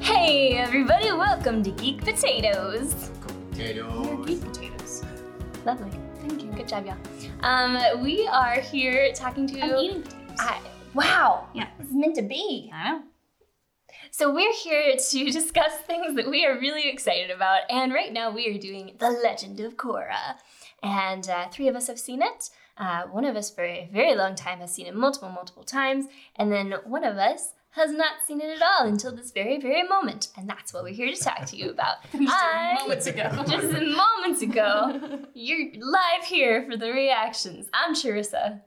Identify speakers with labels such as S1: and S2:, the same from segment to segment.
S1: Hey everybody, welcome to Geek Potatoes.
S2: Potatoes.
S3: potatoes.
S1: Lovely.
S3: Thank you.
S1: Good job, y'all. Um, we are here talking to.
S3: I'm eating potatoes.
S1: I- wow.
S3: Yeah.
S1: This is meant to be.
S3: I know.
S1: So we're here to discuss things that we are really excited about, and right now we are doing The Legend of Korra, and uh, three of us have seen it. Uh, one of us for a very long time has seen it multiple, multiple times, and then one of us has not seen it at all until this very, very moment, and that's what we're here to talk to you about. I-
S3: moments ago.
S1: Just moments ago, you're live here for the reactions. I'm Charissa.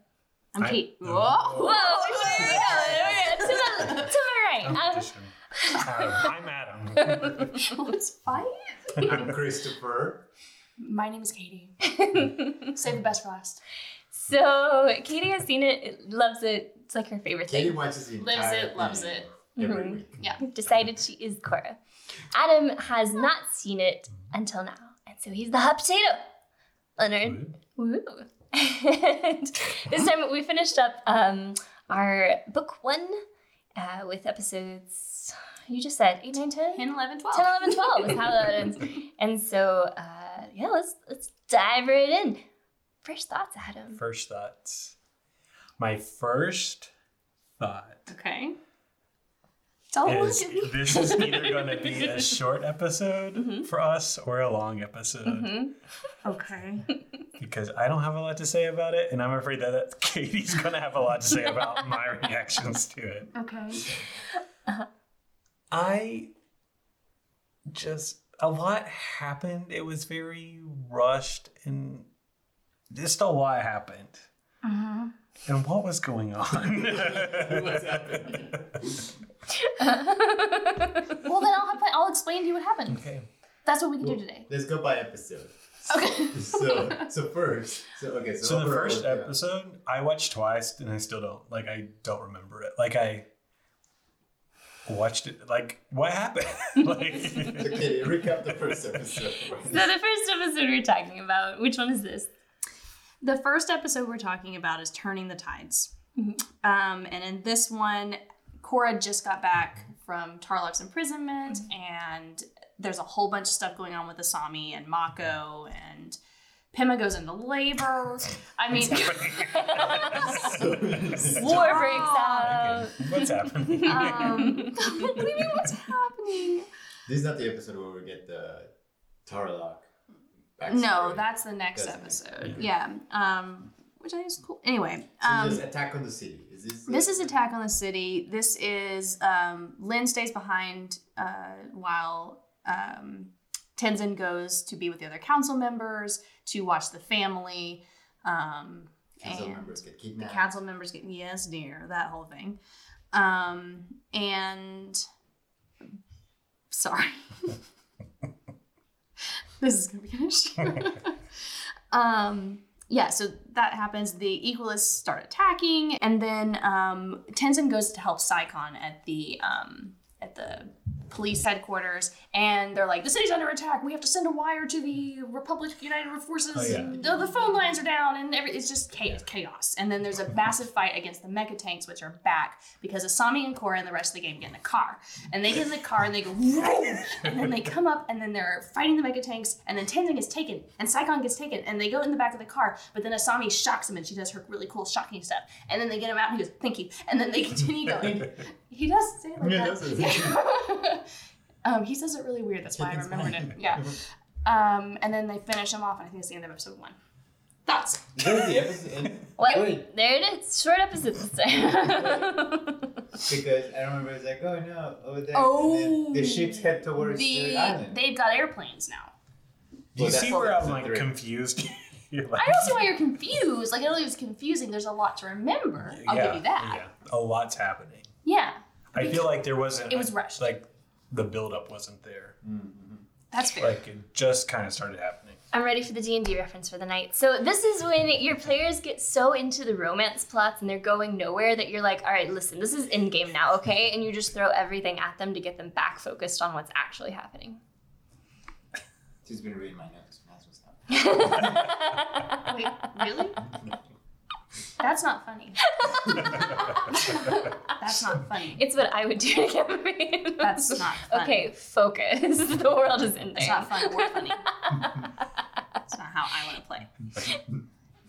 S3: I'm
S2: I-
S3: Kate.
S2: No.
S1: Whoa, where are we going? Where are we going? To, the, to my right. Um, I'm-
S2: Competition. Uh, I'm Adam.
S3: Let's fight.
S2: I'm Christopher.
S3: My name is Katie. Save the best for last.
S1: So Katie has seen it, it, loves it. It's like her favorite
S2: Katie
S1: thing.
S2: watches the
S3: Lives
S2: entire
S3: it, loves
S2: thing
S1: it.
S2: Every
S3: Mm-hmm.
S1: Mhm.
S2: week.
S3: Yeah.
S1: Decided she is Cora. Adam has not seen it until now, and so he's the hot potato. Leonard. Woo. and this time we finished up um, our book one uh, with episodes. You just said eight, nine, ten.
S3: 10, 11, 12.
S1: 10, 11, 12 is how that ends. And so, uh, yeah, let's let's dive right in. First thoughts, Adam.
S4: First thoughts. My first thought
S3: Okay. Don't
S4: is
S3: Oh, look at me. Mm-hmm.
S4: this is either going to be a short episode for us or a long episode
S1: Mhm.
S3: Okay.
S4: because I don't have a lot to say about it, and I'm afraid that that Katie's going to have a lot to say about my reactions to it.
S3: Okay.
S4: I just a lot happened. It was very rushed and just a lot happened.
S3: Mm-hmm.
S4: And what was going on?
S2: What's happening?
S3: Well, then I'll, have, I'll explain to you what happened.
S4: okay.
S3: That's what we can do today.
S2: Let's go by episode.
S3: Okay.
S2: So, so first, so okay, so,
S4: So the
S2: overall,
S4: first
S2: yeah.
S4: episode I watched twice and I still don't like I don't remember it. Like I watched it like what happened? like
S2: Okay, recap the first episode.
S1: So the first episode we we're talking about, which one is this?
S3: The first episode we're talking about is Turning the Tides.
S1: Mhm.
S3: Um, and in this one, Cora just got back from Tarlok's imprisonment, and there's a whole bunch of stuff going on with Asami and Mako, and Pima goes into labor. I mean,
S2: So-
S1: War breaks out.
S4: what's happening?
S3: um, what do you mean, what's happening?
S2: this is not the episode where we get the Tarlock.
S3: No, that's the next
S2: That's the next-
S3: episode. Yeah. Um, which I think is cool. Anyway.
S2: So
S3: Um,
S2: this is Attack on the City. Is this?
S3: This is Attack on the City. This is um, Lynn stays behind uh, while um, Tenzin goes to be with the other council members to watch the family. Um,
S2: Council
S3: and
S2: members get
S3: the
S2: kidnapped.
S3: council members get yes, dear, that whole thing. Um, and sorry, this is gonna be an issue. um, yeah, so that happens. The Equalists start attacking, and then um, Tenzin goes to help Psycon at the um, at the police headquarters, and they're like, "The city's under attack. We have to send a wire to the Republic United Forces.
S4: Oh, yeah.
S3: the, the phone lines are down, and every, it's just chaos, chaos." And then there's a massive fight against the mecha tanks, which are back because Asami and Korra and the rest of the game get in a car, and they get in the car and they go, "Vroom!" and then they come up, and then they're fighting the mecha tanks, and then Tenzin gets taken, and Psycon gets taken, and they go in the back of the car, but then Asami shocks him, and she does her really cool shocking stuff, and then they get him out, and he goes, "Thank you," and then they continue going. He does say it like
S2: Yeah,
S3: that.
S2: that's what
S3: um, he says it really weird. That's why I
S2: It's
S3: remembered
S2: fine.
S3: it. Yeah. Um, and then they finish him off, and I think it's the end of episode one. Thoughts?
S2: Is that the episode end?
S1: Well,
S2: Wait.
S1: there it is. Short episode this time.
S2: Because I remember it's like, oh no, over there.
S3: Oh.
S2: and then the ships head towards the,
S3: The
S2: island.
S3: they've got airplanes now.
S4: Do you
S2: Well,
S4: see
S2: that's-
S4: where
S2: that's
S4: I'm
S2: a
S4: like
S2: three.
S4: confused? You're like,
S3: I don't see why you're confused. Like I know it was confusing. There's a lot to remember. I'll give you that.
S4: yeah. A lot's happening.
S3: Yeah,
S4: I feel like there wasn't
S3: It was rushed.
S4: Like the buildup wasn't there.
S3: that's fair.
S4: Like it just kind of started happening.
S1: I'm ready for the D&D reference for the night. So this is when your players get so into the romance plots and they're going nowhere that you're like, all right, listen, this is in game now, okay? And you just throw everything at them to get them back focused on what's actually happening.
S2: She's been reading my notes. That's what's up.
S3: Wait, really? That's not funny. That's not funny.
S1: It's what I would do to Cammy.
S3: That's not funny.
S1: Okay, focus. The world is in
S3: It's
S1: there.
S3: not fun or funny. It's not how I want to play.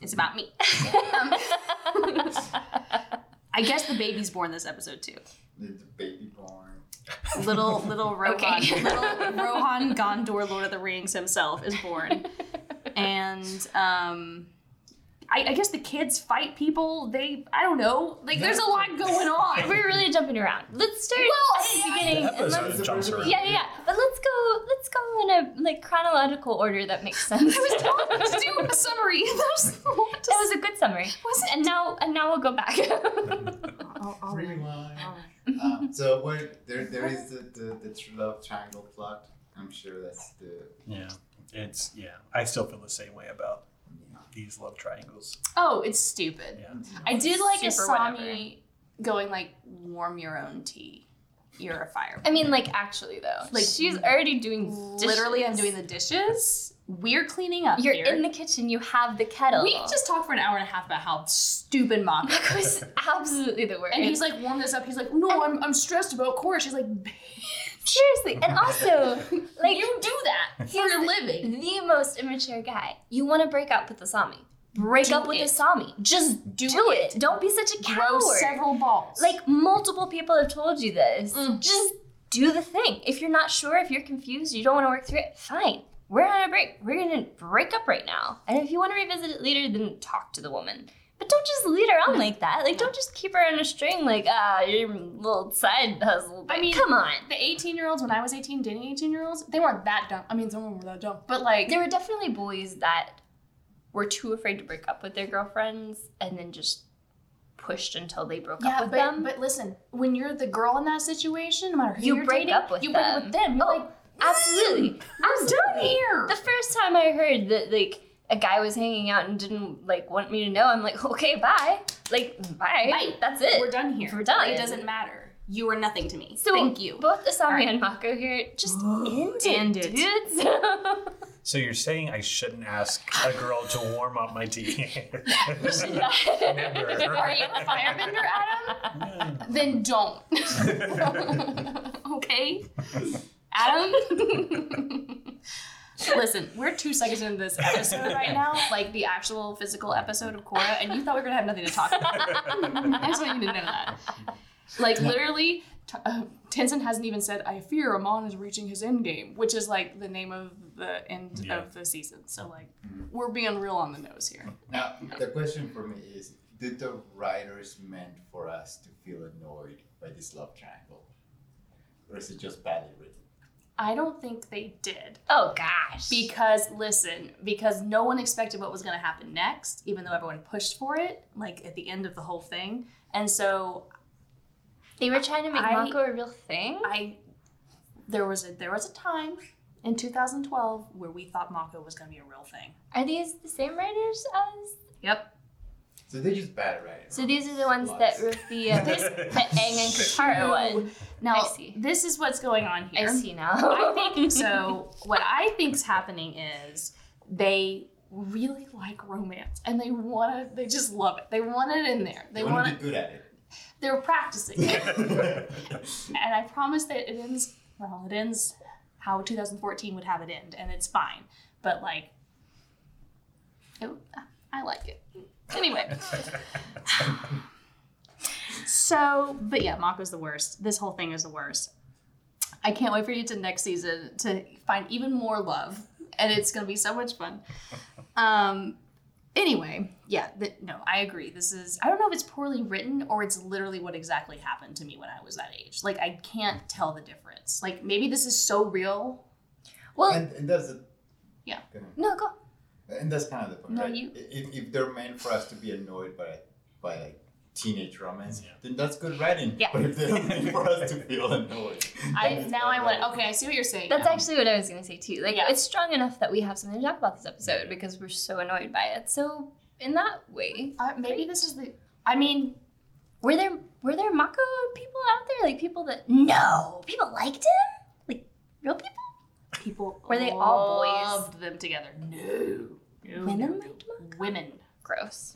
S3: It's about me. Um, I guess the baby's born this episode too.
S2: The the baby born.
S3: Little little Rohan,
S1: Okay.
S3: little Rohan Gondor, Lord of the Rings himself is born, and um, I, I guess the kids fight people. They I don't know. Like there's a lot going on.
S1: We're really jumping around. Let's start
S3: Well,
S1: at the
S3: yeah,
S1: beginning.
S4: That
S1: and let's-
S4: episode jumps around.
S1: yeah, yeah, yeah. But let's go. Let's go in a like chronological order that makes sense.
S3: I was told to do a summary. There's a lot to
S1: That was a good summary.
S3: Was
S1: And now, and now we'll go back.
S3: I'll, I'll read.
S2: Rewind.
S3: I'll read.
S2: Um, so what? There, there is the, the, the true love triangle plot. I'm sure that's the.
S4: Yeah. It's yeah. I still feel the same way about these love triangles.
S3: Oh, it's stupid.
S4: Yeah.
S3: I did like
S1: Super
S3: Asami
S1: whatever.
S3: going like warm your own tea. You're a fire.
S1: I mean, like actually though, like
S3: Like,
S1: she's already doing.
S3: Literally, I'm doing the dishes. We're cleaning up.
S1: You're
S3: here.
S1: in the kitchen. You have the kettle.
S3: We just talked for an hour and a half about how stupid mom is.
S1: It was absolutely the worst.
S3: And he's like, warm this up. He's like, no, I'm, I'm stressed about Cora. She's like,
S1: seriously, and also, like
S3: you do that for your living.
S1: the most immature guy. You want to break up with Asami. Break
S3: Do
S1: up with
S3: it.
S1: Asami.
S3: Just do,
S1: Do
S3: it.
S1: it. Don't be such a
S3: Grow
S1: coward.
S3: several balls.
S1: like multiple people have told you this.
S3: Mm.
S1: Just do the thing. If you're not sure, if you're confused, you don't want to work through it, fine. We're on a break. We're gonna break up right now. And if you want to revisit it later, then talk to the woman. But don't just lead her
S3: Mm.
S1: on like that. Like don't just keep her on a string like ah, your little side hustle.
S3: I
S1: I mean,
S3: mean-
S1: come on.
S3: the 18 year olds, when I was 18, dating 18 year olds, they weren't that dumb. I mean, some of them were that dumb. But like,
S1: There were definitely boys that were too afraid to break up with their girlfriends and then just pushed until they broke up with
S3: but,
S1: them.
S3: But listen, when you're the girl in that situation, no matter who
S1: You
S3: are
S1: break
S3: dating,
S1: up with
S3: you break up with them. You're
S1: Oh,
S3: like,
S1: absolutely.
S3: I'm done here.
S1: The first time I heard that like a guy was hanging out and didn't like want me to know, I'm like, okay, bye. Like, bye.
S3: Bye.
S1: That's it.
S3: We're done here.
S1: We're done.
S3: It doesn't matter. You are nothing to me.
S1: So
S3: Thank you.
S1: Both Asami
S3: Alright.
S1: and Mako here just end it,
S3: End it.
S1: dudes.
S4: So you're saying I shouldn't ask a girl to warm up my tea? Never.
S3: Are you a firebender, Adam? then don't. okay? Adam? Listen, we're two seconds into this episode right now, like the actual physical episode of Korra, and you thought we were gonna have nothing to talk about. I just want you to know that. Like, literally, t- uh, Tenzin hasn't even said, I fear Amon is reaching his end game, which is like the name of the end
S4: Yeah.
S3: of the season. So, like, we're being real on the nose here.
S2: Now the question for me is: Did the writers meant for us to feel annoyed by this love triangle, or is it just badly written?
S3: I don't think they did.
S1: oh gosh.
S3: Because listen, because no one expected what was going to happen next, even though everyone pushed for it, like at the end of the whole thing. And so
S1: they were trying to make
S3: I-
S1: Mako a real thing.
S3: I, there was a there was a time in 2012 where we thought Mako was going to be a real thing.
S1: Are these the same writers as?
S3: Yep.
S2: So they just bad writing.
S1: So these are the ones that
S2: Lots.
S1: Ruthia, that Aang and Katara was.
S3: Now
S1: I see.
S3: this is what's going on
S1: I
S3: here.
S1: see now.
S3: I think so. What I think's happening is they really like romance and they want to. They just love it. They want it in there. They
S2: you want
S3: want
S2: to
S3: it.
S2: be good at it.
S3: They're practicing. and I promise that it ends well. It ends how 2014 would have it end, and it's fine. But like, it, I like it anyway. so, but yeah, Mako's the worst. This whole thing is the worst. I can't wait for you to next season to find even more love, and it's gonna be so much fun. Um, anyway, yeah, th- no, I agree. This is I don't know if it's poorly written or it's literally what exactly happened to me when I was that age. Like I can't tell the difference. Like maybe this is so real.
S1: well,
S2: And, and that's the
S3: Yeah.
S2: Go ahead.
S1: no, go.
S2: And that's kind of the point,
S3: No,
S2: right?
S3: you-
S2: If, if they're meant for us to be annoyed by by like teenage romance,
S4: Yeah.
S2: then that's good writing.
S1: Yeah.
S2: But if they're meant for us to feel annoyed,
S3: I
S2: then it's
S3: now I
S2: bad
S3: want
S2: writing.
S3: okay. I see what you're saying. Uh,
S1: That's
S3: now.
S1: actually what I was gonna say too. Like
S3: Yeah.
S1: it's strong enough that we have something to talk about this episode because we're so annoyed by it. So in that way,
S3: uh, maybe this is the. I mean,
S1: were there were there Mako people out there? Like people that no people liked him? Like real people?
S3: people
S1: Were they all boys?
S3: Loved them together. No, no
S1: Women
S3: no, no.
S1: liked Mako?
S3: Women.
S1: Gross.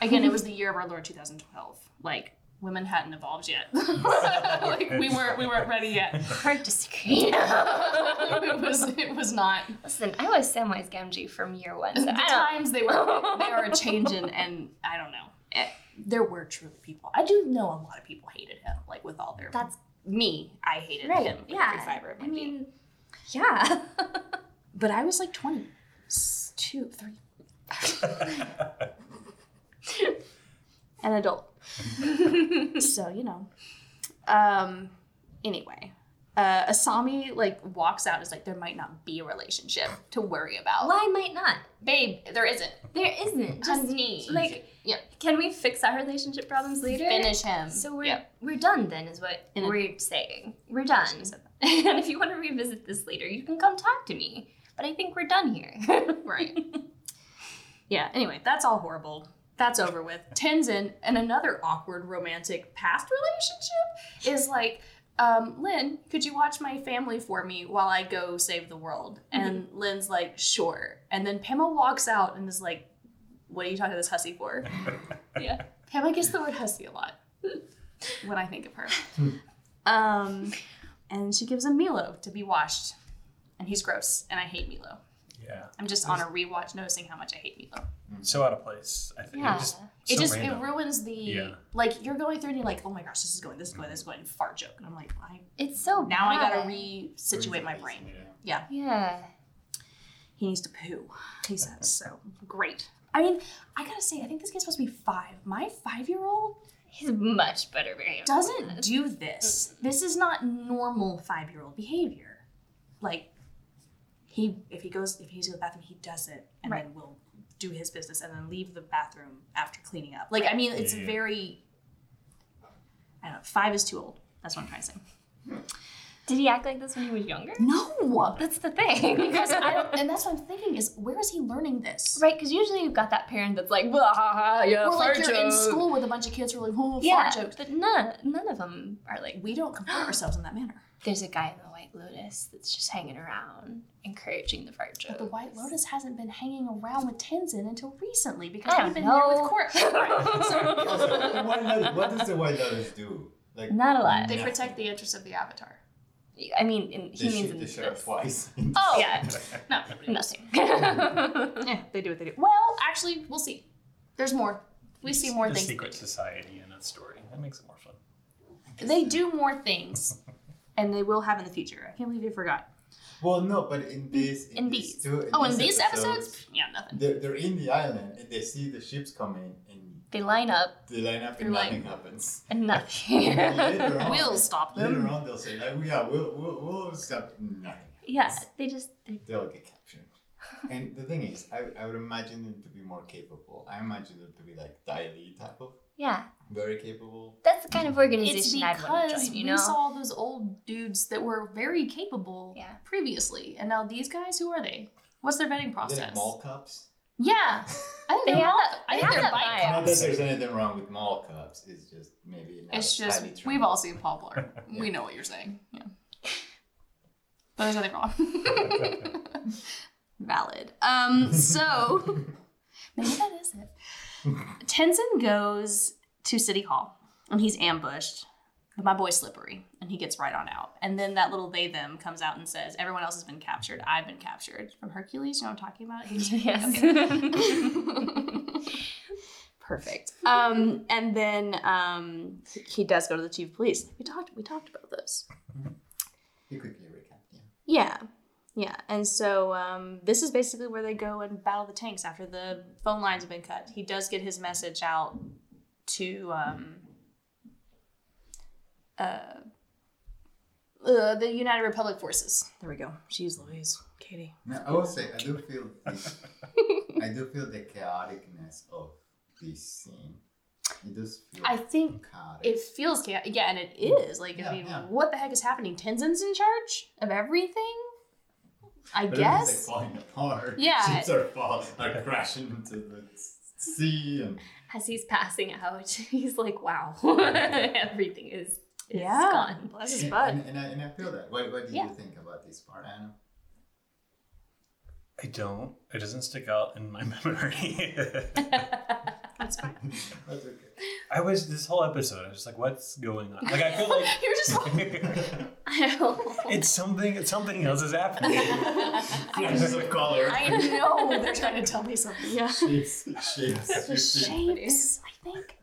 S3: Again, it was the year of our Lord 2012. Like women hadn't evolved yet. like we weren't we weren't ready yet.
S1: Hard disagree.
S3: it was it was not.
S1: Listen, I was Samwise Gamgee from year one, so
S3: The
S1: I don't.
S3: times they were they are changing, and I don't know. Eh, there were truly people. I do know a lot of people hated him, like with all their.
S1: That's
S3: me. I hated
S1: right.
S3: him. With
S1: Yeah.
S3: Every fiber of my
S1: I
S3: being.
S1: mean, yeah.
S3: but I was like 20, s- two, three, an adult. so you know. Um. Anyway, uh, Asami like walks out. Is like there might not be a relationship to worry about.
S1: Why might not?
S3: Babe, there isn't.
S1: There isn't. Just
S3: Honey.
S1: like-
S3: yeah,
S1: can we fix our relationship problems later?
S3: finish him.
S1: So we're
S3: Yep.
S1: we're done then, is what
S3: In a-
S1: we're saying. We're done. and if you want to revisit this later, you can come talk to me. But I think we're done here.
S3: right. yeah. Anyway, that's all horrible. That's over with. Tenzin and another awkward romantic past relationship is like, um, Lynn, could you watch my family for me while I go save the world? And Lynn's like, sure. And then Pema walks out and is like, what are you talking to this hussy for?
S1: yeah.
S3: Pam, I guess the word hussy a lot when I think of her. um, and she gives him Milo to be washed, and he's gross, and I hate Milo.
S4: yeah.
S3: I'm just on a rewatch noticing how much I hate Milo.
S4: So out of place. I think.
S1: Yeah.
S4: Just,
S3: It
S4: so
S3: just
S4: random.
S3: it ruins the
S4: Yeah.
S3: like you're going through and you're like, oh my gosh, this is going, this is going, this is going, fart joke, and I'm like, I,
S1: It's so
S3: now I
S1: bad.
S3: gotta re-situate my brain. Yeah,
S1: Yeah.
S3: he needs to poo. He says so. Great. I mean, I gotta say, I think this kid's supposed to be five. My five-year-old
S1: He's much better variant.
S3: doesn't do this. This is not normal five year old behavior. Like he if he goes if he needs to go to the bathroom, he does it and then will do his business and then leave the bathroom after cleaning up. Like I mean it's
S4: Yeah.
S3: very I don't know, five is too old. That's what I'm trying to say.
S1: Did he act like this when he was younger?
S3: No!
S1: That's the thing.
S3: Because I don't, and that's what I'm thinking is where is he learning this?
S1: Right, because usually you've got that parent that's like, "Blah, ha, ha, yeah,
S3: Or like
S1: fart
S3: you're in
S1: joke."
S3: school with a bunch of kids who are like, oh,
S1: yeah,
S3: fart jokes.
S1: but none, none of them are like.
S3: We don't comport ourselves in that manner.
S1: There's a guy in the White Lotus that's just hanging around, encouraging the fart joke.
S3: But the White Lotus hasn't been hanging around with Tenzin until recently because
S1: I don't
S3: we've been
S1: know.
S3: there with Court. Right. So
S2: Also, why not- what does the White Lotus do? Like,
S1: Not a lot.
S3: they protect the interests of the Avatar.
S1: I mean, in,
S2: they
S1: he means
S2: shoot
S1: in
S2: the
S1: this.
S2: sheriff twice.
S1: Oh yeah,
S3: No,
S1: nothing.
S3: yeah, they do what they do. Well, actually, we'll see. There's more. We see more
S4: the
S3: things.
S4: secret society in a story. That makes it more fun.
S3: They do more things, and they will have in the future. I can't believe you forgot.
S2: Well, no, but in this, in,
S1: In
S2: these,
S1: these.
S2: two,
S3: Oh, in these episodes, yeah, nothing.
S2: they're, they're in the island and they see the ships coming and
S1: they line up
S2: they line up
S3: They're
S2: and
S3: like-
S2: nothing happens.
S1: and nothing.
S2: Later on,
S3: We'll stop
S2: later
S3: them.
S2: on they'll say like, yeah, we'll we'll, we'll stop nothing.
S1: yeah, they just they,
S2: They'll get captured. And the thing is, I, I would imagine them to be more capable. I imagine them to be like Dai Li type of
S1: yeah.
S2: very capable.
S1: That's the kind of organization
S3: It's
S1: I'd want to
S3: because
S1: join. You
S3: we
S1: know.
S3: saw those old dudes that were very capable
S1: Yeah.
S3: previously, and now these guys, who are they? What's their vetting
S2: They're
S3: process?
S2: like mall cops.
S3: Yeah, I think
S1: They
S3: they're
S1: have
S3: all.
S1: that-
S3: I
S1: they
S3: think
S1: have
S3: they're
S1: that
S3: bike
S1: vibe.
S2: Not
S1: Cops.
S2: that there's anything wrong with mall cops. It's just maybe not
S3: It's just
S2: highly trained.
S3: we've all seen Paul Blart. We know what you're saying. Yeah. But there's nothing wrong. Valid. Um, so maybe that is it. Tenzin goes to City Hall and he's ambushed. But my boy Slippery, and he gets right on out. And then that little they them comes out and says, "Everyone else has been captured. I've been captured from Hercules. You know what I'm talking about? He's-
S1: Yes.
S3: Perfect. Um, and then um, he does go to the chief of police. We talked. We talked about this.
S2: You quickly recap. Yeah.
S3: Yeah, yeah. And so um, this is basically where they go and battle the tanks after the phone lines have been cut. He does get his message out to um, uh, uh, the United Republic forces. There we go. She's Louise. Katie.
S2: No, I will say I do feel this, I do feel the chaoticness of this scene. It does feel
S3: I think
S2: chaotic.
S3: it feels chaotic. Yeah, and it is. Like,
S2: Yeah,
S3: I mean,
S2: yeah.
S3: what the heck is happening? Tenzin's in charge of everything? I
S2: But everything's,
S3: guess.
S2: like falling apart.
S3: Yeah.
S2: Ships are falling, are crashing into the sea, and
S1: As he's passing out, he's like, "Wow, everything is, is
S3: Yeah.
S1: gone."
S3: Bless his
S2: and,
S3: butt.
S2: and, and I, and I feel that. What, what did
S3: Yeah.
S2: you think about this part, Anna?
S4: I don't. It doesn't stick out in my memory.
S3: That's fine.
S2: That's
S4: I was this whole episode. I was just like, what's going on? Like I feel like
S3: You're just.
S2: okay.
S1: I know.
S4: it's something. It's something else is happening.
S2: I just a color.
S3: I know they're trying to tell me something.
S1: yeah.
S2: Shapes, shapes, shapes.
S3: It's shapes.
S1: I think.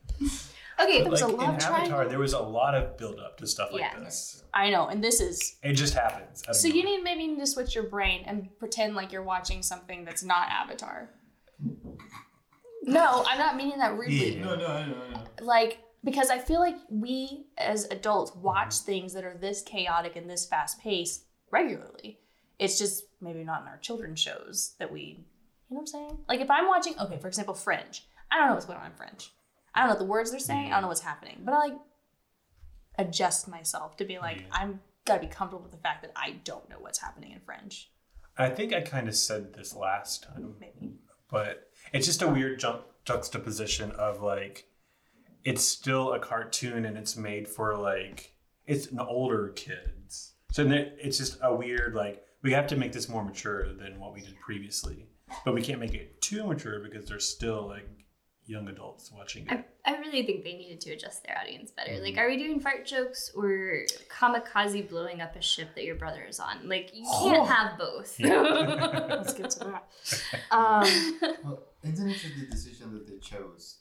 S1: Okay.
S3: There was
S4: like
S3: a love
S4: in Avatar,
S3: triangle.
S4: there was a lot of build up to stuff like
S3: Yeah.
S4: this.
S3: I know, and this is
S4: It just happens. I don't
S3: so
S4: know.
S3: you need maybe need to switch your brain and pretend like you're watching something that's not Avatar. No, I'm not meaning that rudely.
S4: Yeah.
S2: No, no, no, no.
S3: Like because I feel like we as adults watch things that are this chaotic and this fast paced regularly. It's just maybe not in our children's shows that we, you know what I'm saying? Like if I'm watching, okay, for example, Fringe. I don't know what's going on in Fringe. I don't know the words they're saying. I don't know what's happening, but I like adjust myself to be like
S4: Yeah.
S3: I'm gotta be comfortable with the fact that I don't know what's happening in Fringe.
S4: I think I kind of said this last time,
S3: Maybe.
S4: but it's just a weird ju- juxtaposition of like, it's still a cartoon and it's made for like, it's an older kids. So there- it's just a weird like, we have to make this more mature than what we did previously, but we can't make it too mature because there's still like young adults watching it.
S1: I, I really think they needed to adjust their audience better. Like, are we doing fart jokes or kamikaze blowing up a ship that your brother is on? Like, you can't have both.
S3: Let's get to that. Um,
S2: Well, it's an interesting decision that they chose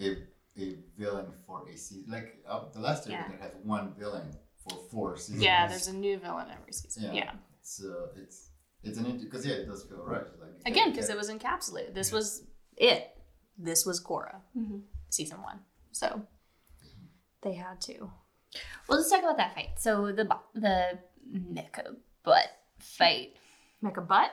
S2: a, a villain for a season. Like uh, the last season
S1: Yeah.
S2: that has one villain for four seasons.
S3: yeah, there's a new villain every season.
S2: Yeah.
S3: yeah.
S2: So it's it's an because yeah, it does feel right. Like you
S3: Again,
S2: can't
S3: because
S2: get-
S3: it was encapsulated. This was it. This was Cora, season one. So they had to.
S1: well, let's talk about that fight. So the bo- the mecha butt fight.
S3: Make a butt?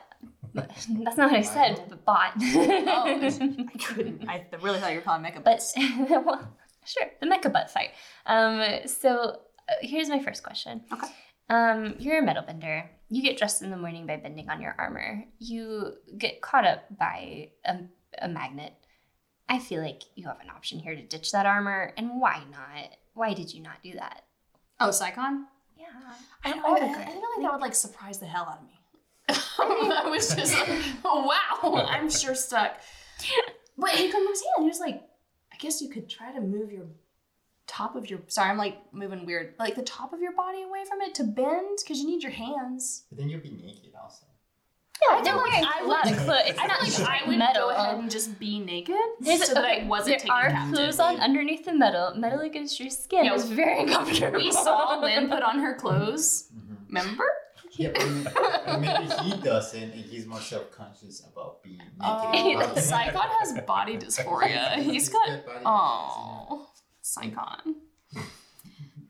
S1: That's not what I said. The bot.
S3: I couldn't. I really thought you were calling make a butt.
S1: but well, sure, the mecha butt fight. Um, so uh, here's my first question.
S3: Okay.
S1: Um, you're a metal bender. You get dressed in the morning by bending on your armor. You get caught up by a, a magnet. I feel like you have an option here to ditch that armor, and why not? Why did you not do that?
S3: Oh, Psychon?
S1: Yeah.
S3: I, I, I, I feel like that would like surprise the hell out of me. I was just like, oh, wow, I'm sure stuck. But he couldn't move his hand. He was like, I guess you could try to move your top of your. Sorry, I'm like moving weird. Like the top of your body away from it to bend because you need your hands.
S2: But then you'll be naked also.
S1: Yeah, they're wearing
S3: I
S1: a
S3: would-
S1: lot of clothes. It's
S3: I
S1: not
S3: feel like
S1: like
S3: I would
S1: metal.
S3: go ahead and just be naked
S1: There's-
S3: so that
S1: okay,
S3: I wasn't
S1: there
S3: taken
S1: are
S3: captive.
S1: clothes on underneath the metal. Metal against your skin.
S3: Yeah,
S1: It was very uncomfortable.
S3: We saw Lynn put on her clothes.
S2: Mhm.
S3: Remember?
S2: Yeah, but may- but maybe he doesn't, and he's more self-conscious about being naked.
S3: Oh,
S2: about-
S3: Psychon has body dysphoria. He's got.
S2: body
S3: Oh, Psychon.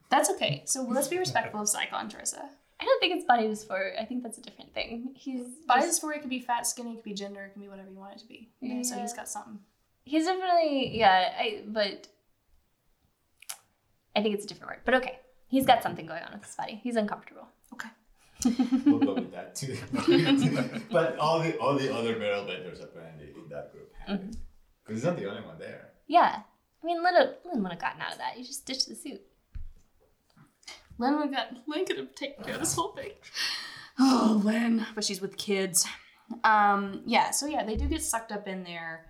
S3: That's okay. So let's be respectful of Psychon, Teresa.
S1: I don't think it's body dysphoria. I think that's a different thing. He's
S3: Body
S1: just-
S3: dysphoria could be fat, skinny, could be gender, it can be whatever you want it to be. Yeah, So he's got something.
S1: he's definitely yeah. I but I think it's a different word. But okay, he's got something going on with his body. He's uncomfortable.
S2: dysphoria. We'll go with that too. but all the all the other metal benders apparently in that group have
S3: Mm-hmm.
S2: it. Because he's not the only one there.
S1: Yeah, I mean, Lynn, Lynn would have gotten out of that. You just ditched the suit.
S3: Lynn would have got Lynn could have taken care of this whole thing. Oh, Lynn, but she's with kids. Um, yeah, so yeah, they do get sucked up in there,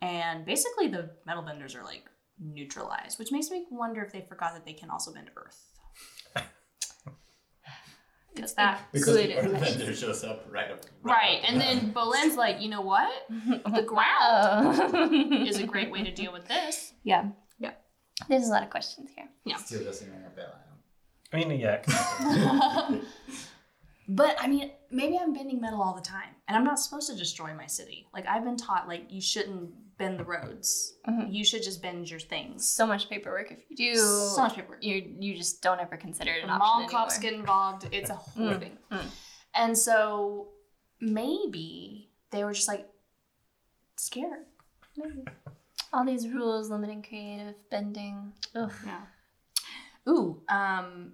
S3: and basically the metal benders are like neutralized, which makes me wonder if they forgot that they can also bend earth. Because that
S2: Because
S1: Good
S2: the earth
S1: advice.
S2: bender shows up right up.
S3: right,
S2: up
S3: and
S2: there.
S3: then Bolin's like, you know what? The ground
S1: Oh.
S3: is a great way to deal with this.
S1: yeah.
S3: Yeah.
S1: There's a lot of questions here.
S2: still doesn't ring a bell. I don't-
S4: I mean, yeah. it can happen.
S3: But I mean, maybe I'm bending metal all the time, and I'm not supposed to destroy my city. Like I've been taught, like you shouldn't bend the roads.
S1: Mhm.
S3: You should just bend your things.
S1: So much paperwork. If you do,
S3: So much paperwork.
S1: You you just don't ever consider it an option
S3: Mom cops
S1: anymore.
S3: get involved. It's a whole
S1: Mm,
S3: thing.
S1: mm.
S3: And so maybe they were just like scared.
S1: All these rules limiting creative bending. Ugh.
S3: Yeah. Ooh, um,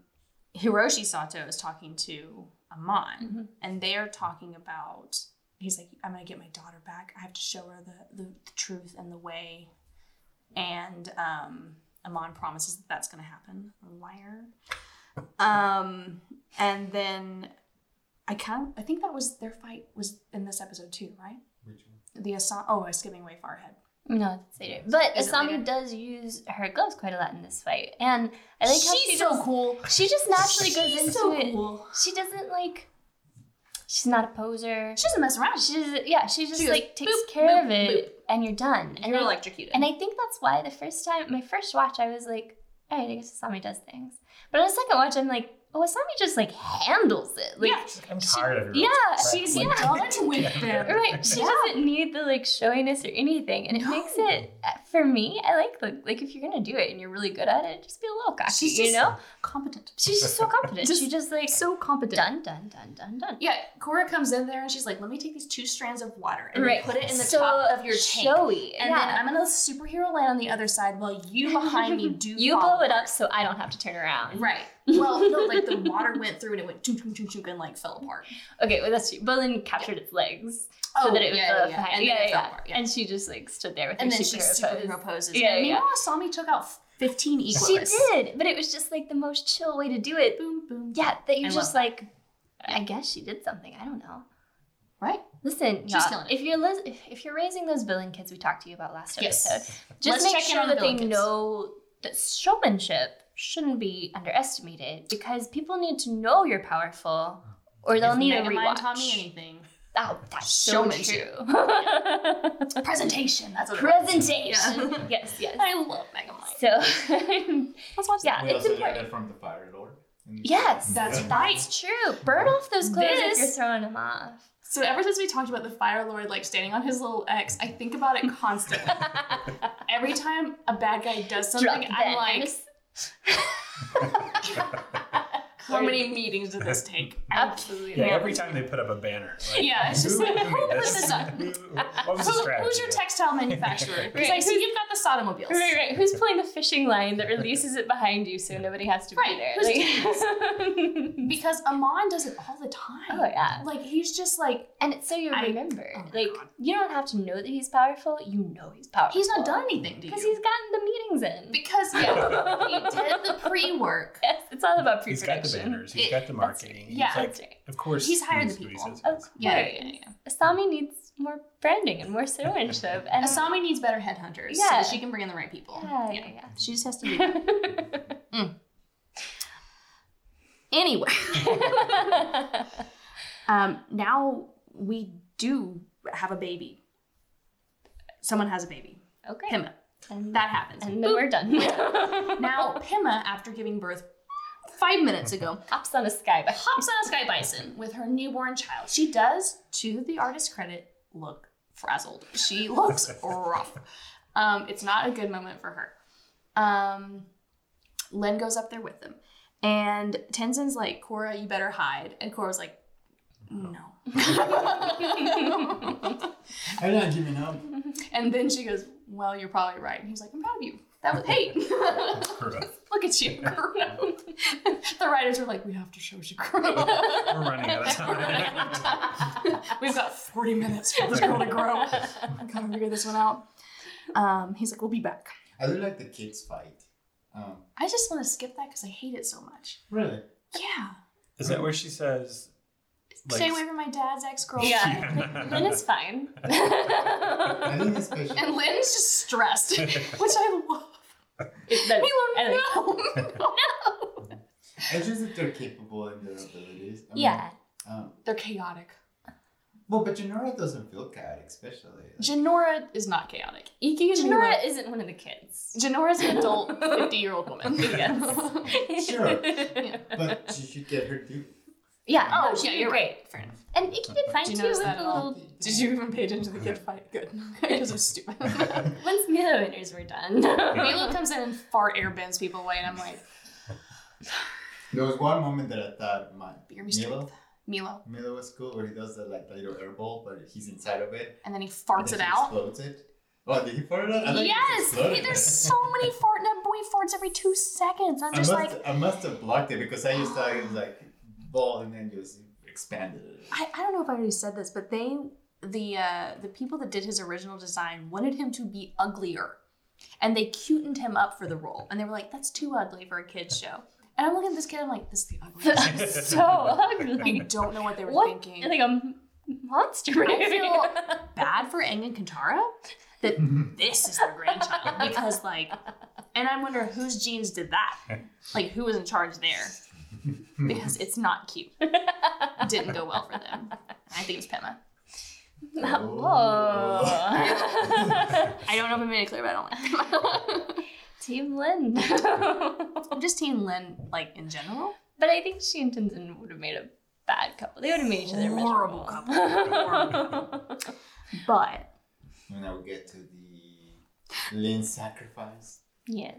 S3: Hiroshi Sato is talking to Amon,
S1: Mhm.
S3: and they are talking about. He's like, I'm gonna get my daughter back. I have to show her the the, the truth and the way. And um, Amon promises that that's gonna happen. Liar. Um, and then I can't. I think that was their fight was in this episode too, right?
S2: Which one?
S3: The Asami. Oh, I'm skipping way far ahead.
S1: No, it's later. But
S3: Is it
S1: Asami
S3: later?
S1: does use her gloves quite a lot in this fight, and I like how she
S3: She's so
S1: just,
S3: cool.
S1: she just naturally goes
S3: She's
S1: into
S3: so
S1: it.
S3: cool.
S1: She doesn't like. She's not a poser.
S3: She doesn't mess around.
S1: She just, yeah, she just
S3: She goes,
S1: like takes
S3: boop,
S1: care
S3: boop,
S1: of it, and you're done. And
S3: You're
S1: I-
S3: electrocuted.
S1: And I think that's why the first time, my first watch, I was like, all right, I guess Asami does things. But on the second watch, I'm like, oh, Asami just like handles it. Like,
S3: yeah,
S4: I'm
S1: She-
S4: tired of it.
S1: yeah,
S3: she's
S1: Like,
S3: done with them.
S1: Right, she doesn't need the like showiness or anything, and it makes it uh, for me. I like the like if you're gonna do it and you're really good at it, just be a little cocky,
S3: She's
S1: you
S3: just-
S1: know.
S3: Competent.
S1: She's just so confident.
S3: Just
S1: she just like
S3: So competent.
S1: done, done, done, done, done.
S3: Yeah, Cora comes in there and she's like, "Let me take these two strands of water and
S1: Right.
S3: put it in the
S1: So
S3: top of your tank,
S1: Showy,
S3: and
S1: yeah.
S3: then I'm gonna superhero land on the other side while you behind me do
S1: you
S3: follow
S1: blow it up so I don't have to turn around.
S3: Right. Well, no, like the water went through and it went chunk chunk chunk chunk and like fell apart.
S1: Okay, well that's true. Bolin captured its legs
S3: Oh,
S1: so that it was uh, behind-
S3: And then it fell apart. Yeah.
S1: and she just like stood there with
S3: And
S1: her
S3: then she
S1: superhero pose.
S3: superhero poses.
S1: Yeah,
S3: and
S1: yeah.
S3: meanwhile, Asami took out 15
S1: She
S3: equalists.
S1: did, but it was just like the most chill way to do it.
S3: Boom, boom.
S1: Yeah, that you're
S3: I love
S1: just
S3: that.
S1: like, I guess she did something. I don't know.
S3: Right?
S1: Listen,
S3: She's
S1: y'all,
S3: killing it.
S1: if you're lis- if- if you're raising those villain kids we talked to you about last
S3: Yes.
S1: episode, just
S3: Let's
S1: make
S3: check in
S1: sure
S3: on the
S1: that they
S3: villain kids.
S1: know that showmanship shouldn't be underestimated because people need to know you're powerful or they'll
S3: If
S1: need a
S3: Megamind
S1: rewatch.
S3: taught me anything.
S1: oh, that's
S3: Showmanship.
S1: so true.
S3: Presentation. That's what it was.
S1: Presentation.
S3: Yeah.
S1: yes, yes.
S3: I love Megamind.
S1: So,
S3: Let's watch
S1: yeah,
S2: We
S1: it's
S2: also
S1: important.
S2: learned that from the Fire Lord. And-
S1: Yes,
S3: That's
S2: Yeah.
S3: right.
S1: It's true. Burn off those clothes if
S3: This-
S1: you're throwing them off.
S3: So ever since we talked about the Fire Lord like standing on his little X, I think about it constantly. Every time a bad guy does something,
S1: Drop
S3: I'm
S1: dead.
S3: like,
S1: Just-
S3: how many meetings did this take?
S1: Absolutely.
S4: Yeah, every time they put up a banner. Like,
S3: Yeah, it's just
S4: who
S3: like,
S4: made
S3: who put this up?
S4: What was the
S3: Who-
S4: strategy?
S3: who's your textile manufacturer? Because I
S1: Right.
S3: see you've got the sodomobiles.
S1: Right, right. Who's pulling the fishing line that releases it behind you so nobody has to
S3: Right,
S1: be there?
S3: who's
S1: Like-
S3: Because Amon does it all the time.
S1: oh yeah.
S3: Like he's just like
S1: And it's so you
S3: I-
S1: remember.
S3: oh my
S1: like
S3: God.
S1: you don't have to know that he's powerful. You know he's powerful.
S3: he's not done anything to you.
S1: because he's gotten the meetings in.
S3: because yeah, he did the pre-work.
S1: Yes, it's all about
S4: He's got the
S1: pre-production.
S4: banners. He's
S3: It-
S4: got the
S1: that's
S4: marketing.
S3: right. Yeah.
S4: He's like,
S1: That's right.
S4: of course.
S3: He's hired the
S4: he's-
S3: people.
S4: he's-
S1: Of course.
S3: Yeah, yeah, yeah,
S1: Asami needs more branding and more showmanship. And
S3: Asami needs better headhunters so
S1: Yeah.
S3: that she can bring in the right people.
S1: Yeah, yeah, yeah.
S3: She just has to do that. Anyway, um, now we do have a baby. Someone has a baby.
S1: okay.
S3: Pima.
S1: And,
S3: That happens.
S1: and then we're done.
S3: Now, Pima, after giving birth five minutes ago,
S1: Hops on a sky. But
S3: hops on a sky bison with her newborn child. She does, to the artist's credit, look frazzled. She looks rough. Um, it's not a good moment for her. Um, Len goes up there with them, and Tenzin's like, "Cora, you better hide," and Cora's like, "No."
S2: I'm not giving up.
S3: Mm-hmm. and then she goes, "Well, you're probably right." And he's like, "I'm proud of you. That was hey."
S4: We're
S3: Look at you, grown up. the writers were like, we have to show she grew up.
S4: running out of time.
S3: We've got 40 minutes for this girl to grow. I gotta figure this one out. Um, he's like, we'll be back.
S2: I do like the kids fight. Um,
S3: I just want to skip that because I hate it so much.
S2: really?
S3: Yeah.
S4: Is that where she says?
S3: Stay away from my dad's ex-girlfriend.
S1: yeah. Then it's fine.
S2: I think it's special.
S3: And Lynn's just stressed, which I love. He
S1: I like-
S3: won't know.
S2: It's just that they're capable in their abilities. I mean,
S1: yeah.
S2: Um,
S3: They're chaotic.
S2: well, but Janora doesn't feel chaotic, especially. Like,
S3: Janora is not chaotic. Iki is
S1: Janora isn't one of the kids.
S3: Janora's an adult, 50-year-old woman.
S1: Yes.
S2: Sure.
S1: Yeah.
S2: but she should get her due.
S1: Yeah.
S3: Oh,
S1: no, she
S3: yeah,
S1: did
S3: you're
S1: great.
S3: Fair enough.
S1: And Icky did fine
S3: She
S1: too
S3: knows
S1: with
S3: that
S1: the
S3: at all.
S1: little
S3: Did you even pay attention to the kid fight? Good. Because I'm stupid.
S1: once Milo winners were done.
S3: Milo comes in and far air bends people away, and I'm like,
S2: There was one moment that I thought my
S3: Beer me strength.
S2: Milo,
S3: Milo.
S2: Milo was cool where he does that like little airball, but he's inside of it.
S3: And then he
S2: and
S3: farts
S2: then
S3: it
S2: he
S3: out.
S2: Explodes it. Oh, did he fart it out? I thought he
S3: Yes!
S2: just exploded
S3: He-
S2: it.
S3: there's so many fart that boy farts every two seconds. I'm
S2: I
S3: just
S2: must,
S3: like,
S2: I must have blocked it because I just thought it was like ball and then just expanded it.
S3: I, I don't know if I already said this, but they the uh, the people that did his original design wanted him to be uglier, and they cutened him up for the role, and they were like, "That's too ugly for a kids show." And I'm looking at this kid, I'm like, this is the ugliest.
S1: so
S3: I
S1: ugly.
S3: don't know what they were
S1: What?
S3: thinking.
S1: Like a m- monster movie.
S3: feel- bad for Aang and Kantara that this is their grandchild because like and I wonder whose genes did that. Like who was in charge there? Because it's not cute. Didn't go well for them. I think it was Pema.
S2: Oh.
S1: Whoa.
S3: I don't know if I made it clear, but I don't like Pema.
S1: Team Lynn.
S3: I'm just team Lynn, like in general.
S1: but I think she and Tenzin would have made a bad couple. They would have made each other
S3: Horrible
S1: miserable. couple.
S3: But
S2: And now we get to the Lynn sacrifice.
S1: yes.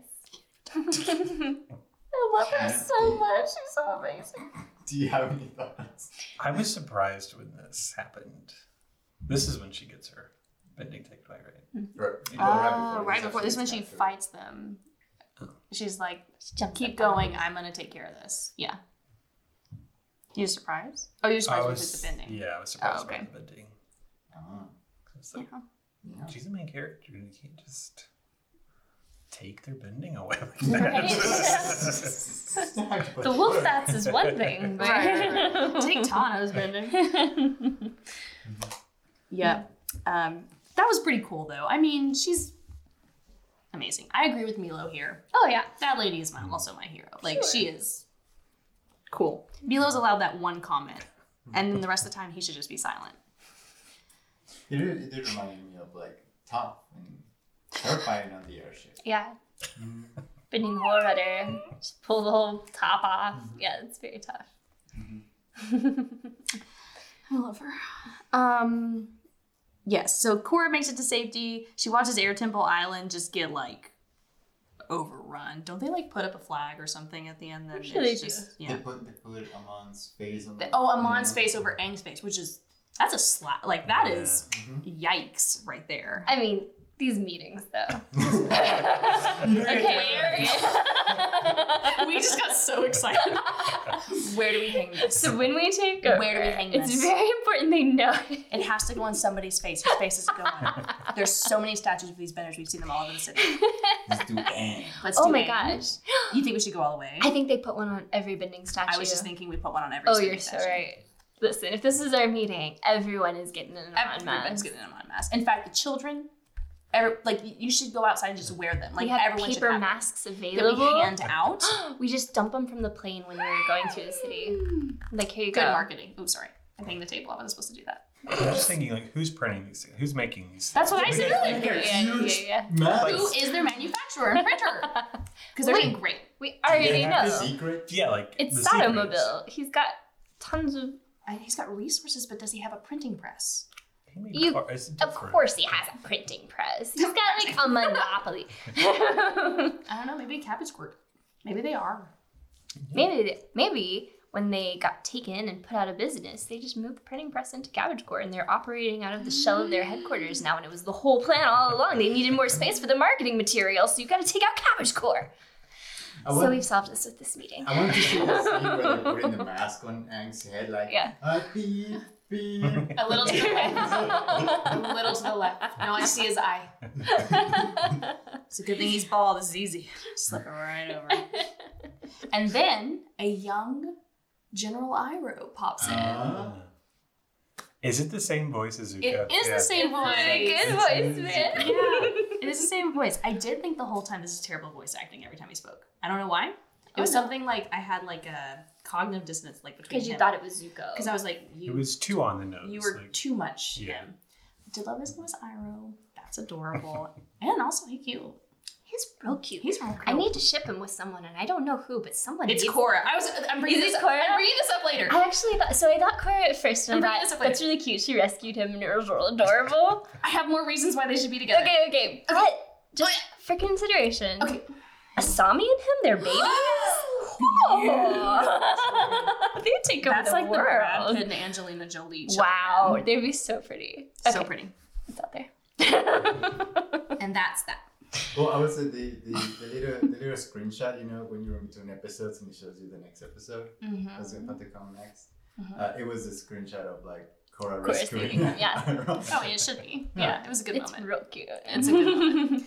S1: I love her so much. She's so amazing.
S2: Do you have any thoughts?
S4: I was surprised when this happened. This is when she gets her bending taken away, right?
S2: Or- or
S3: uh, right before this is
S2: actually
S3: when she
S2: stabbed her.
S3: fights them. She's like,
S1: She jumps
S3: keep
S1: up.
S3: going, I'm gonna take care of this. Yeah. You surprised? Oh, you're surprised because it's the bending.
S4: Yeah, I was surprised
S3: Oh, okay.
S4: by the bending.
S2: Ah,
S4: It's like,
S2: yeah.
S4: she's the main character. You can't just take their bending away like that.
S1: The wolf stats is one thing, but
S3: Right, Take Tano's bending. Yeah. Um, that was pretty cool, though. I mean, she's amazing. I agree with Milo here.
S1: oh yeah.
S3: That lady is my, also my hero. Like,
S1: Sure.
S3: she is cool. Milo's allowed that one comment, and then the rest of the time, he should just be silent.
S2: It, did- it did remind me of like Tom and her fighting on the airship.
S1: Yeah. Bending the whole rudder. Just pull the whole top off. Yeah, it's very tough.
S3: I love her. Um, yes, so Cora makes it to safety. She watches Air Temple Island just get like overrun. Don't they like put up a flag or something at the end? Then
S1: I'm sure they
S3: it's
S1: do.
S3: just,
S2: They
S3: Yeah.
S2: put they put Amon's face on.
S3: The-
S2: the-
S3: oh, Amon's
S2: Mhm.
S3: face over Aang's face, which is that's a slap. Like that is
S2: Mhm.
S3: yikes right there.
S1: I mean, these meetings though. okay.
S3: we just got so excited. Where do we hang this?
S1: so when we take over,
S3: Where do we hang
S1: it's
S3: this?
S1: very important they know.
S3: It has to go on somebody's face. Whose face is it going? There's so many statues of these banners. We've seen them all over the city.
S2: Let's do Aang.
S3: Let's
S1: oh
S3: do
S1: my
S3: Aang.
S1: gosh.
S3: You think we should go all the way?
S1: I think they put one on every bending statue.
S3: I was just thinking we put one on every.
S1: oh,
S3: single
S1: you're so
S3: statue.
S1: right. Listen, if this is our meeting, everyone is getting an on
S3: Everyone's getting them on mask. In fact, the children, every, like y- you should go outside and just wear them. Like
S1: we have
S3: everyone should
S1: paper
S3: have them.
S1: masks
S3: that
S1: available.
S3: we hand out.
S1: We just dump them from the plane when we were going through the city. Like here you
S3: Good
S1: go.
S3: marketing. Oh, sorry. I'm paying the table. I wasn't supposed to do that.
S4: I'm just thinking, like, who's printing these things? Who's making these things?
S3: That's what I said
S1: Yeah,
S3: earlier.
S1: yeah, yeah,
S2: Huge
S1: yeah.
S2: Mask.
S3: Who is their manufacturer and printer? Because they're doing great.
S1: We
S2: Do they
S1: already
S2: have the
S1: know.
S2: secret?
S4: Yeah, like
S1: It's
S4: the secrets.
S1: Sodomobile. He's got tons of.
S3: And he's got resources, but does he have a printing press?
S4: He made
S1: You-
S4: car- it's
S1: Of
S4: different.
S1: course, he has a printing press. He's got like a monopoly.
S3: I don't know. Maybe Cabbage Squirt. Maybe they are.
S1: maybe, maybe when they got taken and put out of business, they just moved the printing press into Cabbage Court, and they're operating out of the shell of their headquarters now. And it was the whole plan all along. They needed more space for the marketing material, so you got to take out Cabbage Court.
S2: I
S1: So
S2: want,
S1: we've solved this with this meeting.
S2: I want to see the scene where they're putting the mask on Aang's head, like
S1: Yeah.
S2: uh, beep beep.
S3: A little to the left. a little to the left. Now I see his eye. It's a good thing he's bald. This is easy. Slip it right over. And then a young General Iroh pops in.
S2: Ah.
S4: Is it the same voice as
S3: it
S4: Zuko?
S3: is the same voice.
S1: Good voice, man.
S3: It is the same voice. I did think the whole time this is terrible voice acting every time he spoke. I don't know why. It was
S1: Oh, no.
S3: something like I had like a cognitive dissonance like between
S1: Because you
S3: him.
S1: thought it was Zuko.
S3: because I was like
S4: It
S3: you
S4: was too on the nose.
S3: you were
S4: like,
S3: too much
S4: Yeah.
S3: him. Did love his name was Iroh. That's adorable. and also he cute.
S1: He's real cute.
S3: He's real cute.
S1: I need to ship him with someone, and I don't know who, but someone.
S3: it's
S1: needs-
S3: Cora. I was I'm bringing
S1: Is it
S3: this
S1: Korra?
S3: I'm bringing this up later.
S1: I actually thought so. I thought Cora at first, and
S3: I'm
S1: I
S3: bringing
S1: thought
S3: this up
S1: that's really cute. She rescued him, and it was real adorable.
S3: I have more reasons why they should be together.
S1: okay, okay, but just for consideration,
S3: Okay.
S1: Asami and him, their baby. Oh. they take over
S3: That's
S1: the
S3: like the Brad
S1: world.
S3: Pitt and Angelina Jolie. children.
S1: wow, they'd be so pretty. Okay,
S3: So pretty.
S1: it's out there.
S3: And that's that.
S2: Well, I would say the, the, the little the little screenshot, you know, when you're in between episodes and it shows you the next episode,
S1: Mm-hmm.
S2: that's going to come next. Uh, it was a screenshot of like Cora
S1: Cora's
S2: rescuing.
S1: baby, yeah.
S2: Iroh.
S3: Oh, it should be. Yeah, it was a good
S1: it's
S3: moment.
S1: real cute.
S3: It's a good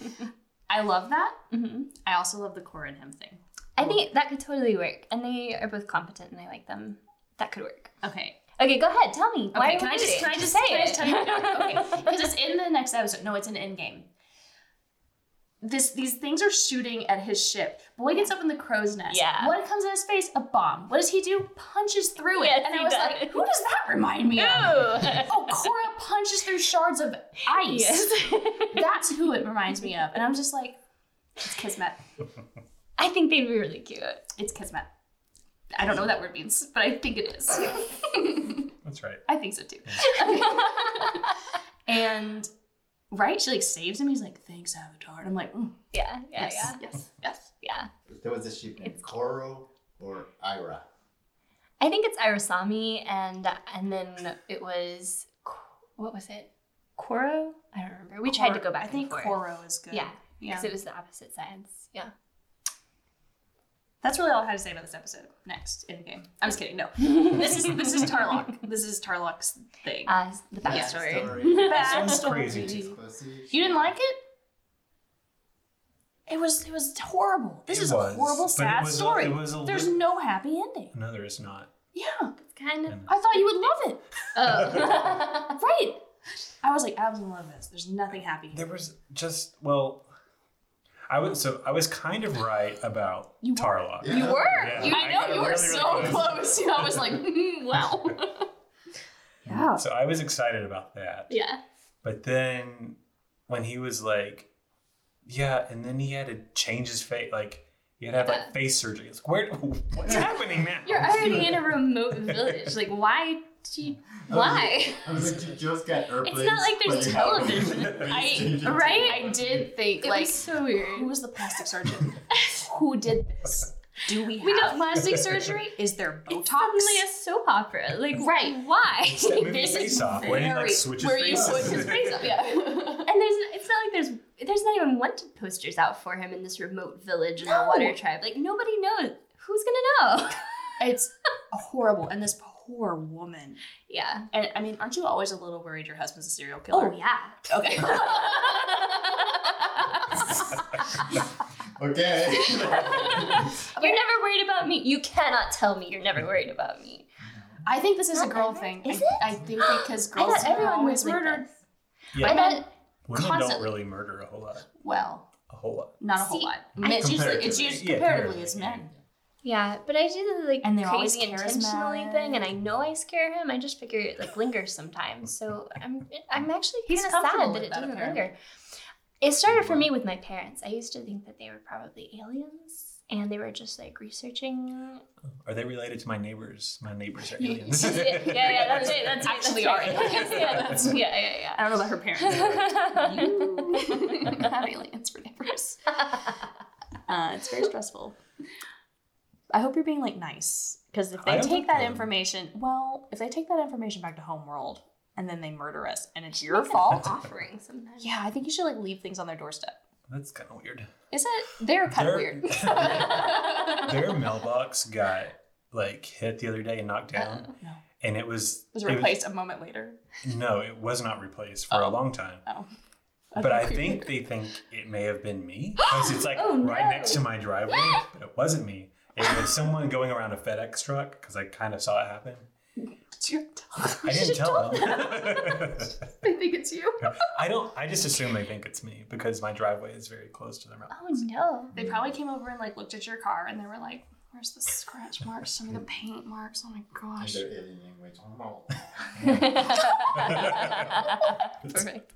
S3: I love that.
S1: hmm
S3: I also love the Cora and him thing.
S1: I think that could totally work, and they are both competent, and I like them. That could work.
S3: Okay.
S1: Okay, go ahead. Tell me.
S3: Okay,
S1: are
S3: can
S1: we
S3: I just
S1: doing
S3: can I
S1: it?
S3: just,
S1: say
S3: can I just tell you?
S1: it.
S3: Okay, because it's in the next episode. No, it's an end game. This these things are shooting at his ship. Boy gets up in the crow's nest.
S1: Yeah.
S3: What comes in his face? A bomb. What does he do? Punches through it.
S1: Yes,
S3: and I
S1: he
S3: was
S1: does.
S3: like, who does that remind me of?
S1: No.
S3: Oh, Cora punches through shards of
S1: Oh,
S3: ice. That's who it reminds me of. And I'm just like, it's Kismet.
S1: I think they'd be really cute.
S3: It's Kismet. I don't know what that word means, but I think it is.
S4: That's right.
S3: I think so too. and right, she like saves him. He's like, "Thanks, Avatar." And I'm like, mm,
S1: Yeah, yeah,
S3: "Yes, yes, yes."
S1: yeah, yeah.
S2: There was a ship named
S1: It's-
S2: Koro or Ira.
S1: I think it's Irasami, and and then it was K- what was it? Koro? I don't remember. We tried to
S3: Cor-
S1: go back.
S3: I think
S1: and forth.
S3: Koro is good.
S1: Yeah,
S3: yeah.
S1: because it was the opposite sides. Yeah.
S3: That's really all I had to say about this episode. Next in game. I'm just kidding. No, this is this is Tarlock. This is Tarlock's thing.
S1: Uh, the
S3: Yeah.
S1: backstory.
S3: Bad
S4: sounds
S3: story.
S4: crazy to
S3: You
S2: Pussy.
S3: didn't like it? It was it was horrible. This
S4: It
S3: is
S4: was,
S3: a horrible,
S4: but it
S3: sad
S4: was a-
S3: story.
S4: it was a
S3: There's
S4: lit-
S3: no happy ending.
S4: No, there is not.
S3: Yeah,
S1: It's kind of.
S3: I thought you would love it.
S1: Oh.
S3: Right. I was like, Abs in love this. There's nothing happy here.
S4: There was just well, I was so I was kind of right about
S3: You were.
S4: Tarlock.
S2: Yeah.
S1: you were.
S4: Yeah.
S1: You
S3: I know you were
S4: Really, really
S3: so
S4: close.
S3: close. Yeah, I was like,
S1: "Hmm,
S3: mm, wow. yeah.
S4: So I was excited about that.
S1: Yeah.
S4: But then when he was like, yeah, and then he had to change his face, like he had to have like face surgery. It's like, where? What's happening now?
S1: You're already in a remote village. Like, why? did you-
S3: Oh,
S1: Why?
S2: I was like, you just got airplanes.
S1: not like
S2: but
S1: there's
S2: you have them.
S1: television.
S2: Please change it.
S3: I, right? I did think,
S1: It
S3: like,
S1: was so
S3: who
S1: weird.
S3: was the plastic surgeon? who did this? Do we have
S1: We got plastic surgery.
S3: Is there Botox?
S1: It's suddenly a soap opera. Like,
S3: Right.
S1: Why?
S4: It's that movie
S3: This is
S4: face off, where he like
S3: very-
S4: switches
S3: where you
S4: faces.
S3: switch his face up. Yeah.
S1: And there's it's not like there's there's not even wanted posters out for him in this remote village in the
S3: No.
S1: water tribe. Like nobody knows. Who's gonna know?
S3: it's horrible. And this poor woman.
S1: yeah.
S3: And I mean, aren't you always a little worried your husband's a serial killer?
S1: Oh yeah.
S3: Okay.
S2: Okay.
S1: You're never worried about me. You cannot tell me you're never worried about me.
S3: I think this is a
S1: Not
S3: girl
S1: ever?
S3: thing.
S1: Is
S3: I,
S1: it?
S3: I think because girls
S1: I thought everyone was
S3: always
S1: like
S3: murdered.
S1: this.
S4: Yeah,
S1: I thought
S4: women don't
S1: constantly-
S4: really murder a whole lot.
S3: Well,
S4: A whole lot.
S3: not a whole
S1: See,
S3: lot. Men, it's usually it's
S2: Comparatively.
S3: usually
S4: Yeah,
S3: comparatively it's
S4: comparatively.
S3: men.
S1: yeah, but I do the like
S3: And they're always
S1: crazy intentionally
S3: charismatic.
S1: thing, and I know I scare him. I just figure it like lingers sometimes. So I'm I'm actually
S3: He's
S1: kind of sad
S3: comfortable
S1: that
S3: with
S1: it
S3: that,
S1: doesn't
S3: apparently.
S1: linger. It started for me with my parents. I used to think that they were probably aliens, and they were just like researching
S4: Are they related to my neighbors? My neighbors are
S3: Yeah,
S4: aliens.
S1: yeah, yeah, that's it. That's it,
S3: Actually
S1: that's
S3: are aliens.
S1: it. yeah, that's- yeah, yeah, yeah.
S3: I don't know about her parents. you have aliens for neighbors. Uh, it's very stressful. I hope you're being like nice because if
S4: I
S3: they
S4: don't
S3: take
S4: think
S3: that
S4: I am.
S3: information, well, if they take that information back to homeworld and then they murder us and it's your fault.
S1: Offering sometimes.
S3: Yeah, I think you should like leave things on their doorstep.
S4: That's kind of weird.
S3: Is it? They're kind of
S4: They're-
S3: weird.
S4: Their mailbox got like hit the other day and knocked down,
S3: no.
S4: and it was
S3: Uh, was replaced a moment later.
S4: no, it was not replaced for a long time.
S3: Oh.
S4: But I think they think it may have been me because it's like
S1: Oh,
S4: right
S1: no.
S4: next to my driveway, but it wasn't me. It was someone going around a FedEx truck because I kind of saw it happen.
S3: it's your
S4: I didn't tell them.
S3: I think it's you.
S4: I don't. I just assume they think it's me because my driveway is very close to their mouth.
S1: Oh no.
S3: They probably came over and like looked at your car and they were like, "Where's the scratch marks? Some of the paint marks? Oh my
S2: And
S3: gosh!"
S2: their alien language. Oh,
S1: Perfect.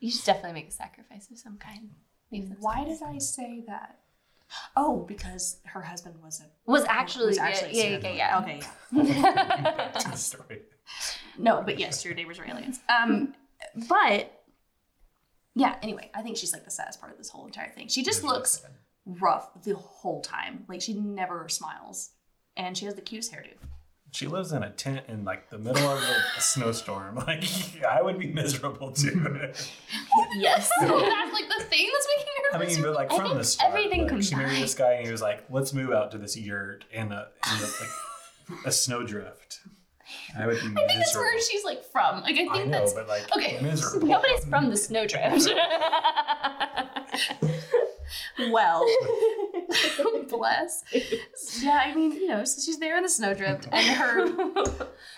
S1: You should definitely make a sacrifice of some kind. Leave them
S3: Why
S1: some-
S3: did I say that? Oh, because her husband was a
S1: was actually,
S3: was actually
S1: yeah, yeah,
S3: serial
S1: yeah,
S3: okay. Yeah.
S4: Back to the story.
S3: No, but yes, your neighbors are aliens. Um, but yeah. Anyway, I think she's like the saddest part of this whole entire thing. She just looks rough the whole time. Like she never smiles, and she has the cutest hairdo.
S4: She lives in a tent in like the middle of a snowstorm. Like I would be miserable too.
S1: Yes.
S3: that's like the thing that's making her.
S4: I mean, but like
S1: I
S4: from
S1: think
S4: the start,
S1: everything
S4: like, she married
S1: combined.
S4: this guy and he was like, "Let's move out to this yurt in a in a, like, a snowdrift." I would be
S3: I think that's where she's like from. Like I think
S4: I know,
S3: that's
S4: but like
S3: okay.
S4: miserable.
S1: Nobody's from the snowdrift.
S3: well. Bless. Yeah, I mean, you know, so she's there in the snowdrift, and her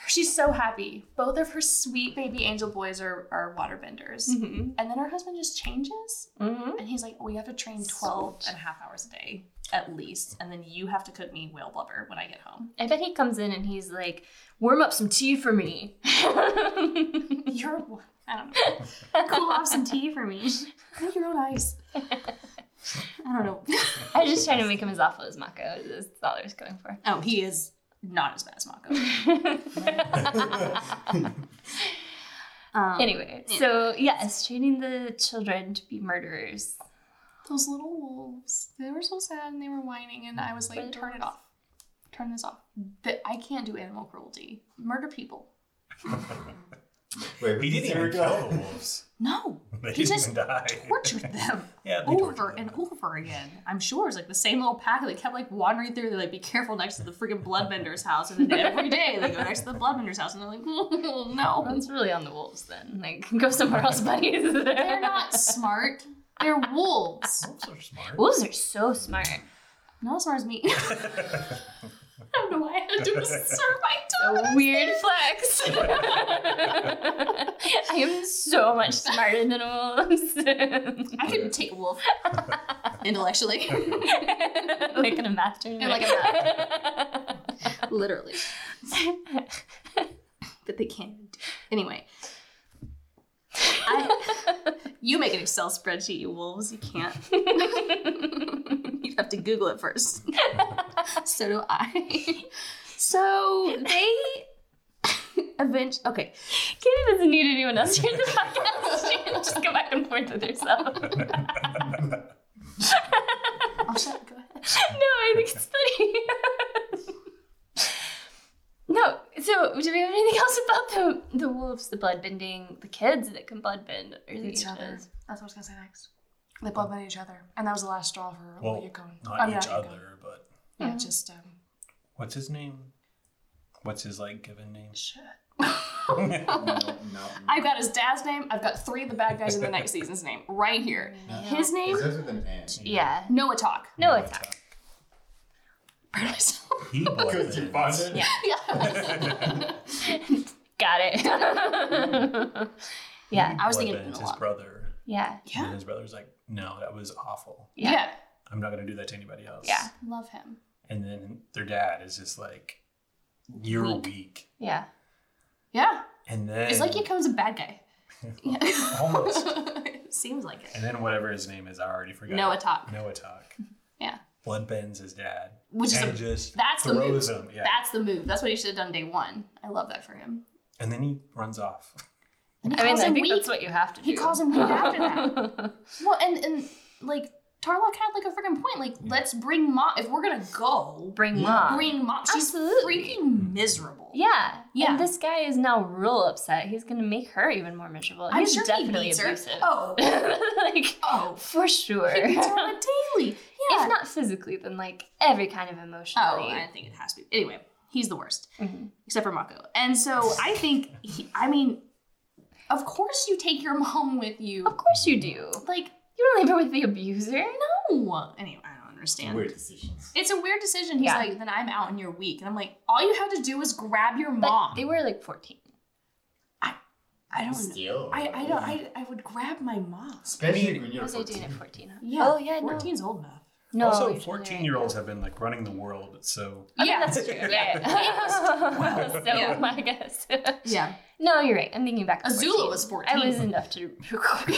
S3: she's so happy. Both of her sweet baby angel boys are are waterbenders.
S1: mm-hmm.
S3: And then her husband just changes
S1: Mm-hmm.
S3: and he's like, We have to train 12 and a half hours a day at least. And then you have to cook me whale blubber when I get home.
S1: I bet he comes in and he's like, warm up some tea for me.
S3: You're I don't know. Cool off some tea for me. Make your own ice. I don't know.
S1: I was just trying to make him as awful as Mako. That's all I was going for.
S3: Oh, he is not as bad as Mako. Um,
S1: anyway, so yes, training the children to be murderers.
S3: those little wolves, they were so sad and they were whining, and I was like, turn it off. Turn this off. But I can't do animal cruelty. Murder people.
S2: Wait,
S4: he didn't
S2: here we
S4: even
S2: go.
S4: kill the wolves.
S3: No.
S4: They
S3: He
S4: didn't
S3: just
S4: even die.
S3: tortured them.
S4: yeah, they
S3: over
S4: tortured
S3: and
S4: them.
S3: over again. I'm sure it's like the same little pack that kept like wandering through. They're like, be careful next to the freaking bloodbender's house. And then every day they go next to the bloodbender's house and they're like, oh, no.
S1: That's really on the wolves then. Like, go somewhere else, buddies.
S3: They're not smart. They're wolves.
S4: Wolves are smart.
S1: Wolves are so smart.
S3: Not as smart as me. I don't know why I had to assert my
S1: A
S3: tone.
S1: weird flex. I am so much smarter than wolves.
S3: I could take wolf intellectually.
S1: like in a master.
S3: And like a Literally. But they can't. Anyway. I, you make an Excel spreadsheet, you wolves. You can't. you have to Google it first. so do I. so they eventually. Okay.
S1: Katie doesn't need anyone else here in the podcast. She can just go back and forth with herself. no,
S3: I'll shut. Oh, Go ahead.
S1: I think it's funny. no, so do we have anything else about the the wolves, the bloodbending, the kids that can bloodbend? Or the
S3: Each other.
S1: ages?
S3: That's what I was gonna say next. They blood by each other, and that was the last straw for
S4: Well,
S3: well, Yukon.
S4: Not
S3: I mean,
S4: each
S3: not Yukon.
S4: other, but
S3: Yeah, just um.
S4: what's his name? What's his like given name?
S3: Shit.
S2: No, no.
S3: I've got his dad's name. I've got three of the bad guys in the next season's name right here. His name,
S2: It starts with an N.
S1: Yeah.
S3: Noah Talk.
S1: No attack.
S3: Proud of myself.
S4: He
S2: Because you bought
S4: blooded.
S2: it.
S1: Yeah.
S3: yeah.
S1: Got it. yeah.
S3: I was thinking
S4: Bloodbends his
S3: Noah.
S4: brother.
S1: Yeah.
S4: And
S3: Yeah.
S4: then his brother's like, no, that was awful.
S1: Yeah.
S3: yeah.
S4: I'm not gonna do that to anybody else.
S1: Yeah.
S3: Love him.
S4: And then their dad is just like, you're weak.
S1: Yeah.
S3: Yeah.
S4: And then
S3: It's like he becomes a bad guy. Yeah.
S4: almost.
S3: Seems like it.
S4: And then whatever his name is, I already forgot.
S3: Noah Talk.
S4: Noah Talk.
S3: Yeah.
S4: Bloodbends his dad.
S3: Which is
S4: and
S3: a-
S4: just
S3: that's the
S4: throws him. Yeah.
S3: That's the move. That's what he should have done day one. I love that for him.
S4: And then he runs off.
S3: And he
S1: I mean,
S3: calls
S1: I
S3: him
S1: think
S3: weak.
S1: that's what you have to do.
S3: He calls him weak after that. Well, and and like Tarlock had like a freaking point. Like, let's bring mom. If we're gonna go,
S1: Bring mom.
S3: bring mom. She's
S1: Absolutely.
S3: freaking miserable.
S1: Yeah.
S3: Yeah.
S1: And this guy is now real upset. He's gonna make her even more miserable.
S3: I'm
S1: He's
S3: sure
S1: definitely
S3: he beats her.
S1: abusive.
S3: Oh,
S1: like
S3: oh,
S1: for sure.
S3: he beats her
S1: if
S3: on a daily. Yeah.
S1: not physically, then like every kind of emotionally.
S3: oh, I think it has to be. Anyway, he's the worst,
S1: Mhm.
S3: except for Mako. And so I think, he, I mean, of course you take your mom with you.
S1: Of course you do. You
S3: Like,
S1: don't leave her with the abuser.
S3: no. Anyway, I don't understand.
S2: Weird decisions.
S3: It's a weird decision. He's
S1: Yeah.
S3: like, then I'm out and you're weak. And I'm like, all you had to do was grab your
S1: But
S3: mom.
S1: they were like 14.
S3: I don't know.
S2: Still.
S3: I, I don't, I, I would grab my mom.
S2: Especially when
S1: I
S2: you're
S1: was I doing
S2: 14.
S1: at 14? Huh?
S3: Yeah.
S1: Oh, yeah, no.
S3: 14's old enough.
S1: No.
S4: also,
S1: you're totally right.
S4: 14 year olds have been like running the world. So
S1: I mean,
S3: Yeah.
S1: that's true. Yeah. so,
S3: Yeah.
S1: I guess.
S3: Yeah.
S1: no, you're right. I'm thinking back. to
S3: Azula was 14.
S1: I was enough to record.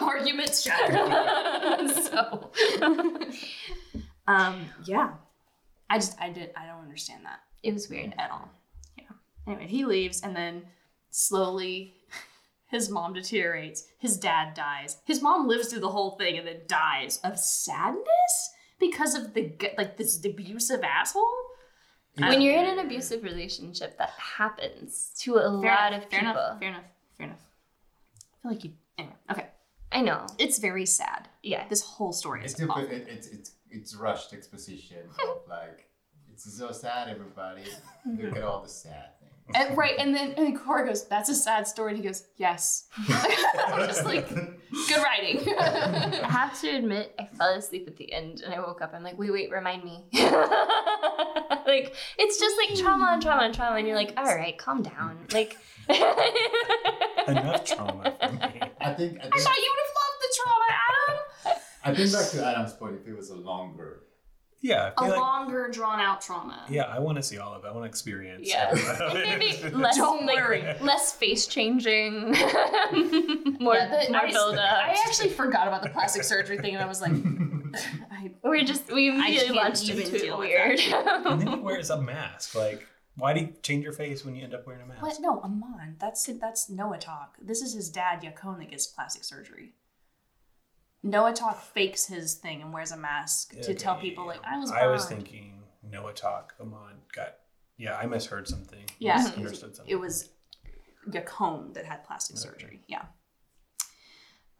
S3: Arguments shattered.
S1: so.
S3: Um, yeah. I just, I did, I don't understand that.
S1: It was weird.
S3: at all. Yeah. Anyway, he leaves, and then slowly his mom deteriorates. His dad dies. His mom lives through the whole thing and then dies of sadness because of the g- like this abusive asshole.
S1: When you're in an abusive relationship, that happens to a lot
S3: enough,
S1: of
S3: fair
S1: people.
S3: enough. Fair enough. Fair enough. I feel like you. Anyway, okay.
S1: I know.
S3: It's very sad.
S1: Yeah.
S3: This whole story
S2: It's
S3: is
S2: still,
S3: awful.
S2: it, it, it's it's rushed exposition of like it It's so sad, everybody. Look at all the sad things.
S3: And, right, and then and Cora goes, "That's a sad story." And he goes, "Yes." I'm just like, good writing.
S1: I have to admit, I fell asleep at the end and I woke up. I'm like, wait, wait, remind me. like, it's just like trauma and trauma and trauma. And you're like, all right, calm down. Like,
S4: Enough trauma for me.
S2: I think I
S3: I
S2: think,
S3: thought you would have loved the trauma, Adam.
S2: I think back to Adam's point. If it was a longer,
S4: Yeah. I
S3: A
S4: feel like-
S3: longer, drawn out trauma.
S4: yeah, I want to see all of it. I want to experience.
S3: Yeah.
S4: all of it.
S1: Maybe less,
S3: Don't
S1: like,
S3: worry.
S1: less face changing, more,
S3: Yeah, the-
S1: more
S3: I-
S1: build up.
S3: I actually forgot about the plastic surgery thing, and I was like, I,
S1: We're just we immediately
S3: can't
S1: launched
S3: even
S1: into
S3: deal
S1: it
S3: with
S1: weird.
S4: and then he wears a mask. Like, why do you change your face when you end up wearing a mask?
S3: what? No, Amon. That's that's Noah talk. This is his dad, Yakon, that gets plastic surgery. Noah talk fakes his thing and wears a mask to tell
S4: Okay.
S3: people like I was.
S4: I was
S3: burned."
S4: thinking Noah talk. Amon got. Yeah, I misheard something.
S3: Yeah.
S4: Misunderstood something.
S3: It was Yakon that had plastic surgery. Yeah.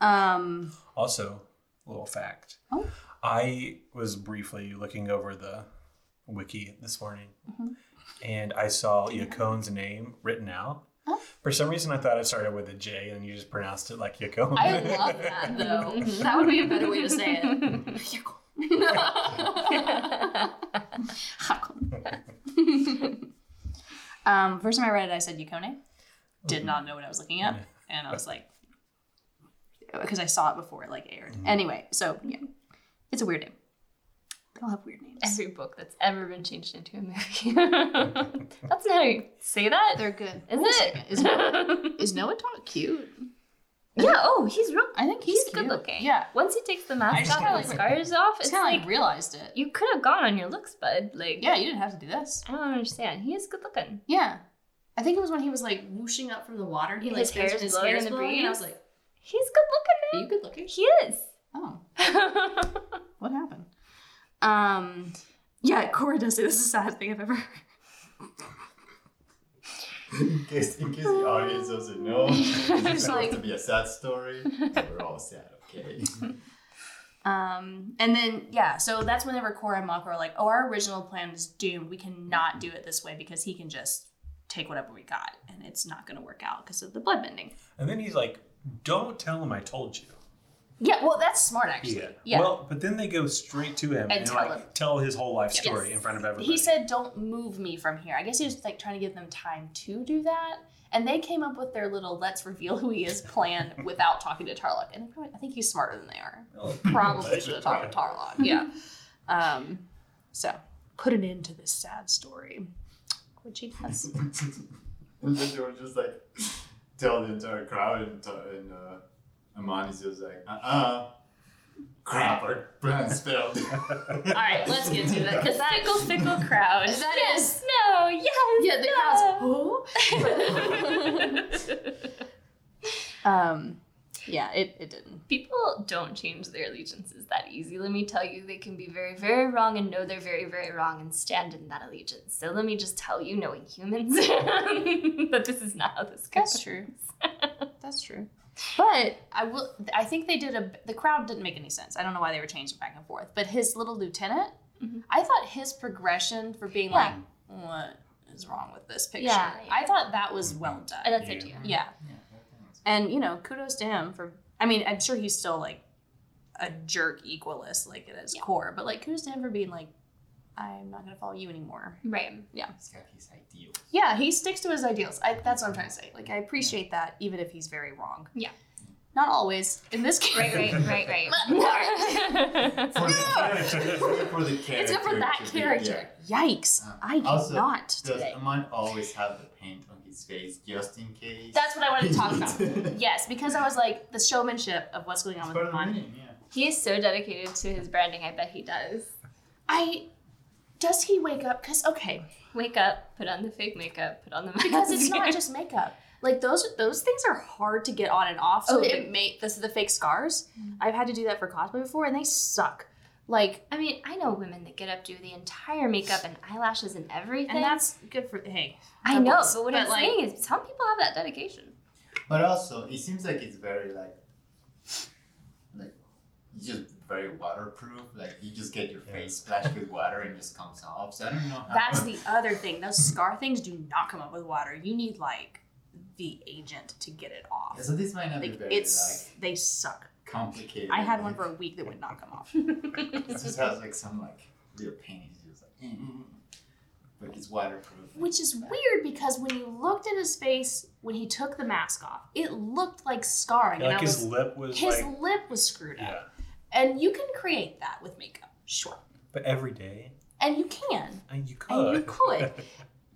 S3: Um.
S4: Also, little fact.
S3: Oh.
S4: I was briefly looking over the wiki this morning,
S3: Mm-hmm.
S4: and I saw Yakon's name written out.
S3: Oh.
S4: For some reason, I thought it started with a J, and you just pronounced it like Yakon.
S3: I love that though.
S1: Mhm.
S3: that would be a better way to say it. um, first time I read it, I said Yukone. Did not know what I was looking at, and I was like, because I saw it before it like aired. Anyway, so yeah, it's a weird name. They all have weird names.
S1: Every book that's ever been changed into a movie. that's not how you say that,
S3: They're good.
S1: is it?
S3: Is Noah, is Noah Talk cute?
S1: yeah. Oh, he's real.
S3: I think
S1: He's,
S3: he's,
S1: good looking.
S3: Yeah.
S1: Once he takes the
S3: I
S1: mask
S3: just
S1: off and the scars off,
S3: It's
S1: it's
S3: kind of
S1: like
S3: like realized it.
S1: you could have gone on your looks, bud. Like
S3: Yeah, you didn't have to do this.
S1: I don't understand. He is good looking.
S3: Yeah. I think it was when he was like whooshing up from the water and he like
S1: His hair
S3: spins
S1: is
S3: his hair in the
S1: blowing his
S3: breeze. And I was like,
S1: He's good looking,
S3: Are you good looking?
S1: man. He is.
S3: Oh, what happened? Um yeah, Cora does say this is the saddest thing I've ever heard.
S2: in case in case the audience doesn't know, it's supposed
S3: like-
S2: to be a sad story. We're all sad, okay?
S3: Um and then yeah, so that's whenever Cora and Mako are like, Oh, our original plan is doomed. We cannot do it this way because he can just take whatever we got and it's not gonna work out because of the blood bending.
S4: and then he's like, "Don't tell him I told you."
S3: Yeah, well that's smart actually.
S4: Well, but then they go straight to him and,
S3: tell
S4: like
S3: him.
S4: tell his whole life story in front of everybody.
S3: He said, "Don't move me from here." I guess he was like trying to give them time to do that, and they came up with their little "Let's reveal who he is" plan without talking to Tarlock. And they probably- I think he's smarter than they are.
S4: Oh.
S3: Probably should have talked to Tarlock. Yeah. Um, so put an end to this sad story, which he does.
S2: and then they were just like tell the entire crowd, and, ta- and uh, Amani's just like, uh uh crap, our plans failed.
S3: All right, let's get to that because that
S1: Fickle, fickle crowd.
S3: That
S1: yes,
S3: is-
S1: no, yes.
S3: yeah, the crowd's who? Um, yeah, it it didn't.
S1: People don't change their allegiances that easy. Let me tell you, they can be very, very wrong and know they're very, very wrong and stand in that allegiance. So let me just tell you, knowing humans, that this is not how this goes.
S3: That's true. That's true. But I will. I think they did a. The crowd didn't make any sense. I don't know why they were changing back and forth. But his little lieutenant, I thought his progression for being like, "What is wrong with this picture?"
S1: Yeah, yeah.
S3: I thought that was well
S1: And
S3: done.
S1: Oh, that's it, too.
S3: Yeah, and you know, kudos to him for. I mean, I'm sure he's still like a jerk equalist, like at his core. But like, kudos to him for being like, "I'm not gonna follow you anymore."
S1: Right.
S2: He's got his ideals.
S3: Yeah, he sticks to his ideals. I, that's what I'm trying to say. Like, I appreciate that, even if he's very wrong.
S1: Yeah.
S3: Not always. In this case,
S1: Right, right, right, right.
S2: For the, for the character.
S3: it's good for that
S2: to be-
S3: character.
S2: yeah.
S3: Yikes.
S2: Um,
S3: I
S2: also,
S3: cannot
S2: Does
S3: today.
S2: Amon always have the paint on his face just in case?
S3: That's what I wanted to talk about. yes, because I was like, the showmanship of what's going on
S2: It's
S3: with
S2: part
S3: the
S2: of the meaning, yeah.
S1: he is so dedicated to his branding. I bet he does.
S3: I. Does he wake up? Because, okay.
S1: Wake up, put on the fake makeup, put on the mask.
S3: Because it's not just makeup. Like those those things are hard to get on and off. So
S1: Oh,
S3: it, Mm.
S1: they-
S3: may this is the fake scars. I've had to do that for cosplay before and they suck. Like
S1: I mean, I know women that get up, do the entire makeup and eyelashes and everything.
S3: and that's good for hey.
S1: I know,
S3: that's-
S1: but what
S3: but,
S1: I'm
S3: like-
S1: saying is some people have that dedication.
S2: But also, it seems like it's very like, like it's just very waterproof. Like you just get your face splashed with water and just comes off. So I don't know how.
S3: That's the other thing. Those scar things do not come up with water. You need like the agent to get it off.
S2: Yeah, so this might not be
S3: Like
S2: very
S3: it's they suck.
S2: like complicated.
S3: I had one
S2: like,
S3: for a week that would not come off.
S2: It just has like some like little paintings. Just like, mm, mm-mm. but it's waterproof.
S3: Which is weird because when you looked at his face when he took the mask off, it looked like scarring. and
S4: like
S3: I
S4: his
S3: was,
S4: lip was
S3: his
S4: like
S3: lip was screwed up.
S4: yeah,
S3: And you can create that with makeup, sure.
S4: but every day
S3: And you can.
S4: and you could.
S3: And you could.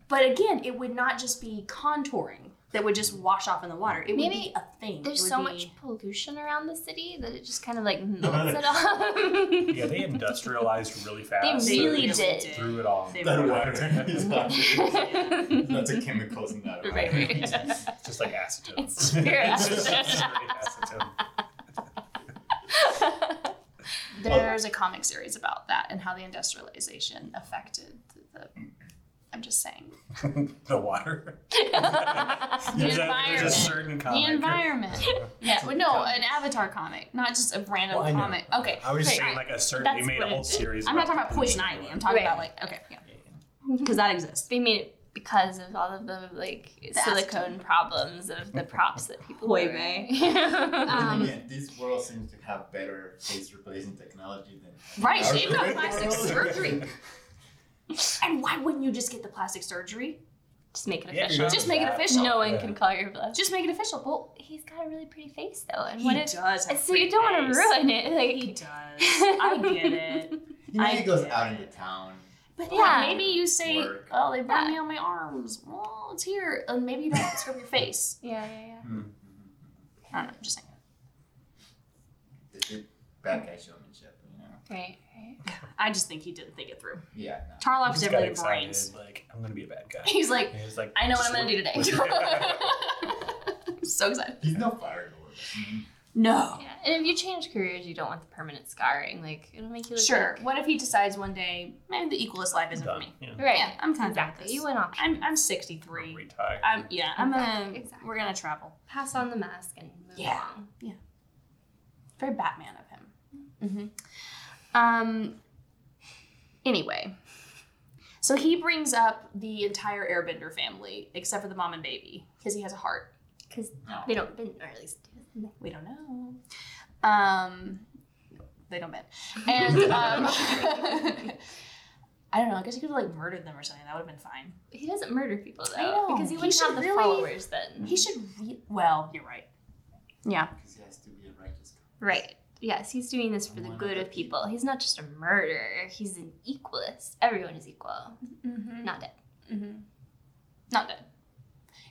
S3: But again, it would not just be contouring that would just wash off in the water. It
S1: Maybe
S3: would be a thing. It
S1: There's
S3: would
S1: so
S3: be-
S1: much pollution around the city that it just kind of like melts it off.
S4: yeah, they industrialized really fast.
S1: They
S4: so
S1: really
S4: just
S1: did.
S4: threw it all.
S3: They
S4: in
S2: that
S4: the
S2: water is not. Lots of chemicals in that water.
S1: Right, right.
S4: It's just like acetone.
S1: It's pure
S4: just
S1: acetone.
S4: straight acetone.
S3: There's a comic series about that and how the industrialization affected the. I'm just saying.
S4: the water.
S3: The
S4: there's, A, there's a
S3: environment.
S4: certain
S3: The
S4: comic.
S3: environment. Yeah, well, no, an Avatar comic, not just a random
S4: Well, I know.
S3: comic. Okay.
S4: I was just
S3: wait,
S4: saying,
S3: I-
S4: like a certain.
S3: that's
S4: They made
S3: what
S4: a
S3: it
S4: whole
S3: is.
S4: series.
S3: I'm not talking about Poison
S4: pollution.
S3: Ivy. I'm talking about
S1: Right.
S3: like okay, yeah, because that exists.
S1: they made it because of all of the like silicone problems of the props that people
S3: Oy
S1: wear.
S2: And
S3: Um,
S2: again, this world seems to have better face replacing technology than
S3: Right,
S2: our
S3: they've got
S2: current
S3: plastic
S2: world.
S3: surgery. And why wouldn't you just get the plastic surgery?
S1: just make it
S4: Yeah,
S1: official.
S4: exactly.
S3: Just make it
S4: Yeah.
S3: official.
S1: No one
S4: Yeah.
S1: can call your bluff.
S3: Just make it official. Well,
S1: He's got a really pretty face though, and
S3: he
S1: what if?
S3: does. have
S1: So you
S3: pretty
S1: don't want
S3: face.
S1: to ruin it,
S3: He
S1: like.
S3: does. I get it.
S2: You know,
S3: I
S2: he goes
S3: get
S2: out
S3: it.
S2: into town.
S3: But
S1: Yeah.
S3: yeah, maybe you say,
S2: Work.
S3: "Oh, they burned
S1: Yeah.
S3: me on my arms. Well, it's here." And maybe you don't scrub your face.
S1: Yeah, yeah, yeah.
S2: Hmm.
S3: I don't know. Just saying.
S2: It- it- Bad guy showmanship, you know?
S1: Right, right.
S3: I just think he didn't think it through.
S2: Yeah, no.
S3: Tarlock's
S4: Just got
S3: definitely
S4: excited,
S3: brains.
S4: Like I'm gonna be a bad guy.
S3: He's like,
S4: And he was like,
S3: I know what I'm
S4: just
S3: gonna do
S4: look-
S3: today. so excited.
S2: He's no fire lord.
S3: No.
S1: Yeah, and if you change careers, you don't want the permanent scarring. Like it'll make you look
S3: Sure.
S1: like-
S3: What if he decides one day, man, the equalist life isn't for
S4: Done.
S3: me?
S4: Yeah.
S1: Right.
S3: Yeah, I'm kind
S1: Exactly.
S3: of
S1: You went off.
S3: I'm I'm 63.
S4: Retire.
S3: I'm yeah. I'm gonna
S1: Exactly.
S3: we're gonna travel.
S1: Pass on the mask and move
S3: Yeah.
S1: along.
S3: Very Batman of him. Um. Anyway, so he brings up the entire Airbender family except for the mom and baby because he has a heart.
S1: Because
S2: No.
S1: they don't, or at least
S3: We don't know. Um, they don't bet. And um, I don't know. I guess he could have like murdered them or something. That would have been fine.
S1: he doesn't murder people though.
S3: I know.
S1: Because he
S3: He
S1: wouldn't
S3: should
S1: have the
S3: really-
S1: followers then.
S3: He should. Re- well, you're right. Yeah.
S2: Because he has to be a righteous guy.
S1: Right. Yes, he's doing this for the
S2: One
S1: good of
S2: of the
S1: people. He's not just a murderer. He's an equalist. Everyone is equal.
S3: Mm-hmm.
S1: Not dead.
S3: Mm-hmm. Not dead.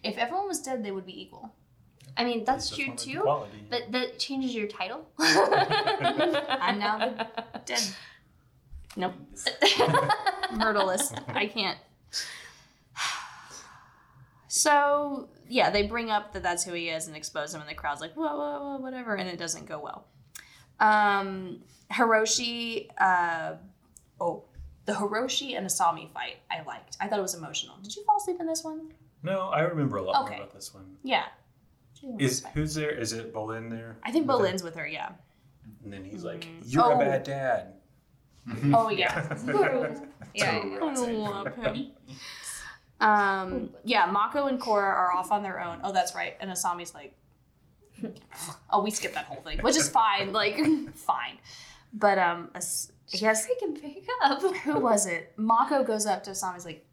S3: If everyone was dead, they would be equal.
S1: I mean, that's
S4: Just
S1: true
S4: wanted
S1: too.
S4: equality.
S1: But that changes your title.
S3: I'm
S1: I'm
S3: now the dead Nope. myrtleist. I can't. So yeah, they bring up that that's who he is and expose him, and the crowd's like whoa, whoa, whoa, whatever, and it doesn't go well. Um, Hiroshi, uh, oh, the Hiroshi and Asami fight I liked. I thought it was emotional. Did you fall asleep in this one?
S4: no, I remember a lot
S3: Okay.
S4: more about this one.
S3: Yeah.
S4: Is who's there? Is it Bolin there?
S3: I think
S4: With him?
S3: Bolin's with her. Yeah.
S4: And then he's like,
S3: Mm.
S4: "You're
S3: Oh.
S4: a bad dad."
S3: Oh yeah.
S1: yeah.
S3: I love him. Um, yeah, Mako and Korra are off on their own. Oh, that's right. And Asami's like, oh, we skipped that whole thing, which is fine. Like, fine. But um, As- I guess
S1: Freaking pick up.
S3: who was it? Mako goes up to Asami's like,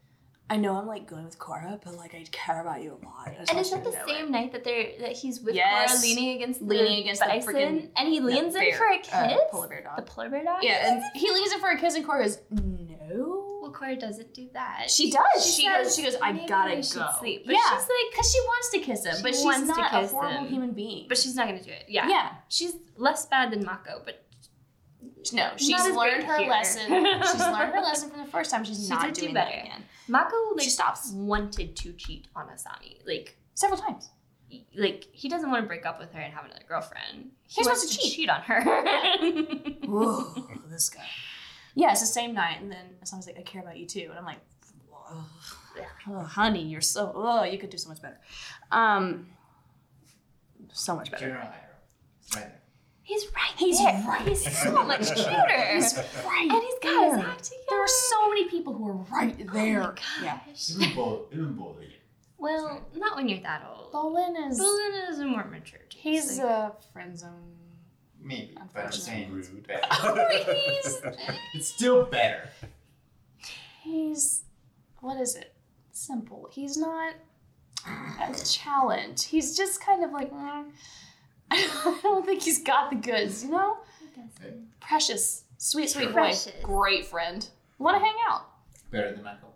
S3: I know I'm like going with Korra, but like I care about you a lot. I just
S1: And
S3: want
S1: is
S3: you
S1: that
S3: to
S1: the
S3: know
S1: same
S3: it."
S1: night that they're that he's with
S3: Yes.
S1: Cora leaning against
S3: Leaning against the
S1: bison,
S3: freaking-
S1: and he leans
S3: That
S1: in
S3: bear,
S1: for a
S3: uh,
S1: kiss?
S3: polar bear
S1: the
S3: dog.
S1: polar bear dog?
S3: Yeah, and he leans in for a kiss, and Korra goes,
S1: Well,
S3: no.
S1: Cora doesn't do that.
S3: She does. She,
S1: She
S3: goes.
S1: says,
S3: She goes. I
S1: "Maybe
S3: gotta
S1: we
S3: go.
S1: should sleep." But she's
S3: like, because she wants to kiss him,
S1: She
S3: but she's
S1: wants to
S3: not a
S1: kiss
S3: horrible
S1: him.
S3: human being.
S1: But she's not gonna do it. Yeah.
S3: yeah.
S1: She's less bad than Mako, but
S3: No, she's
S1: as
S3: learned
S1: great
S3: her
S1: here.
S3: lesson. She's learned her lesson from the first time. She's
S1: She
S3: not
S1: did do
S3: doing
S1: better.
S3: that again.
S1: Mako like
S3: She stops
S1: wanted to cheat on Asami. Like
S3: several times.
S1: y- like he doesn't want to break up with her and have another girlfriend. He
S3: He's
S1: wants
S3: supposed
S1: to
S3: to
S1: cheat. on her.
S3: Ooh, this guy. Yeah, it's the same night, and then someone's like, "I care about you too," and I'm like, "Ugh. "Oh, honey, you're so. Oh, you could do so much better. Um, so much better."
S2: General Iroh. It's right there.
S1: He's right
S3: He's
S1: there.
S3: right.
S1: He's so much cuter.
S3: He's
S1: and
S3: right.
S1: he's got his
S3: there.
S1: act together.
S3: There are so many people who are right there.
S1: Oh my
S3: Yeah.
S1: gosh.
S2: Even bold, even bolder.
S1: Well, not when you're that old.
S3: Bolin is
S1: Bolin is a more mature. dude.
S3: he's
S1: Like,
S3: a friend zone.
S2: Maybe, but I'm saying it's
S4: Rude.
S2: better.
S3: he's
S2: It's still better.
S3: he's what is it? Simple. He's not a challenge. He's just kind of like mm. I don't think he's got the goods, you know? Precious, sweet, sweet
S1: Precious.
S3: boy, great friend. Want to hang out?
S2: Better than Michael.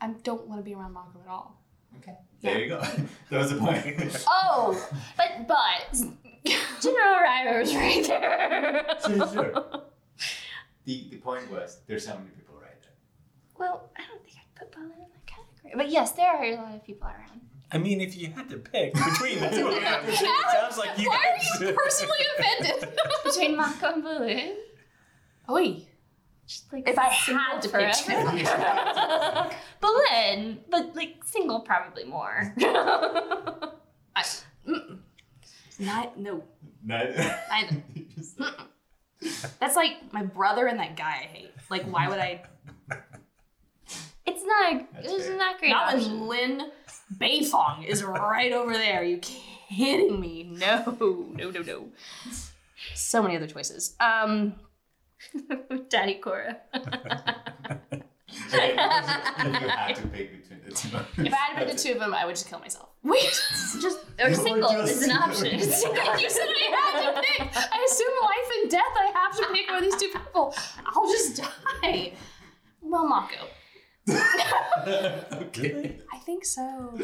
S3: I don't want to be around Mako at all.
S2: Okay. There you go. that was the point.
S3: Oh, but but
S1: General Ryder was right there.
S2: sure, sure. The, the point was there's so many people right there.
S1: well, I don't think I'd put Bolin in that category. But yes, there are a lot of people around.
S4: I mean, if you had to pick between the two of them,
S2: Alex,
S4: it sounds like you.
S3: why
S4: guys-
S3: are you personally offended?
S1: Between Mako and Bolin.
S3: Oi,
S1: Just like
S3: If I
S1: single
S3: had to pick
S1: forever. Bolin, but like single probably more.
S3: I, mm-mm. not no.
S2: Neither.
S3: I,
S2: Just-
S3: that's like my brother and that guy I hate. Like, why would I?
S1: It's not.
S2: That's
S1: it's
S2: fair.
S1: not great.
S3: Not
S1: option.
S3: when Lin Beifong is right over there. Are you kidding me? No, no, no, no. So many other choices. Um,
S1: Daddy Cora.
S2: okay, if you had to pick between the two.
S3: if I had been the two of them, I would just kill myself. Wait.
S1: Just or
S2: Or
S1: single
S2: just
S1: is an
S2: single.
S1: option.
S3: you said I had to pick. I assume life and death. I have to pick one of these two people. I'll just die. Well, Mako.
S2: okay.
S3: I think so.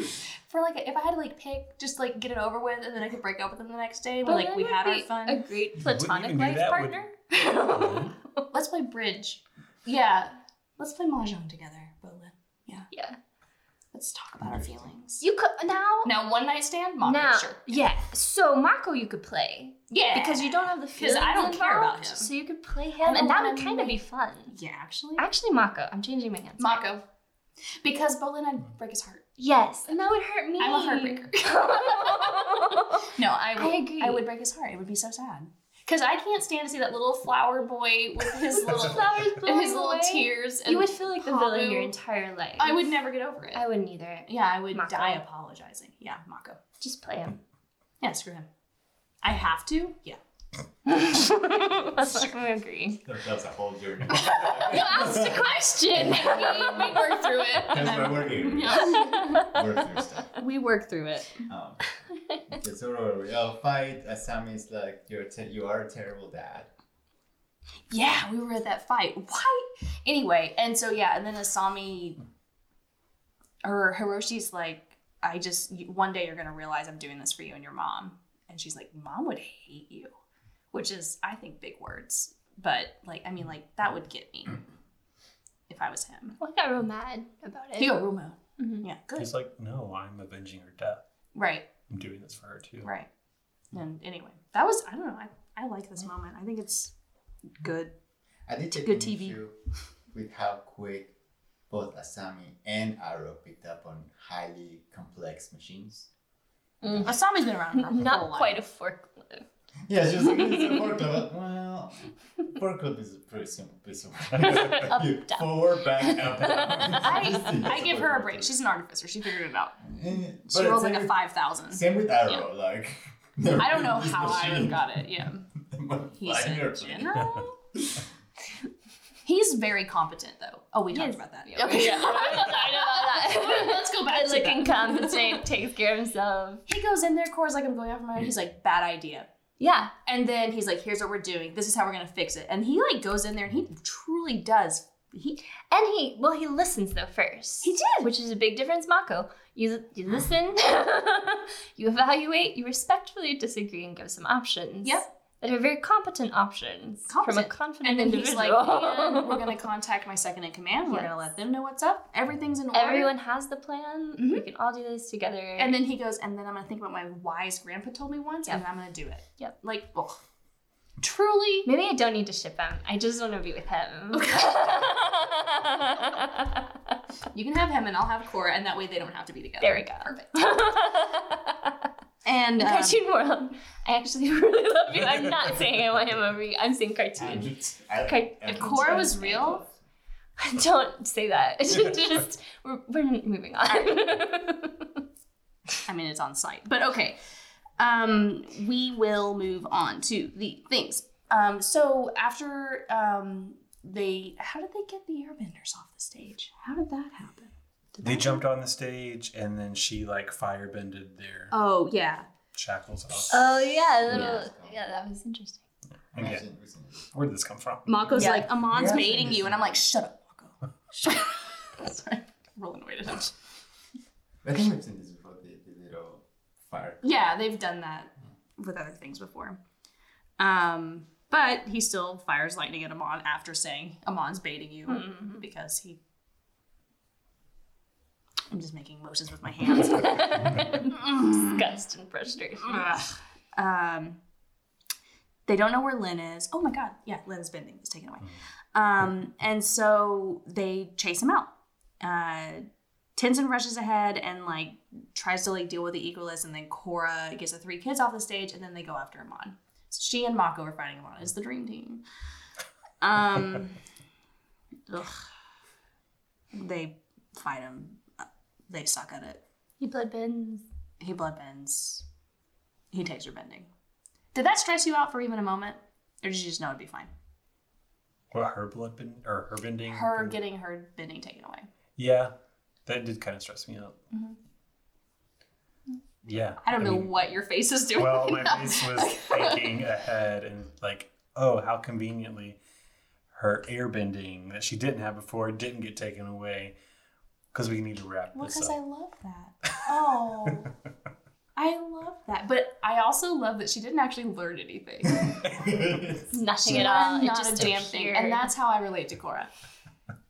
S3: For like, if I had to like pick, just like get it over with, and then I could break up with him the next day. But like, we
S1: would
S3: had our
S1: be
S3: fun.
S1: A great
S4: wouldn't
S1: platonic
S4: even do
S1: life
S4: that, would
S1: partner.
S3: Let's play bridge. Yeah. Let's play mahjong together, Bolin.
S1: yeah.
S3: Let's talk about our feelings.
S1: You could now.
S3: Now, one night stand, Mako,
S1: now,
S3: sure.
S1: yeah. So Mako, you could play
S3: Yeah.
S1: because you don't have the
S3: 'Cause
S1: feelings
S3: I don't
S1: involved,
S3: care about him.
S1: So you could play
S3: I
S1: him,
S3: don't
S1: and that
S3: wanna
S1: would kind of
S3: make-
S1: be fun.
S3: Yeah, actually.
S1: Actually, Mako, I'm changing my answer.
S3: Mako. Because Bolin, I'd break his heart.
S1: Yes, and that would hurt me.
S3: I'm a heartbreaker. No, I would.
S1: I agree.
S3: I would break his heart. It would be so sad. Because I can't stand to see that little flower boy with his little
S1: Flowers
S3: and
S1: blowing
S3: his little
S1: away.
S3: tears. And
S1: You would feel like the villain
S3: Pabu.
S1: your entire life.
S3: I would never get over it.
S1: I wouldn't either.
S3: yeah, I would
S1: Mako.
S3: die apologizing. Yeah, Mako.
S1: Just play him.
S3: Yeah, screw him. I have to. Yeah.
S1: I agree.
S2: That, that was a whole journey.
S1: You asked a question.
S3: we work through it.
S2: That's why we're here. We're through stuff.
S3: We work through it.
S2: Um, it's a real fight. Asami is like, you're te- you are a terrible dad.
S3: Yeah, we were at that fight. Why? Anyway, and so yeah, and then Asami or Hiroshi's like, I just you- one day you're gonna realize I'm doing this for you and your mom, and she's like, Mom would hate you, which is I think big words, but like I mean like that would get me if I was him.
S1: Well, I got real mad about it.
S3: He got real mad.
S1: Mhm.
S3: Yeah, good.
S4: He's like, no, I'm avenging her death.
S3: Right,
S4: I'm doing this for her too.
S3: right. And anyway, that was I don't know. I I like this moment. I think it's good.
S2: I did take
S3: Good
S2: an
S3: TV.
S2: issue with how quick both Asami and Aro picked up on highly complex machines.
S3: Asami's been around. for her whole
S1: Not
S3: life.
S1: quite Mm, a forklift.
S2: Yeah, she was like, it's a forklift. Well, forklift is a pretty simple piece of work. You forward, back, up. down.
S3: I, I
S2: It's
S3: give her a
S2: forklift.
S3: break. She's an artificer. She figured it out.
S2: Eh,
S3: She
S2: but
S3: rolled
S2: same
S3: like a
S2: with-
S3: five thousand.
S2: Same with Arrow, like.
S3: I don't know how I would have got it. Yeah, he's a
S2: it.
S3: general. He's very competent, though. Oh, we talked
S1: Yes.
S3: about that.
S1: Okay. Yeah, I know about that.
S3: Let's go back
S1: Good
S3: to that.
S1: looking, competent, takes care of himself.
S3: He goes in there, Cora's like, "I'm going out for my own." He's like, "Bad idea."
S1: Yeah.
S3: And then he's like, "Here's what we're doing. This is how we're gonna fix it." And he like goes in there, and he truly does. He
S1: And he, well, he listens though first.
S3: He did.
S1: Which is a big difference, Mako. You, you listen, you evaluate, you respectfully disagree, and give some options.
S3: Yep.
S1: That are very competent options from a
S3: Competent.
S1: confident
S3: and then he's
S1: individual.
S3: like, "And "We're gonna contact my second in command. We're
S1: Yes.
S3: gonna let them know what's up. Everything's in order."
S1: Everyone has the plan. We can all do this together.
S3: And then he goes, and then I'm gonna think about my wise grandpa told me once, and
S1: Yep.
S3: then I'm gonna do it.
S1: Yep.
S3: Like, ugh. truly,
S1: Maybe I don't need to ship him. I just want to be with him.
S3: you can have him, and I'll have Cora, and that way they don't have to be together.
S1: there we go.
S3: Perfect. And um,
S1: Cartoon World. I actually really love you. I'm not saying I want him over you. I'm saying cartoon. Okay,
S2: If
S3: Korra was real?
S1: Don't say that. Just we're, we're moving on.
S3: I mean, it's on site, but okay. Um, we will move on to the things. Um, so after um, they, how did they get the Airbenders off the stage? How did that happen? Did
S4: They
S3: that-
S4: jumped on the stage and then she like firebended their
S3: Oh yeah,
S4: shackles off.
S1: oh yeah, a
S2: Yeah.
S1: little, yeah, that was interesting.
S4: And yeah,
S2: Imagine, listen,
S4: where did this come from?
S3: Mako's
S1: Yeah.
S3: like, Amon's
S2: Yeah.
S3: mating you, and I'm like, shut up, Mako. Shut up. Sorry, rolling away to touch.
S2: I think we've seen this before. The, the little fire.
S3: Yeah, they've done that with other things before. Um, but he still fires lightning at Amon after saying Amon's baiting you because he. I'm just making motions with my hands.
S1: Disgust and frustration.
S3: Ugh. um, they don't know where Lynn is. Oh my god, yeah, Lynn's bending is taken away. Um, and so they chase him out. Uh, Tenzin rushes ahead and like tries to like deal with the egoist, and then Korra gets the three kids off the stage, and then they go after Amon. So she and Mako are fighting Amon. It's the dream team. Um, ugh. They fight him. They suck at it.
S1: He blood bends.
S3: He bloodbends. He takes her bending. Did that stress you out for even a moment? Or did you just know it'd be fine?
S4: What her blood bend or her bending?
S3: Her getting her bending taken away.
S4: yeah, that did kind of stress me out. Yeah,
S3: Mm-hmm. I don't know
S4: mean,
S3: what your face is doing.
S4: Well, my
S3: right now.
S4: face was thinking ahead and like, oh, how conveniently her airbending that she didn't have before didn't get taken away because we need to wrap
S3: Well,
S4: this
S3: because
S4: up.
S3: I love that. Oh. I love that. But I also love that she didn't actually learn anything.
S1: Nothing
S3: She
S1: at all.
S3: learned
S1: It
S3: not
S1: just
S3: a damn thing.
S1: appeared.
S3: And that's how I relate to Cora.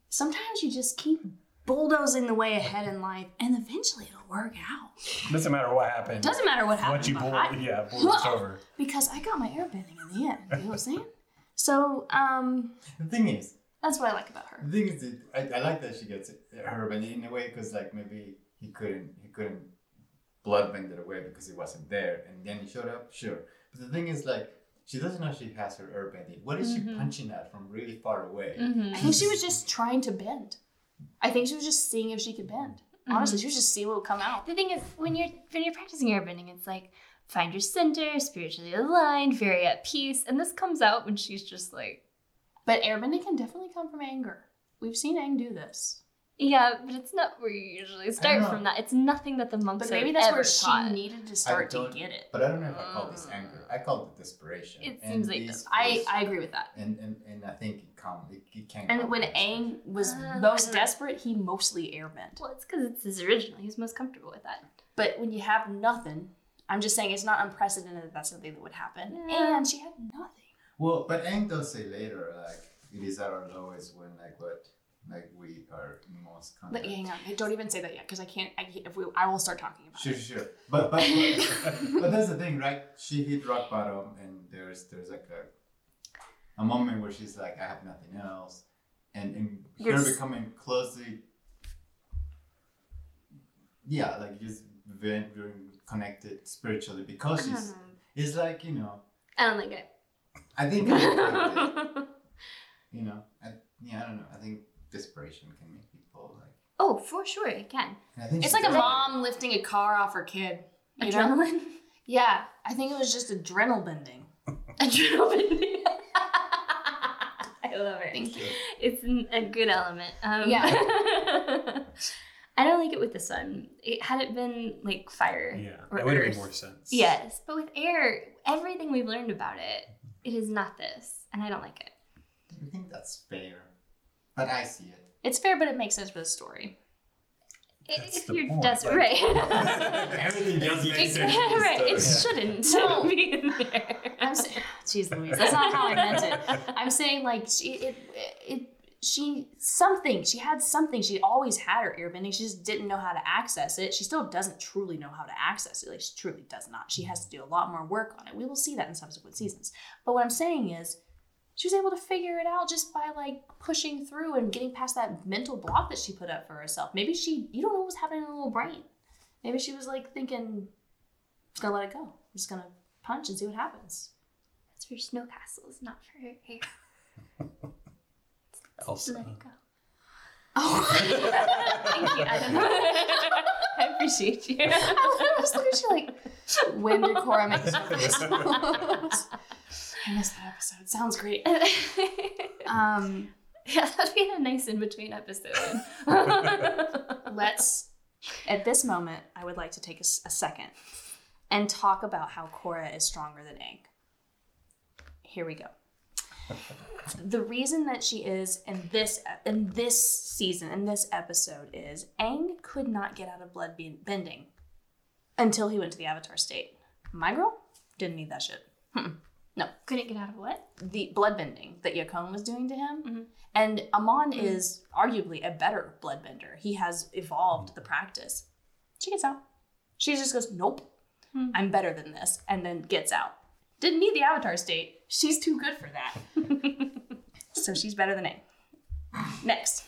S3: Sometimes you just keep bulldozing the way ahead in life, and eventually it'll work out.
S4: Doesn't matter what happened.
S3: Doesn't matter what happens.
S4: Once you pull,
S3: behind-
S4: yeah, pull this over.
S3: because I got my airbending in the end. You know what I'm saying? So um,
S2: The thing is,
S3: that's what I like about her.
S2: The thing is, that I, I like that she gets her bend in a way because like maybe he couldn't he couldn't bloodbend it away because he wasn't there, and then he showed up, sure. But the thing is, like she doesn't know she has her airbending. What is
S3: Mm-hmm.
S2: she punching at from really far away?
S3: I think she was just trying to bend. I think she was just seeing if she could bend. Honestly, she was just seeing what would come out.
S1: The thing is, when you're when you're practicing airbending, it's like find your center, spiritually aligned, very at peace, and this comes out when she's just like,
S3: But airbending can definitely come from anger. We've seen Aang do this.
S1: yeah, but it's not where you usually start
S2: know.
S1: from. That it's nothing that the monks
S3: Oh. But
S1: have
S3: maybe that's
S1: ever
S3: where she
S1: taught.
S3: needed to
S2: I
S3: start to
S2: don't-
S3: get it.
S2: But I don't know if I call this
S3: Uh,
S2: anger. I call it desperation.
S1: It
S2: And
S1: seems like
S2: these
S1: this.
S3: I,
S2: was-
S3: I agree with that.
S2: and, and and I think it come it, it can.
S3: And
S2: come
S3: when
S2: from desperation.
S3: Aang was
S1: Uh,
S3: most desperate, he mostly airbent.
S1: well, it's because it's his original. He's most comfortable with that.
S3: But when you have nothing, I'm just saying it's not unprecedented that that's something that would happen.
S1: Yeah.
S3: And she had nothing.
S2: Well, but Aang does say later like it is at our lowest when like what like we are most.
S3: But
S2: contact.
S3: hang on, don't even say that yet, because I can't. I can't, if we, I will start talking about
S2: Sure,
S3: it.
S2: sure, sure. But but but that's the thing, right? She hit rock bottom, and there's there's like a a moment where she's like, I have nothing else, and and
S1: You're
S2: you're
S1: s-
S2: becoming closely. Yeah, like just very, very connected spiritually because
S1: I don't
S2: she's
S1: know.
S2: it's like you know
S1: Um, I don't like it.
S2: I think you know I, yeah I don't know I think desperation can make people like
S1: oh, for sure, it can.
S2: and I think
S3: It's
S2: she
S3: like a
S2: does it.
S3: mom lifting a car off her kid. You know?
S1: Adrenaline.
S3: Yeah, I think it was just adrenal bending.
S1: Adrenaline. I love it.
S3: Thank you.
S1: It's n- a good element. Um,
S3: Yeah.
S1: I don't like it with the sun. It had it been like fire.
S4: Yeah,
S1: or
S4: that would have made
S1: earth.
S4: more sense.
S1: Yes, but with air, everything we've learned about it, it is not this, and I don't like it.
S2: I think that's fair, but I see it.
S3: It's fair, but it makes sense for the story.
S1: I-
S4: That's
S1: If
S4: the
S1: you're
S4: point,
S1: desperate,
S4: like-
S1: right?
S2: Everything does make
S1: It's-
S2: sense.
S1: right, it shouldn't
S3: No.
S1: be in there.
S3: I'm saying, jeez Louise, that's not how I meant it. I'm saying like she, it, it, she something. She had something. She always had her airbending. She just didn't know how to access it. She still doesn't truly know how to access it. Like she truly does not. She has to do a lot more work on it. We will see that in subsequent seasons. But what I'm saying is. She was able to figure it out just by like pushing through and getting past that mental block that she put up for herself. Maybe she, you don't know what was happening in her little brain. Maybe she was like thinking, just gonna let it go. I'm just gonna punch and see what happens.
S1: That's for snow castles, not for her hair. Let
S4: Elsa.
S1: it go.
S3: Oh,
S1: Thank you, Adam. I appreciate you.
S3: I was looking at you like, when did Cora make this episode? I missed that episode. Sounds great. Um,
S1: yeah, that'd be a nice in between episode.
S3: let's, at this moment, I would like to take a, s- a second and talk about how Cora is stronger than Aang. Here we go. The reason that she is in this ep- in this season in this episode is Aang could not get out of blood ben- bending until he went to the Avatar state. My girl didn't need that shit.
S1: Couldn't get out of what?
S3: the bloodbending that Yakon was doing to him. And Amon is arguably a better bloodbender. He has evolved the practice. She gets out. She just goes, Nope, I'm better than this, and then gets out. Didn't need the avatar state. She's too good for that. so she's better than A. Next.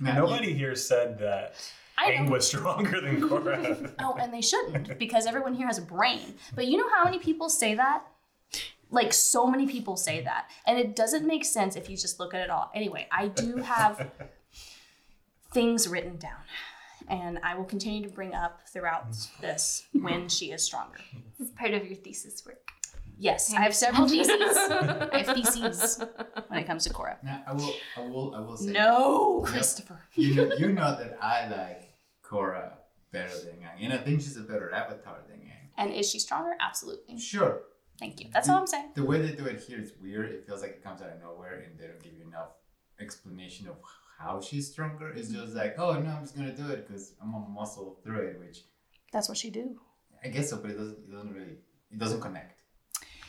S2: Now,
S4: Nobody here said that
S3: I
S4: Aang
S3: know.
S4: was stronger than Korra.
S3: Oh, and they shouldn't, because everyone here has a brain. But you know how many people say that? Like so many people say that. And it doesn't make sense if you just look at it all. Anyway, I do have things written down. And I will continue to bring up throughout this when she is stronger.
S1: This is part of your thesis work.
S3: Yes, I have several theses. I have theses when it comes to Cora.
S2: now, I will, I will, I will say.
S3: No, Christopher.
S2: You know, you know that I like Korra better than Yang, and I think she's a better avatar than Yang.
S3: And is she stronger? Absolutely.
S2: Sure,
S3: Thank you. That's all I'm saying.
S2: the way they do it here is weird. It feels like it comes out of nowhere, and they don't give you enough explanation of how she's stronger. It's
S3: Mm-hmm.
S2: just like, oh no, I'm just gonna do it because I'm gonna muscle through it, which
S3: That's what she do.
S2: I guess so, but it doesn't, it doesn't really, it doesn't connect.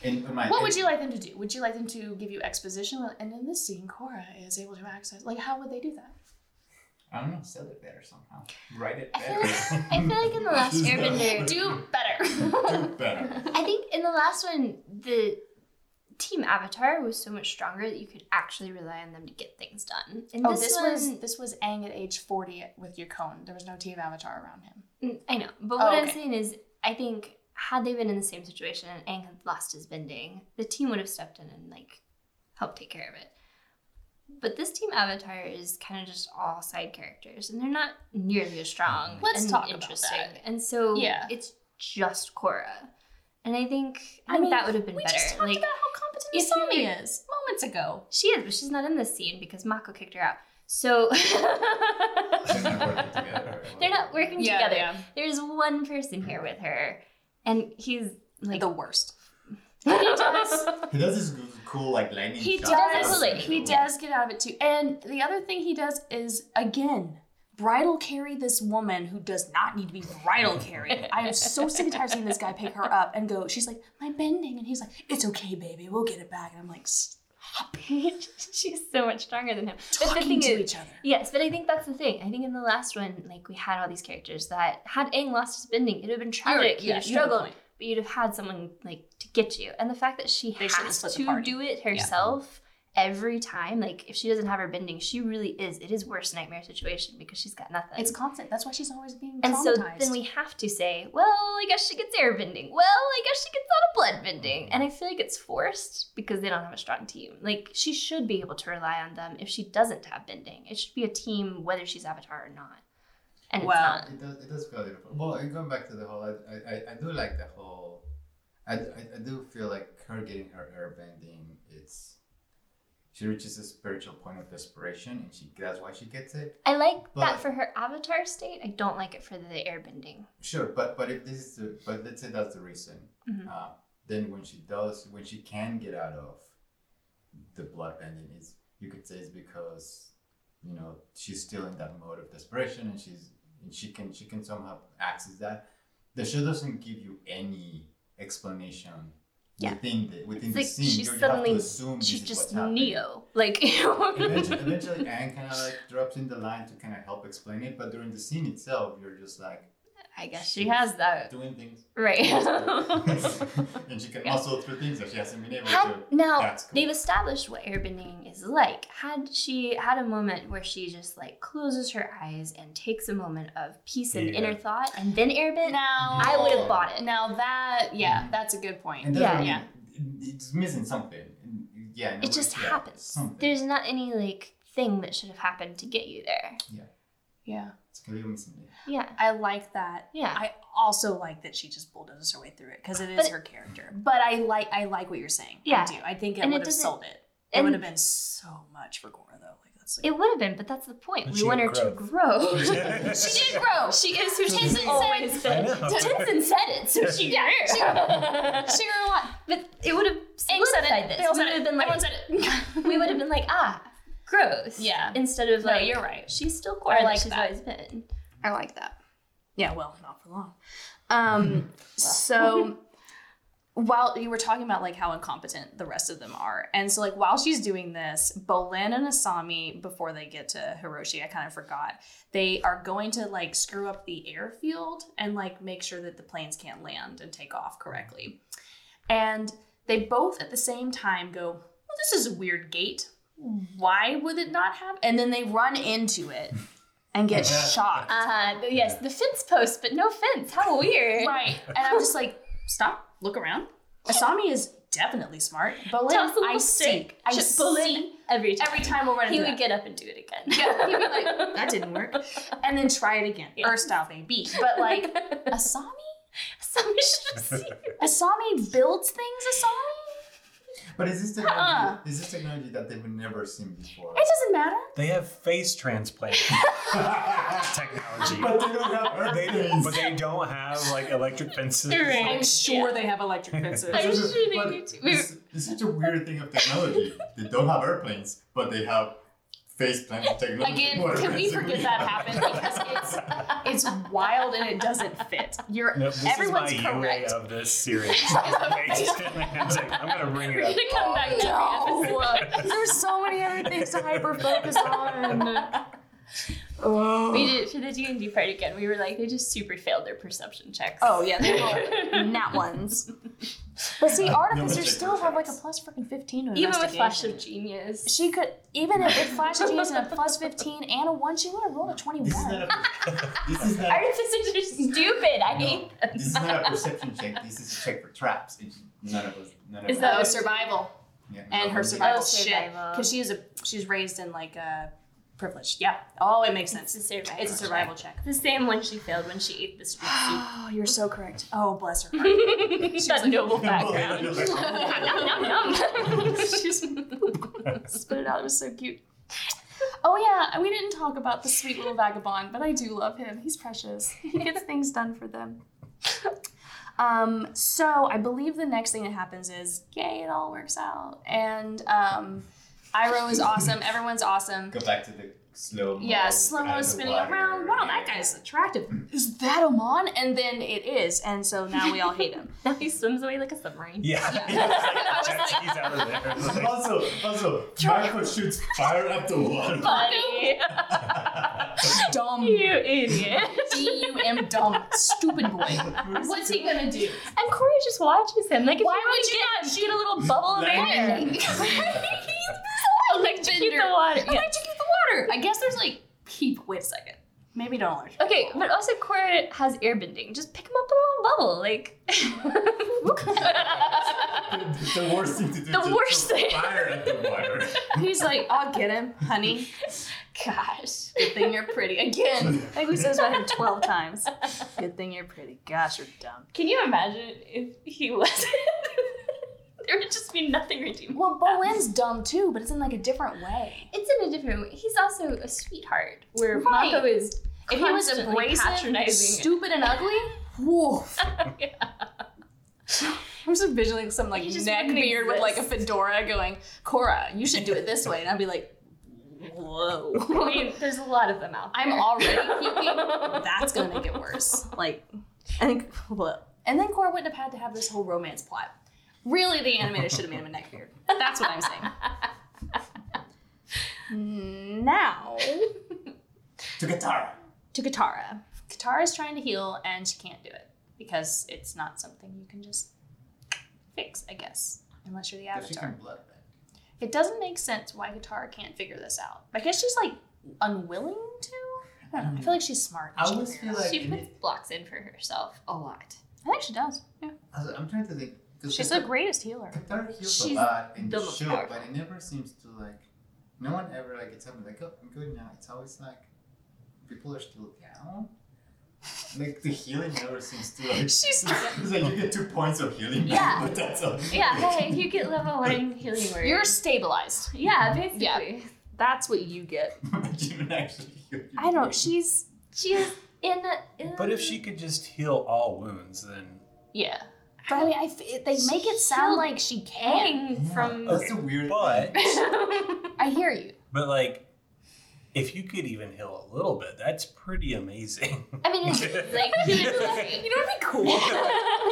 S2: In, in my,
S3: What would you like them to do? Would you like them to give you exposition? And in this scene, Cora is able to access. Like, how would they do that?
S2: I don't know, sell it better somehow, write it
S1: I feel
S2: better.
S1: like- I feel like in the last
S2: This is
S1: Airbender-
S3: Do better.
S2: not- do better.
S1: I think in the last one, the team avatar was so much stronger that you could actually rely on them to get things done. And
S3: oh, this was this was Aang at age forty with your cone. There was no team avatar around him.
S1: Mm, I know, but
S3: Oh,
S1: what I'm
S3: okay.
S1: saying is, I think had they been in the same situation and Aang had lost his bending, the team would have stepped in and like helped take care of it. But this team avatar is kind of just all side characters, and they're not nearly as strong.
S3: Let's
S1: and
S3: talk about
S1: interesting.
S3: that.
S1: And so,
S3: Yeah.
S1: it's just Korra, and I think I, think that would have been
S3: we
S1: better.
S3: just talked about how competent
S1: if you-
S3: Asami is moments ago.
S1: She is, but she's not in this scene because Mako kicked her out. So
S2: They're not working together. very well.
S1: they're not working together.
S3: yeah.
S1: There's one person here with her, and he's like
S3: Mm. the worst.
S1: he
S2: He does this g- cool like lightning.
S3: He
S2: shot.
S3: does.
S1: Absolutely.
S3: He does get out of it too. And the other thing he does is again. Bridal carry this woman who does not need to be bridal carried. I am so sick and tired of seeing this guy pick her up and go. She's like, "My bending," and he's like, "It's okay, baby. We'll get it back." And I'm like, "Stop
S1: she's so much stronger than him. But the
S3: talking
S1: thing
S3: to
S1: is,
S3: each other."
S1: yes, but I think that's the thing. I think in the last one, like we had all these characters that had Aang lost his bending, it would have been tragic. you'd
S3: You're- yeah,
S1: have
S3: you have a
S1: struggled,
S3: point.
S1: but you'd have had someone like to get you. And the fact that she
S3: They shouldn't
S1: has
S3: split the
S1: to
S3: party.
S1: do it herself every time, like if she doesn't have her bending, she really is. It is worst nightmare situation because she's got nothing.
S3: It's constant. That's why she's always being
S1: And so
S3: traumatized.
S1: then we have to say, well, I guess she gets airbending. Well, I guess she gets out of blood bending. And I feel like it's forced because they don't have a strong team. Like, she should be able to rely on them if she doesn't have bending. It should be a team whether she's Avatar or not. And
S3: Well-
S1: it's not.
S2: It does. It does feel beautiful. Well, and going back to the whole, I, I, I- I do like the whole. I, I, I do feel like her getting her air bending. It's she reaches a spiritual point of desperation, and she that's why she gets it.
S1: I like
S2: But-
S1: that for her Avatar state. I don't like it for the airbending.
S2: Sure, but but if this is the but let's say that's the reason,
S1: Mm-hmm.
S2: uh, then when she does when she can get out of the blood bending, is you could say it's because you know she's still in that mode of desperation, and she's and she can she can somehow access that. The show doesn't give you any explanation
S1: Yeah.
S2: within the within
S1: It's
S2: the
S1: like
S2: scene.
S1: she
S2: you you
S1: suddenly-
S2: have to assume
S1: She's
S2: this is
S1: just
S2: what's happening.
S1: Neo. Like, you know?
S2: Eventually, eventually Anne kind of like drops in the line to kind of help explain it, but during the scene itself, you're just like,
S1: I guess she has that.
S2: doing things.
S1: Right.
S2: and she can
S1: Yeah.
S2: also through things that she hasn't been able
S1: had,
S2: to.
S1: now,
S2: That's cool.
S1: they've established what airbending is like. Had she had a moment where she just like closes her eyes and takes a moment of peace and
S4: Yeah.
S1: inner thought and then airbend,
S3: Now
S1: I would have bought it.
S3: Now that yeah, that's a good point.
S2: And that's
S1: Yeah.
S2: what I
S3: Yeah.
S2: mean, it- It's missing something. And, Yeah. in a
S1: It
S2: way,
S1: just
S2: yeah,
S1: happens.
S2: Something.
S1: There's not any like thing that should have happened to get you there.
S3: Yeah,
S2: It's completely missing it.
S1: Yeah.
S3: I like that.
S1: Yeah.
S3: I also like that she just bulldozes her way through it because it is
S1: But-
S3: her character. But I like I like what you're saying.
S1: Yeah.
S3: I do. I think it
S1: And it
S3: would have
S1: doesn't-
S3: sold it. It
S1: and-
S3: would have been so much for Gora though. Like that's like,
S1: It would have been, but that's the point.
S4: But
S1: we
S4: she
S1: want her
S4: had
S1: to grow.
S3: she did grow.
S1: she is who
S4: She's
S1: Tenzin always
S4: I
S1: been.
S4: know.
S1: Tenzin said it, so she got it.
S3: She grew a lot.
S1: but it would have
S3: Aang said
S1: solidified
S3: it.
S1: this.
S3: They all
S1: We
S3: said
S1: would
S3: it.
S1: have been
S3: Everyone
S1: like,
S3: said it.
S1: we would have been like, ah, growth.
S3: Yeah.
S1: Instead of
S3: No,
S1: like,
S3: you're right.
S1: She's still quiet.
S3: I like
S1: she's
S3: that.
S1: always been.
S3: I like that. Yeah, well, not for long. Um, so while you were talking about like how incompetent the rest of them are, and so like while she's doing this, Bolin and Asami, before they get to Hiroshi, I kind of forgot, they are going to like screw up the airfield and like make sure that the planes can't land and take off correctly. And they both at the same time go, Well, this is a weird gate. Why would it not have? And then they run into it and get shocked.
S1: Uh, the, yes, the fence post, but no fence. How weird.
S3: Right. And I'm just like, stop, look around. Asami is definitely smart. Bolin,
S1: Toss a
S3: I
S1: little
S3: see.
S1: stick.
S3: I
S1: Just
S3: see.
S1: pull in every time.
S3: Every time we'll run
S1: he
S3: into
S1: would
S3: that.
S1: get up and do it again.
S3: yeah, he'd be like, that didn't work. And then try it again.
S1: Yeah.
S3: Or stop maybe. But like, Asami?
S1: Somebody should have seen.
S3: Asami builds things, Asami?
S2: But is this technology?
S3: Uh-uh.
S2: Is this technology that they've never seen before?
S3: It doesn't matter.
S4: They have face transplant technology.
S2: but they don't have her
S4: They,
S2: things.
S4: but they don't have like electric fences.
S1: Right.
S3: I'm sure they have electric fences.
S1: I'm
S2: This is-
S1: sure they
S2: but
S1: do too.
S2: It's, it's such a weird thing of technology. they don't have airplanes, but they have face planning technology.
S3: Again,
S2: What
S3: can we
S2: airplanes do
S3: forget that happened because it's it's wild and it doesn't fit. You're
S4: No, this
S3: everyone's
S4: is my
S3: correct.
S4: UA of this series. Face transplant tech- I'm gonna bring
S1: We're
S4: it up.
S1: gonna come back to
S3: No.
S1: every episode.
S3: There's so many other things to hyper focus on.
S2: Oh.
S1: We did it for the D and D part again. We were like, they just super failed their perception checks.
S3: Oh yeah, they were nat ones. But see,
S2: no,
S3: artificers still
S2: check
S3: have like a
S2: checks.
S3: plus freaking fifteen to
S1: even with flash
S3: investigation.
S1: of genius.
S3: She could even if with flash of genius and a plus fifteen and a one, she would have rolled a
S2: This is
S3: twenty-one.
S2: not a. This is not.
S1: Artificers are stupid. I hate them.
S2: This is not a perception check. This is a check for traps. It's none of us. None of
S1: Is
S2: us.
S1: that-
S3: Oh, survival
S2: yeah,
S3: and her
S2: nobody-
S3: survival
S1: Oh,
S3: shit
S1: survival.
S3: because she is a she's raised in like a privilege. Yeah. Oh, it makes sense.
S1: It's a survival.
S3: It's a survival check.
S1: The same one she failed when she ate the street soup.
S3: Oh, you're so correct. Oh, bless her heart.
S1: that noble background. Nom, nom, nom.
S3: She's spit it out. It was so cute. Oh yeah, we didn't talk about the sweet little vagabond, but I do love him. He's precious. He gets things done for them. Um, so I believe the next thing that happens is, yay, it all works out, and um, Iroh is awesome. Everyone's awesome.
S2: Go back to the slow.
S3: Yeah, slow mo spinning around. Wow, that guy's attractive. Is that Amon? And then it is, and so now we all hate him.
S1: now he swims away like a submarine.
S4: Yeah.
S3: I was
S4: Jet
S3: like-
S4: skis out of there. Like,
S2: Also, also, Michael shoots fire up the water.
S1: Buddy.
S3: Dumb.
S1: you idiot.
S3: D U M dumb. Stupid boy. What's he gonna do?
S1: And Corey just watches him. Like, if
S3: Why
S1: you
S3: would
S1: would get
S3: you
S1: him, get a little bubble of
S2: Like-
S1: air. Electrocute the water.
S3: Why
S1: Yeah.
S3: did you keep the water? I guess there's like people. Wait a second. Maybe don't electrocute.
S1: Okay,
S3: the
S1: but
S3: water.
S1: also Cora has airbending. Just pick him up in a little bubble, like.
S2: the worst thing to do.
S1: The
S2: is
S1: worst
S2: throw
S1: thing.
S2: Fire at the water.
S3: he's like, I'll get him, honey.
S1: Gosh.
S3: Good thing you're pretty. Again, I think we said this about him twelve times. Good thing you're pretty. Gosh, you're dumb.
S1: Can you imagine if he wasn't? there would just be nothing redeemable.
S3: Well, Bowen's dumb too, but it's in like a different way.
S1: It's in a different way. He's also a sweetheart, where
S3: Right.
S1: Mako is.
S3: If he was
S1: constantly
S3: abrasive,
S1: patronizing.
S3: stupid, and ugly, woof.
S1: Yeah.
S3: I'm just envisioning some like
S1: He just
S3: neck
S1: wouldn't
S3: beard with like a
S1: exist.
S3: fedora going, Cora, you should do it this way. And I'd be like,
S1: I
S3: whoa.
S1: mean, there's a lot of them out there.
S3: I'm already thinking that's gonna make it worse. Like, I think, what? And then Cora wouldn't have had to have this whole romance plot. Really, the animator should have made him a neck beard. That's what I'm saying. Now
S2: To Katara.
S3: to Katara. Katara is trying to heal and she can't do it because it's not something you can just fix, I guess, unless you're the
S2: But she can
S3: Avatar.
S2: bloodbend.
S3: It doesn't make sense why Katara can't figure this out. I guess she's like unwilling to. I don't know. I feel like she's smart. and
S2: I
S3: she
S2: always
S3: figures
S2: feel
S3: it out.
S2: like
S1: She
S2: in
S1: puts
S2: it,
S1: blocks in for herself a lot.
S3: I think she does. Yeah.
S2: I was- I'm trying to think. 'cause
S3: She's the
S2: Katara-
S3: greatest healer.
S2: Katara heals
S1: She's
S2: a lot in
S1: the
S2: the
S1: most
S2: show,
S1: powerful.
S2: but it never seems to like. No one ever like it's something like, "Oh, I'm good now." It's always like people are still down. Like the healing never seems to like.
S3: She's
S2: it's like you get two points of healing,
S1: Yeah.
S2: but that's all.
S1: Yeah, hey, you get level one healing word.
S3: You're stabilized.
S1: yeah, basically.
S3: That's what you get.
S2: but you don't actually heal. your
S3: I don't.
S2: wound.
S3: She's
S1: She is in a. In
S4: But if she could just heal all wounds, then
S3: yeah. But I mean, I f they make it sound
S1: She'll-
S3: like she can.
S1: hang
S2: Yeah,
S1: from.
S2: that's the weird.
S4: but
S3: I hear you.
S4: but like if you could even heal a little bit, that's pretty amazing.
S1: I mean, it's like human suffering.
S3: know what'd be cool?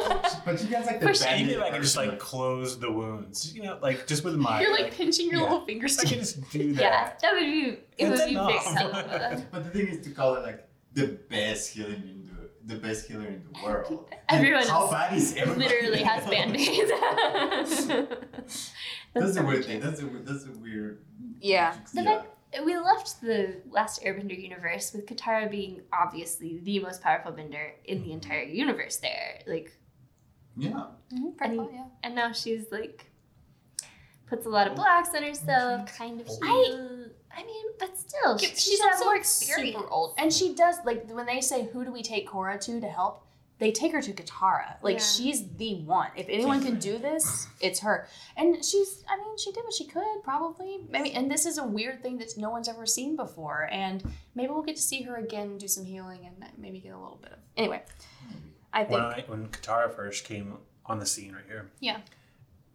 S2: thing. but she gets like the
S1: For sure.
S2: bandit
S4: even if I could just
S2: version
S4: like close the wounds, you know, like just with my
S3: You're like pinching your
S4: Yeah.
S3: little fingers
S4: I could
S3: together.
S4: just do
S1: Yeah,
S4: that.
S1: that would be. It
S4: It's
S1: would be big
S4: enough.
S1: help.
S2: But the thing is to call it like the best healing in the the best healer in the world.
S1: Everyone
S2: How
S1: else
S2: bad is everybody?
S1: Literally has
S2: else?
S1: band aids.
S2: That's a weird thing. That's a weird. That's a weird.
S3: Yeah.
S1: The we left the last Airbender universe with Katara being obviously the most powerful bender in the entire universe. There, like,
S2: yeah.
S3: Mm-hmm.
S1: purple, and now she's like puts a lot of blocks on herself, kind of. I, I mean, but still,
S3: Yeah,
S1: she-
S3: she's
S1: she's got
S3: also
S1: more
S3: super
S1: experience.
S3: old. And she does like when they say who do we take Korra to to help, they take her to Katara. Like
S1: Yeah.
S3: she's the one. If anyone can do this, it's her. And she's I mean, she did what she could, probably. I mean, and this is a weird thing that no one's ever seen before. And maybe we'll get to see her again do some healing and maybe get a little bit of anyway. I think
S4: When I when Katara first came on the scene right here.
S3: Yeah.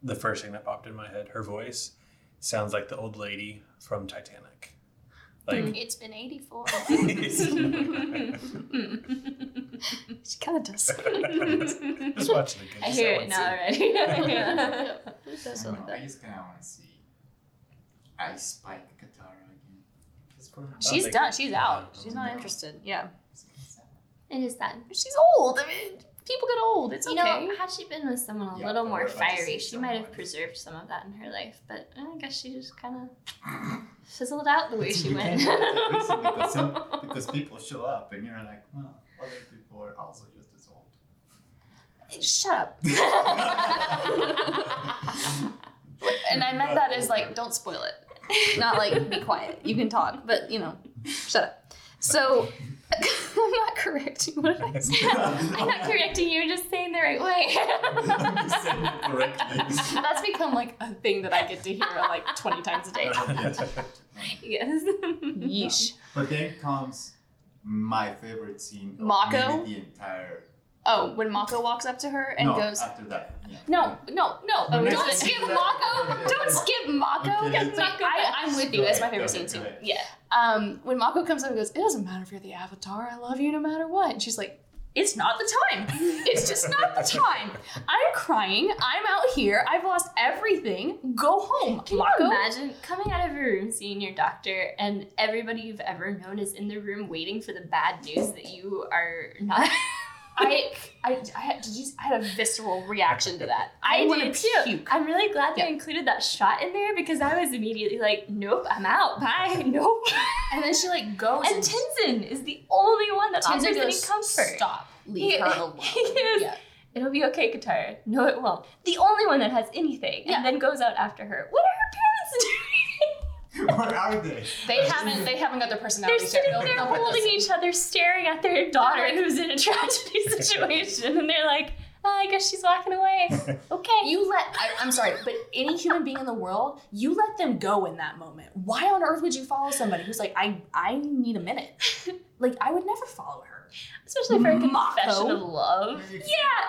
S4: The first thing that popped in my head, her voice sounds like the old lady from Titanic. Like
S3: it's been 84. she kind of does.
S4: just watching it.
S1: I hear it now already.
S3: Yeah.
S2: I, don't know, I just kind of want to see. I spike Katara again. Just for her.
S3: She's
S4: think-
S3: done. She's out.
S4: Yeah.
S3: She's not interested. Yeah.
S1: it is done.
S3: She's old. I mean, people get old. It's
S1: you
S3: okay.
S1: know, had she been with someone a
S2: Yeah,
S1: little
S2: but
S1: more
S2: we're about to
S1: fiery,
S2: see
S1: she might have
S2: someone.
S1: preserved some of that in her life. But uh, I guess she just kind of fizzled out the way she
S2: You
S1: went.
S2: can't do that reason because, some- because people show up and you're like, well, other people are also just as old.
S3: Shut up. And I meant that as like, don't spoil it. Not like, be quiet. You can talk, but you know, shut up. So, I'm not correcting. What did I say?
S1: I'm not correcting you, just saying the right way.
S2: I'm just saying it correctly.
S3: That's become like a thing that I get to hear like 20 times a day.
S1: yes.
S3: Yeesh.
S2: But then comes my favorite scene. of
S3: Mako?
S2: maybe The entire.
S3: Oh, when Mako walks up to her and
S2: no,
S3: goes,
S2: after that. Yeah.
S3: No, no, no.
S2: No,
S3: don't
S2: no.
S3: skip Mako. Don't skip Mako.
S2: Okay,
S3: Wait, I, I'm with you. That's my favorite scene,
S2: Okay,
S3: too.
S2: okay.
S3: Yeah. Um, when Mako comes up and goes, It doesn't matter if you're the Avatar. I love you no matter what. And she's like, It's not the time. It's just not the time. I'm crying. I'm out here. I've lost everything. Go home,
S1: Can you
S3: Mako.
S1: imagine coming out of a room, seeing your doctor, and everybody you've ever known is in the room waiting for the bad news that you are not.
S3: I, I, I, had, did you, I had a visceral reaction to that.
S1: I,
S3: I,
S1: did
S3: want
S1: too.
S3: to puke.
S1: I'm really glad
S3: Yeah.
S1: they included that shot in there because I was immediately like, nope, I'm out. Bye. Nope.
S3: And then she like goes
S1: and Tenzin is the only one that
S3: Tenzin
S1: offers any
S3: goes,
S1: comfort.
S3: Stop. Leave her alone.
S1: He is,
S3: Yeah.
S1: It'll be okay, Katara. No, it won't. The only one that has anything
S3: Yeah.
S1: and then goes out after her. What are her parents doing?
S2: Where are they?
S3: They haven't. They haven't got their
S1: They're
S3: personality.
S1: sitting there holding each other, staring at their daughter
S3: like-
S1: who's in a tragedy situation, and they're like, "Ah, I guess she's walking away. Okay.
S3: You let. I, I'm sorry, but any human being in the world, you let them go in that moment. Why on earth would you follow somebody who's like, I, I need a minute. Like I would never follow her.
S1: Especially for a
S3: Mako.
S1: confession of love. Yeah,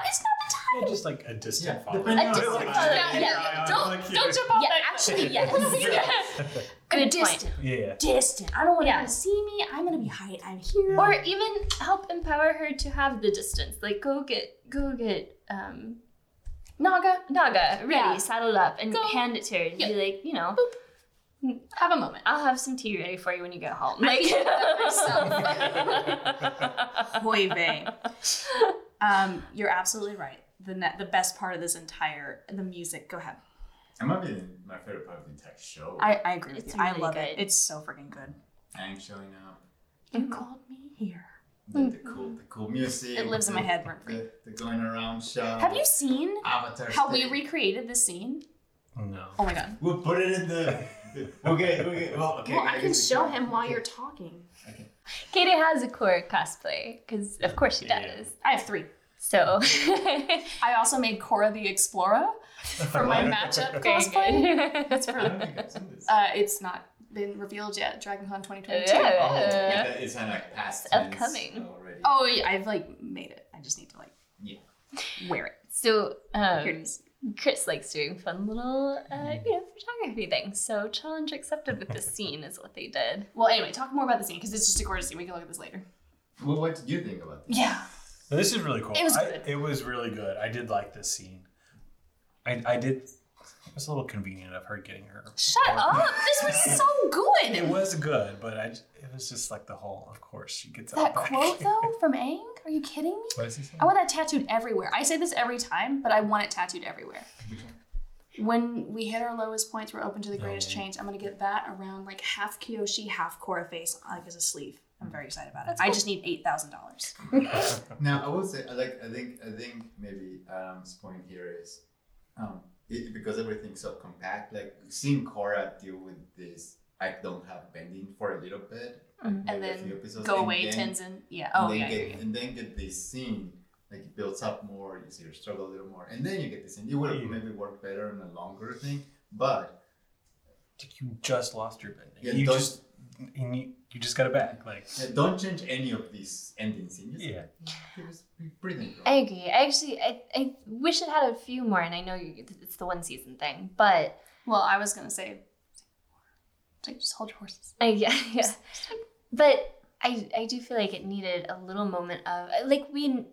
S1: it's not
S4: Yeah, just like a distant
S2: Yeah,
S4: follow.
S2: depending on-
S4: Like,
S2: Yeah,
S4: yeah,
S3: yeah,
S4: yeah, like, yeah.
S1: off Yeah, that actually, cliff. yes.
S3: Good
S1: Good point.
S3: distant.
S4: Yeah.
S3: Distant. I don't want
S1: Yeah.
S3: anyone to see me. I'm gonna be high. I'm here.
S1: Or even help empower her to have the distance. Like go get go get um
S3: Naga.
S1: Naga ready,
S3: Yeah.
S1: saddled up, and
S3: Go.
S1: hand it to her and
S3: Yeah.
S1: be like, you know,
S3: Have a moment.
S1: I'll have some tea ready for you when you get home.
S3: I
S1: Like
S3: did that Hoy vey. Um, you're absolutely right. The net, the best part of this entire the music. Go ahead.
S2: It might be my favorite part of the entire show.
S3: I, I agree with
S1: It's
S3: you. I
S1: really
S3: love it.
S1: good.
S3: It's so freaking good.
S2: I ain't showing up.
S3: You called me here.
S2: The, the cool, the cool music.
S3: Hmm. It lives in my
S2: the-
S3: head rent free.
S2: The, the going around show.
S3: Have you seen
S2: Avatar.
S3: how we
S2: state.
S3: recreated this scene?
S4: No.
S3: Oh my god.
S2: We'll put it in the. okay, okay. Well, okay.
S3: well, I can
S2: guess we
S3: show him while you're talking.
S1: Katie has a core cosplay because of course she
S4: Yeah.
S1: does.
S3: I have three.
S1: So
S3: I also made Cora the Explorer for my matchup cosplay.
S1: That's
S2: I don't think I've seen this.
S3: Uh, it's not been revealed yet. DragonCon 2022.
S1: Yeah.
S2: oh, that is kind of like past tense
S1: upcoming.
S2: already.
S3: Oh, yeah, I've like made it. I just need to like
S2: Yeah.
S3: wear it.
S1: So
S3: Here it
S1: um,
S3: is.
S1: Chris likes doing fun little uh, you know photography things. So challenge accepted with this scene is what they did.
S3: Well, anyway, talk more about the scene because it's just a gorgeous scene. We can look at this later.
S2: Well, what did you think about this?
S3: Yeah.
S4: Now, This is really cool.
S3: It was
S4: I-
S3: good.
S4: it was really good. I did like this scene. I, I did. It was a little convenient of her getting her.
S3: Shut up. This was so good.
S4: It was good, but I. j- It was just like the whole. Of course, she gets out
S3: that
S4: back.
S3: quote though from Aang? Are you kidding me?
S4: What is he saying?
S3: I want that tattooed everywhere. I say this every time, but I want it tattooed everywhere. When we hit our lowest points, we're open to the greatest
S4: Oh.
S3: change. I'm gonna get that around like half Kyoshi, half Korra face, like as a sleeve. I'm very excited about it. I just need eight thousand dollars.
S2: Now, I would say, I like, I think, I think maybe Adam's point here is, um, it, because everything's so compact. Like seeing Cora deal with this, I don't have bending for a little bit,
S1: Mhm.
S2: like
S3: And
S2: a
S3: then
S2: few episodes,
S3: Go
S2: and
S3: away,
S2: then-
S3: Tenzin. Yeah. Oh
S2: and
S3: yeah.
S2: then
S3: I hear
S2: get,
S3: you.
S2: and then get this scene like it builds up more you see her struggle a little more and then you get this scene it would have
S4: Yeah.
S2: maybe worked better in a longer thing but
S4: Like, You just lost your bending.
S2: Yeah,
S4: you
S2: don't-
S4: just. And you, you just got it back. Like.
S2: uh, don't change any of these ending scenes just
S4: Yeah.
S2: give us breathing room.
S1: I agree. I actually I, I wish it had a few more, and I know you, it's the one season thing, but
S3: Well, I was gonna say, like, just hold your horses.
S1: I yeah, yeah. but I I do feel like it needed a little moment of uh, like we.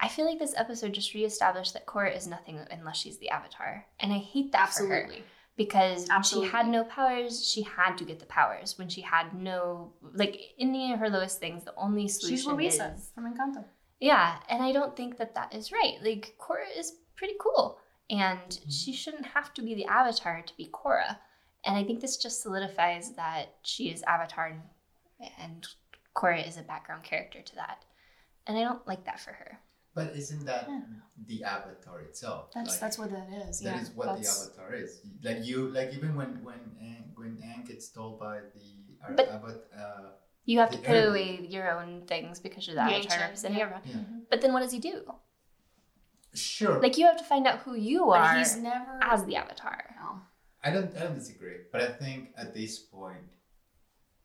S1: I feel like this episode just reestablished that Korra is nothing unless she's the Avatar, and I hate that for her.
S3: Absolutely.
S1: because when
S3: Absolutely.
S1: she had no powers, she had to get the powers. When she had no, like in any of her lowest things, the only solution
S3: She's Luisa
S1: is
S3: from Encanto.
S1: yeah. And I don't think that that is right. Like Korra is pretty cool, and
S3: Mm-hmm.
S1: she shouldn't have to be the Avatar to be Korra. And I think this just solidifies that she is Avatar, and, and Korra is a background character to that. And I don't like that for her.
S2: but isn't that
S3: Yeah.
S2: the avatar itself
S3: That's
S2: Like,
S3: that's what that is.
S2: that
S3: yeah.
S2: is what the
S3: that's-
S2: avatar is like you like even when when Aang, when Aang gets told by the uh,
S1: But-
S2: avatar uh,
S1: You have to
S2: The
S1: put
S2: enemy.
S1: away your own things because you're the
S3: Yeah,
S1: Avatar
S3: yeah.
S1: representing everyone.
S2: yeah.
S1: But then what does he do?
S2: sure
S1: Like you have to find out who you are
S3: But he's never.
S1: as the avatar.
S3: No.
S2: I don't I don't disagree, but I think at this point,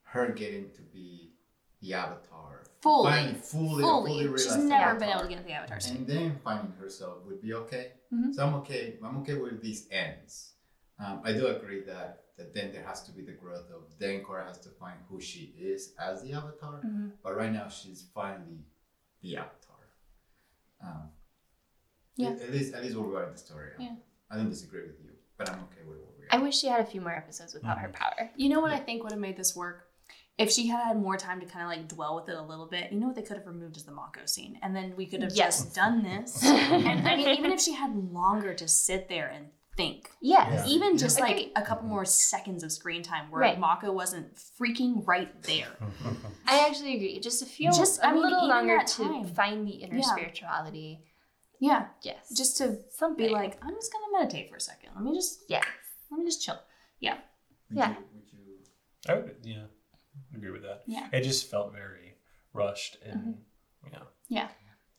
S2: her getting to be the avatar
S3: Fully.
S2: finally fully,
S3: Fully.
S2: fully realized
S3: She's never been
S2: avatar,
S3: able to get the avatar state.
S2: and then finding herself would be okay.
S3: Mhm.
S2: So I'm okay. I'm okay with these ends. Um, I do agree that that then there has to be the growth of then Korra has to find who she is as the avatar,
S3: Mm-hmm.
S2: but right now she's finally the avatar. Um,
S3: Yeah.
S2: At, at least at least where we are in the story. I'm-
S3: Yeah.
S2: I don't disagree with you, but I'm okay with where we are.
S1: I wish she had a few more episodes without
S2: Mm-hmm.
S1: her power.
S3: You know what I think would have made this work? If she had had more time to kind of like dwell with it a little bit, you know what they could have removed is the Mako scene. And then we could have
S1: Yes.
S3: just done this. and I mean, even if she had longer to sit there and think,
S1: Yes.
S2: Yeah.
S3: even just like
S1: Agreed.
S3: a couple more seconds of screen time where
S1: Right.
S3: Mako wasn't freaking right there.
S1: I actually agree. Just a few
S3: Just,
S1: a
S3: I mean,
S1: little
S3: even
S1: longer
S3: that
S1: to
S3: time.
S1: find the inner
S3: Yeah.
S1: spirituality.
S3: Yeah.
S1: Yes.
S3: Just to
S1: something
S3: be like, I'm just going to meditate for a second. Let me just,
S1: Yes.
S3: let me just chill. Yeah.
S2: Would
S1: Yeah.
S2: You, would you
S4: I would, yeah, agree with that.
S3: Yeah.
S4: It just felt very rushed and you know.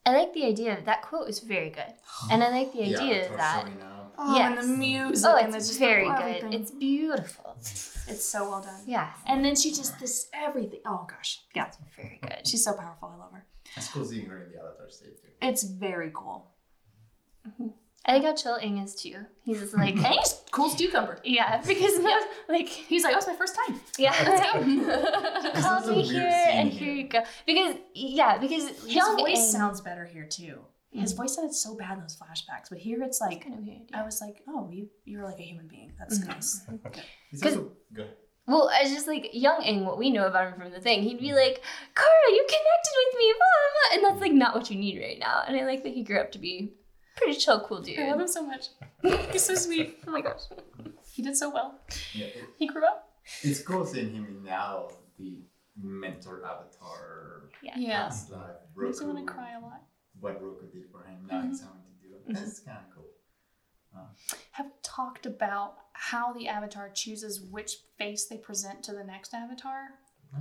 S1: I like the idea of that quote is very good. And I like the
S2: Yeah,
S1: idea
S2: for
S1: of that.
S2: showing up.
S3: Oh,
S1: Yes.
S3: and the music.
S1: Oh,
S3: and
S1: it's
S3: the- just the-
S1: very good.
S3: everything.
S1: It's beautiful.
S3: it's so well done.
S1: Yeah.
S3: And then she just, this everything. Oh, gosh. Yeah.
S1: Very good.
S3: She's so powerful. I love her.
S2: It's cool seeing her in the Avatar state too.
S3: It's very cool.
S1: I like how chill Ing is too. He's just like,
S3: And he's cool as cucumber.
S1: yeah, because like
S3: He's like, oh, it's my first time.
S1: yeah.
S3: Let's go.
S1: Called
S2: This is a
S1: me
S2: weird
S1: here
S2: scene
S1: and
S2: here.
S1: here you go. Because yeah, because
S3: His
S1: young
S3: voice
S1: Aang-
S3: sounds better here too. His voice sounded so bad in those flashbacks, but here it's like
S1: Kind of weird.
S3: I was like, oh, you you're like a human being. That's
S1: Mhm.
S3: nice.
S2: He's
S1: Cause-
S2: also- go ahead.
S1: Well, I was just like young Aang, what we know about him from the thing, he'd be like, Kara, you connected with me, blah, blah, blah. And that's like not what you need right now. And I like that he grew up to be pretty chill, cool dude.
S3: I love
S1: Oh
S3: him so much. He's so sweet. Oh
S1: my gosh.
S3: He did so well.
S2: Yeah, it-
S3: He grew up.
S2: it's cool seeing him in now the mentor avatar.
S1: Yeah.
S3: Yeah.
S2: It's like
S3: Makes me want
S2: Roku-
S3: to cry a lot.
S2: What Roku did for him, now
S1: Mm-hmm.
S2: it's something to do. That's kind of cool.
S3: Have we talked about how the avatar chooses which face they present to the next avatar?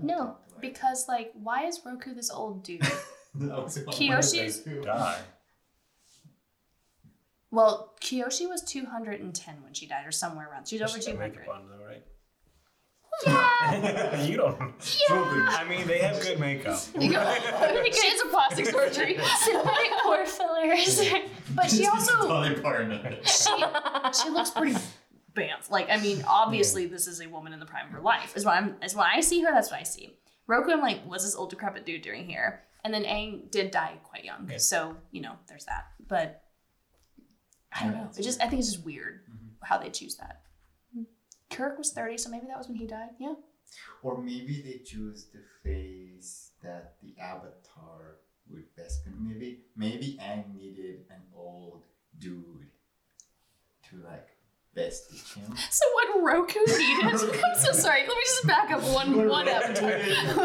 S1: No,
S3: Because like, why is Roku this old dude? Kiyoshi's-
S4: Die.
S3: well, Kiyoshi was 210 when she died, or somewhere around. She's over
S4: She put
S3: 200.
S4: makeup on though, right?
S1: Yeah.
S4: you don't. I mean, they have good makeup.
S3: she has a plastic surgery,
S1: Synthetic pore fillers.
S3: but she also
S2: Dolly Parton.
S3: she, she looks pretty bamf. Like, I mean, obviously, this is a woman in the prime of her life. Is what I'm. Is when I see her, that's what I see. Roku, I'm like, what's this old decrepit dude doing here? And then Aang did die quite young,
S4: Yeah.
S3: so you know, there's that. But I don't know. It just, I think it's just weird how they choose that. Kirk was 30, so maybe that was when he died. Yeah.
S2: Or maybe they choose the face that the avatar would best. con- Maybe maybe Aang needed an old dude to like best teach him.
S3: So what Roku needed? I'm so sorry. Let me just back up one one avatar.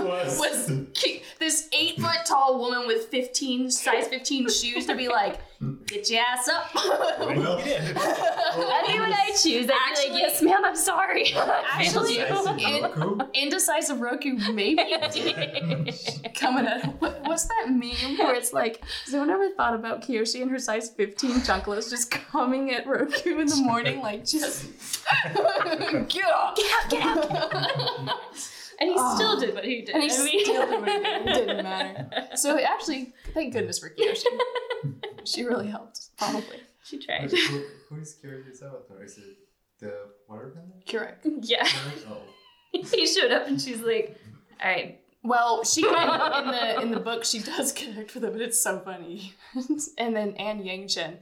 S3: was ki- this eight foot tall woman with 15 size 15 shoes to be like get your ass up
S2: Well,
S1: Any when I choose, I'd be
S3: Actually-
S1: like, yes, ma'am, I'm sorry.
S3: Actually,
S2: Indecisive Roku?
S3: indecisive roku maybe coming up what, what's that meme where it's like has anyone ever thought about kiyoshi and her size 15 chunkless just coming at roku in the morning like just get up
S1: Get out, get out. and he still did what he did.
S3: and
S1: I mean-
S3: he still did what he did. It didn't matter so actually thank goodness for kiyoshi she really helped probably
S1: she tried.
S2: Who who is Kyoji's avatar? Is it the waterbender?
S3: Keurig.
S1: Yeah.
S2: Oh.
S1: he showed up and she's like, all right.
S3: Well, she kind of, in the in the book she does connect with him, but it's so funny. and then Anne Yangchen,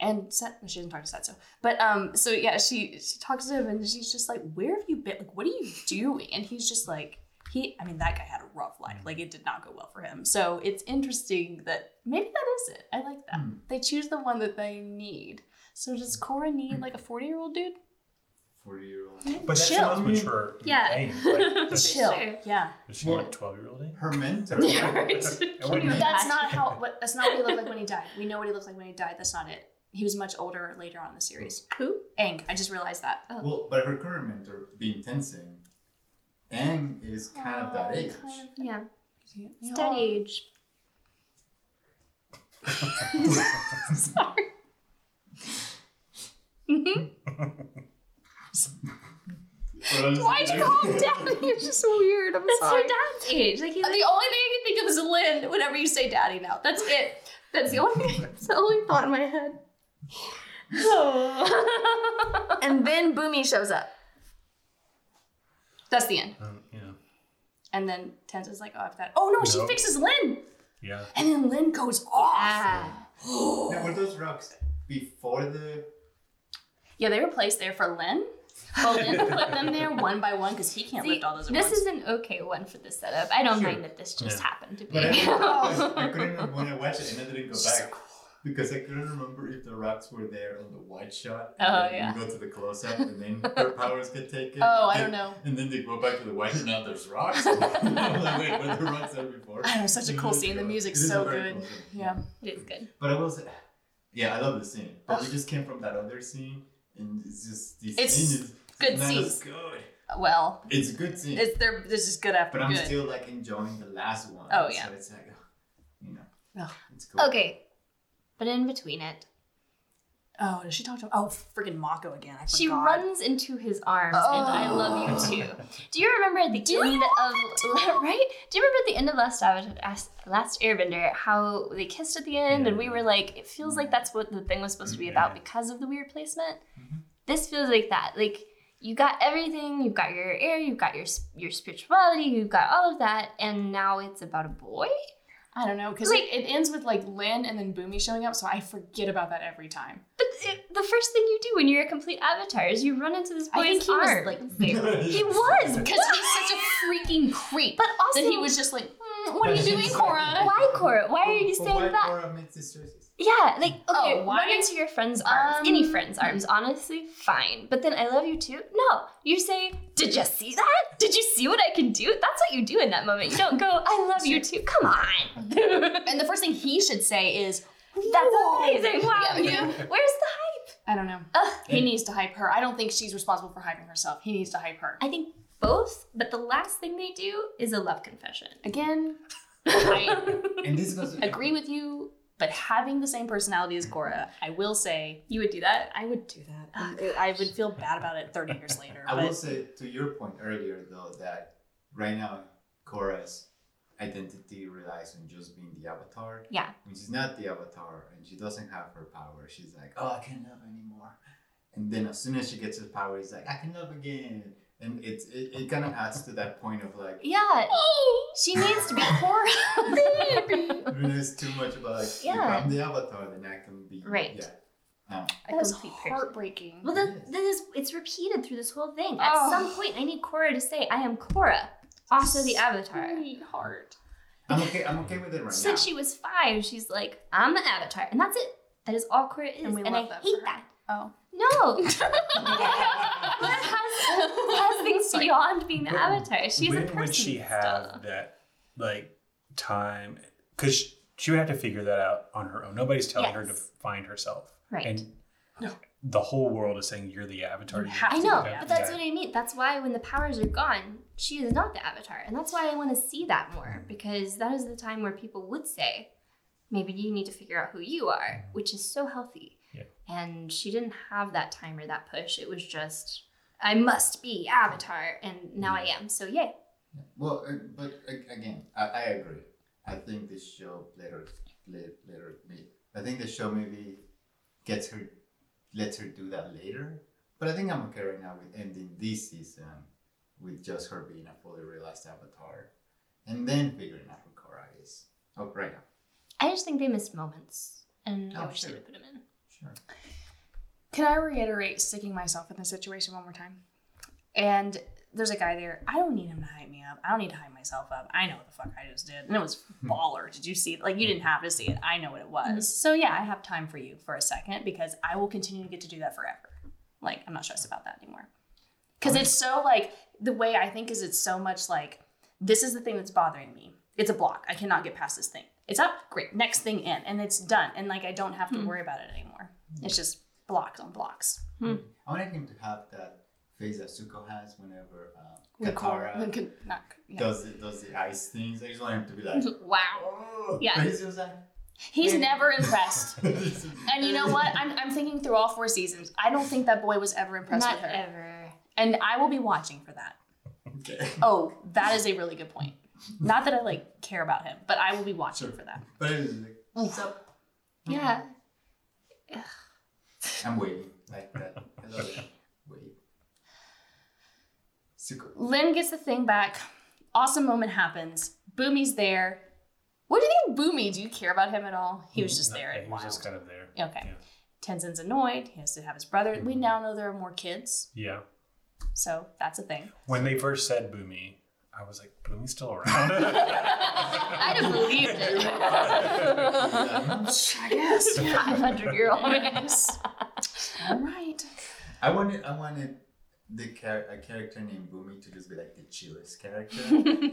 S3: and Set, she doesn't talk to Setsu, but um, so yeah, she she talks to him and she's just like, "Where have you been? Like, what are you doing?" And he's just like, "He, I mean, that guy had a rough life. Like, it did not go well for him. So it's interesting that maybe that is it. I like that
S2: Hmm.
S3: they choose the one that they need. So does Cora need like a forty year old dude?
S2: 40 year old.
S4: But that's
S3: Chill.
S4: the most mature.
S1: Yeah.
S4: Aang, Like, is
S3: Chill,
S1: Sure.
S3: yeah.
S4: she like twelve year old?
S2: Her mentor.
S4: But
S3: That's not how. What, that's not what he looked like when he died. We know what he looked like when he died. That's not it. He was much older later on in the series.
S1: Who?
S3: Aang. I just realized that.
S2: Well, but her current mentor, being Tenzin, Aang is kind of that
S3: Oh,
S2: age.
S3: kind
S1: Yeah.
S3: of-
S1: It's that age.
S3: Sorry. Why'd you call him daddy? It's just weird. I'm
S1: That's her
S3: sorry.
S1: dad's age. Like he's
S3: And
S1: like,
S3: the only thing I can think of is Lynn. Whenever you say daddy, now that's it. That's the only. That's the only thought in my head.
S1: oh.
S3: And then Boomy shows up. That's the end.
S4: Um, yeah.
S3: And then Tenza's like, "Oh, I've got." Oh no, she
S4: No.
S3: fixes Lynn,
S4: Yeah.
S3: and then Lynn goes off.
S1: ah.
S2: Now, were those rocks before the.
S3: Yeah, they were placed there for Lynn. Well, Lynn put them there one by one because he can't
S1: See,
S3: lift all those at
S1: this
S3: once.
S1: is an okay one for this setup. I don't mind that this just
S4: Yeah.
S1: happened to be.
S2: But I, I couldn't remember when I watched it and I didn't go
S3: Oh. She's so
S2: back. Because I couldn't remember if the rocks were there on the wide shot.
S1: Oh,
S2: And then
S1: yeah.
S2: You go to the close up and then her powers get taken.
S3: Oh, I
S2: and-
S3: don't know.
S2: And then they go back to the white and now there's rocks. I'm like, wait, were there rocks there before?
S3: I know, it's such a
S2: It
S3: cool
S2: is
S3: scene. The
S2: cool.
S3: music's
S2: It is a
S3: so
S2: very
S3: good.
S2: cool scene.
S3: Yeah.
S1: It's good.
S2: But I will say, yeah, I love the scene. But we
S3: Ugh.
S2: just came from that other scene, and it's just this
S3: It's
S2: scene is
S3: good
S2: not
S3: scenes.
S2: as good.
S3: Well,
S2: It's a good scene,
S3: it's they're this is good after
S2: but I'm
S3: good.
S2: still like enjoying the last one.
S3: Oh, yeah.
S2: So it's like, ugh, you know,
S3: Ugh.
S2: it's cool.
S1: Okay. But in between it,
S3: oh, does she talk to him? Oh, freaking Mako again. I forgot.
S1: she runs into his arms, and I love you too. Do you remember at the end of right? Do you remember at the end of Last Avatar, Last Airbender, how they kissed at the end, and we
S4: Yeah.
S1: were like, it feels like that's what the thing was supposed to be about
S4: Yeah.
S1: because of the weird placement.
S2: Mhm.
S1: This feels like that. Like you got everything, you've got your air, you've got your s- your spirituality, you've got all of that, and now it's about a boy.
S3: I don't know because
S1: Like-
S3: it, it ends with like Lynn and then Boomy showing up, so I forget about that every time.
S1: But it, the first thing you do when you're a complete avatar is you run into this
S3: I think
S1: boy's
S3: he was
S1: arm.
S3: like
S1: he was
S3: because he's such a freaking creep.
S1: but also
S3: then he was just like, "Mm, "What are you doing, Cora?"
S1: why Cora? Why are you
S2: But
S1: saying
S2: why
S1: that?
S2: Cora makes these choices?
S1: Yeah, like okay,
S3: Oh, why?
S1: run into your friend's arms, any
S3: Um,
S1: friend's arms, honestly, fine. But then I love you too. No, you say, did you see that? Did you see what I can do? That's what you do in that moment. You don't go, I love you too. Come on, that's
S3: And the first thing he should say is,
S1: amazing. Wow,
S3: Yeah,
S1: you.
S3: yeah.
S1: Where's the hype?
S3: "I don't know."
S1: Ugh,
S3: He needs to hype her. I don't think she's responsible for hyping herself. He needs to hype her.
S1: I think both, but the last thing they do is a love confession.
S3: Again, I
S2: And this goes.
S3: agree with you, but having the same personality as Cora, I will say,
S1: You would do that?
S3: I would do that. I would feel bad about it 30 years later.
S2: I will
S3: but
S2: say to your point earlier though that right now Cora's identity relies on just being the avatar.
S1: Yeah.
S2: When she's not the avatar and she doesn't have her power, she's like, Oh, I can't love anymore. And then as soon as she gets her power, it's like, I can love again. And it's it, it kinda adds to that point of like
S1: Yeah.
S3: she needs to be Cora.
S2: realize too much about like
S1: Yeah.
S2: if I'm the avatar, then I can be
S1: Right.
S2: Yeah. Um, No.
S3: that was heartbreaking.
S1: Well, then, then it's, it's repeated through this whole thing. At
S3: Oh.
S1: some point, I need Cora to say, I am Cora, also the avatar.
S3: Sweetheart.
S2: I'm okay I'm okay with it right now.
S1: Since she was five, she's like, I'm the avatar. And that's it. That is all Cora is.
S3: And
S1: And,
S3: we
S1: I
S3: love that for
S1: hate
S3: her.
S1: that.
S3: Oh.
S1: No. Cora has, has things
S3: Sorry.
S1: beyond being the
S4: When-
S1: avatar. She's a
S4: when
S1: person.
S4: would she have
S1: still.
S4: that like time? Because she, would have to figure that out on her own. Nobody's telling her to
S1: Yes.
S4: find herself.
S1: Right.
S4: And the whole world is saying you're the avatar.
S3: You
S4: you're
S3: have
S1: I
S4: the
S3: to
S1: know,
S4: avatar."
S1: but that's what I mean. That's why when the powers are gone, she is not the avatar. And that's why I want to see that more, because that is the time where people would say, maybe you need to figure out who you are, which is so healthy.
S4: Yeah.
S1: And she didn't have that time or that push. It was just, I must be avatar, and now I am. So, yay.
S2: Well, uh, but a- again, I, I agree. I think the show later, later, later, I think the show maybe gets her, lets her do that later. But I think I'm okay right now with ending this season with just her being a fully realized avatar, and then figuring out who Korra is. Oh, right now,
S1: I just think they missed moments, and I
S2: Oh,
S1: wish they
S2: sure.
S1: would put them in.
S2: sure.
S3: Can I reiterate sticking myself in this situation one more time? And there's a guy there. I don't need him to hype me up. I don't need to hype myself up. I know what the fuck I just did. And it was baller. Did you see it? Like, you didn't have to see it. I know what it was. So, yeah, I have time for you for a second because I will continue to get to do that forever. Like, I'm not stressed about that anymore. Because it's so, like, the way I think is it's so much like, this is the thing that's bothering me. It's a block. I cannot get past this thing. It's up. Great. Next thing in. And it's done. And, like, I don't have to worry about it anymore. It's just blocks on blocks.
S2: I wanted him to have that phase that Suko has whenever uh,
S3: When Cora- when
S2: Katara
S3: Ka- not Ka- yeah.
S2: does the, does the ice things. I just want him to be like,
S3: Wow.
S2: oh,
S1: Yeah.
S2: But he's just like,
S3: He's never impressed. And you know what? I'm, I'm thinking through all four seasons. I don't think that boy was ever impressed
S1: Not
S3: with her.
S1: ever.
S3: And I will be watching for that.
S2: Okay.
S3: Oh, that is a really good point. Not that I like care about him, but I will be watching
S2: Sure.
S3: for that.
S2: But it was like, what's up?
S1: Yeah.
S2: I'm waiting like that. I love it. Wait. Suko.
S3: Lynn gets the thing back. Awesome moment happens. Boomy's there. What do you think, of Boomy? Do you care about him at all? He was just there
S4: Yeah,
S3: and
S4: Mm, Mm-hmm. he was
S3: wild.
S4: just kind of there.
S3: okay.
S4: Yeah. Mm-hmm.
S3: Tenzin's annoyed. He has to have his brother. We now know there are more kids,
S4: Yeah.
S3: so that's a thing.
S4: When they first said Boomy, I was like, Boomy's still around.
S1: I'd have believed it.
S3: I guess.
S1: 500 year old man.
S3: Yes. All right.
S2: I wanted I wanted the char- a character named Boomy to just be like the chillest character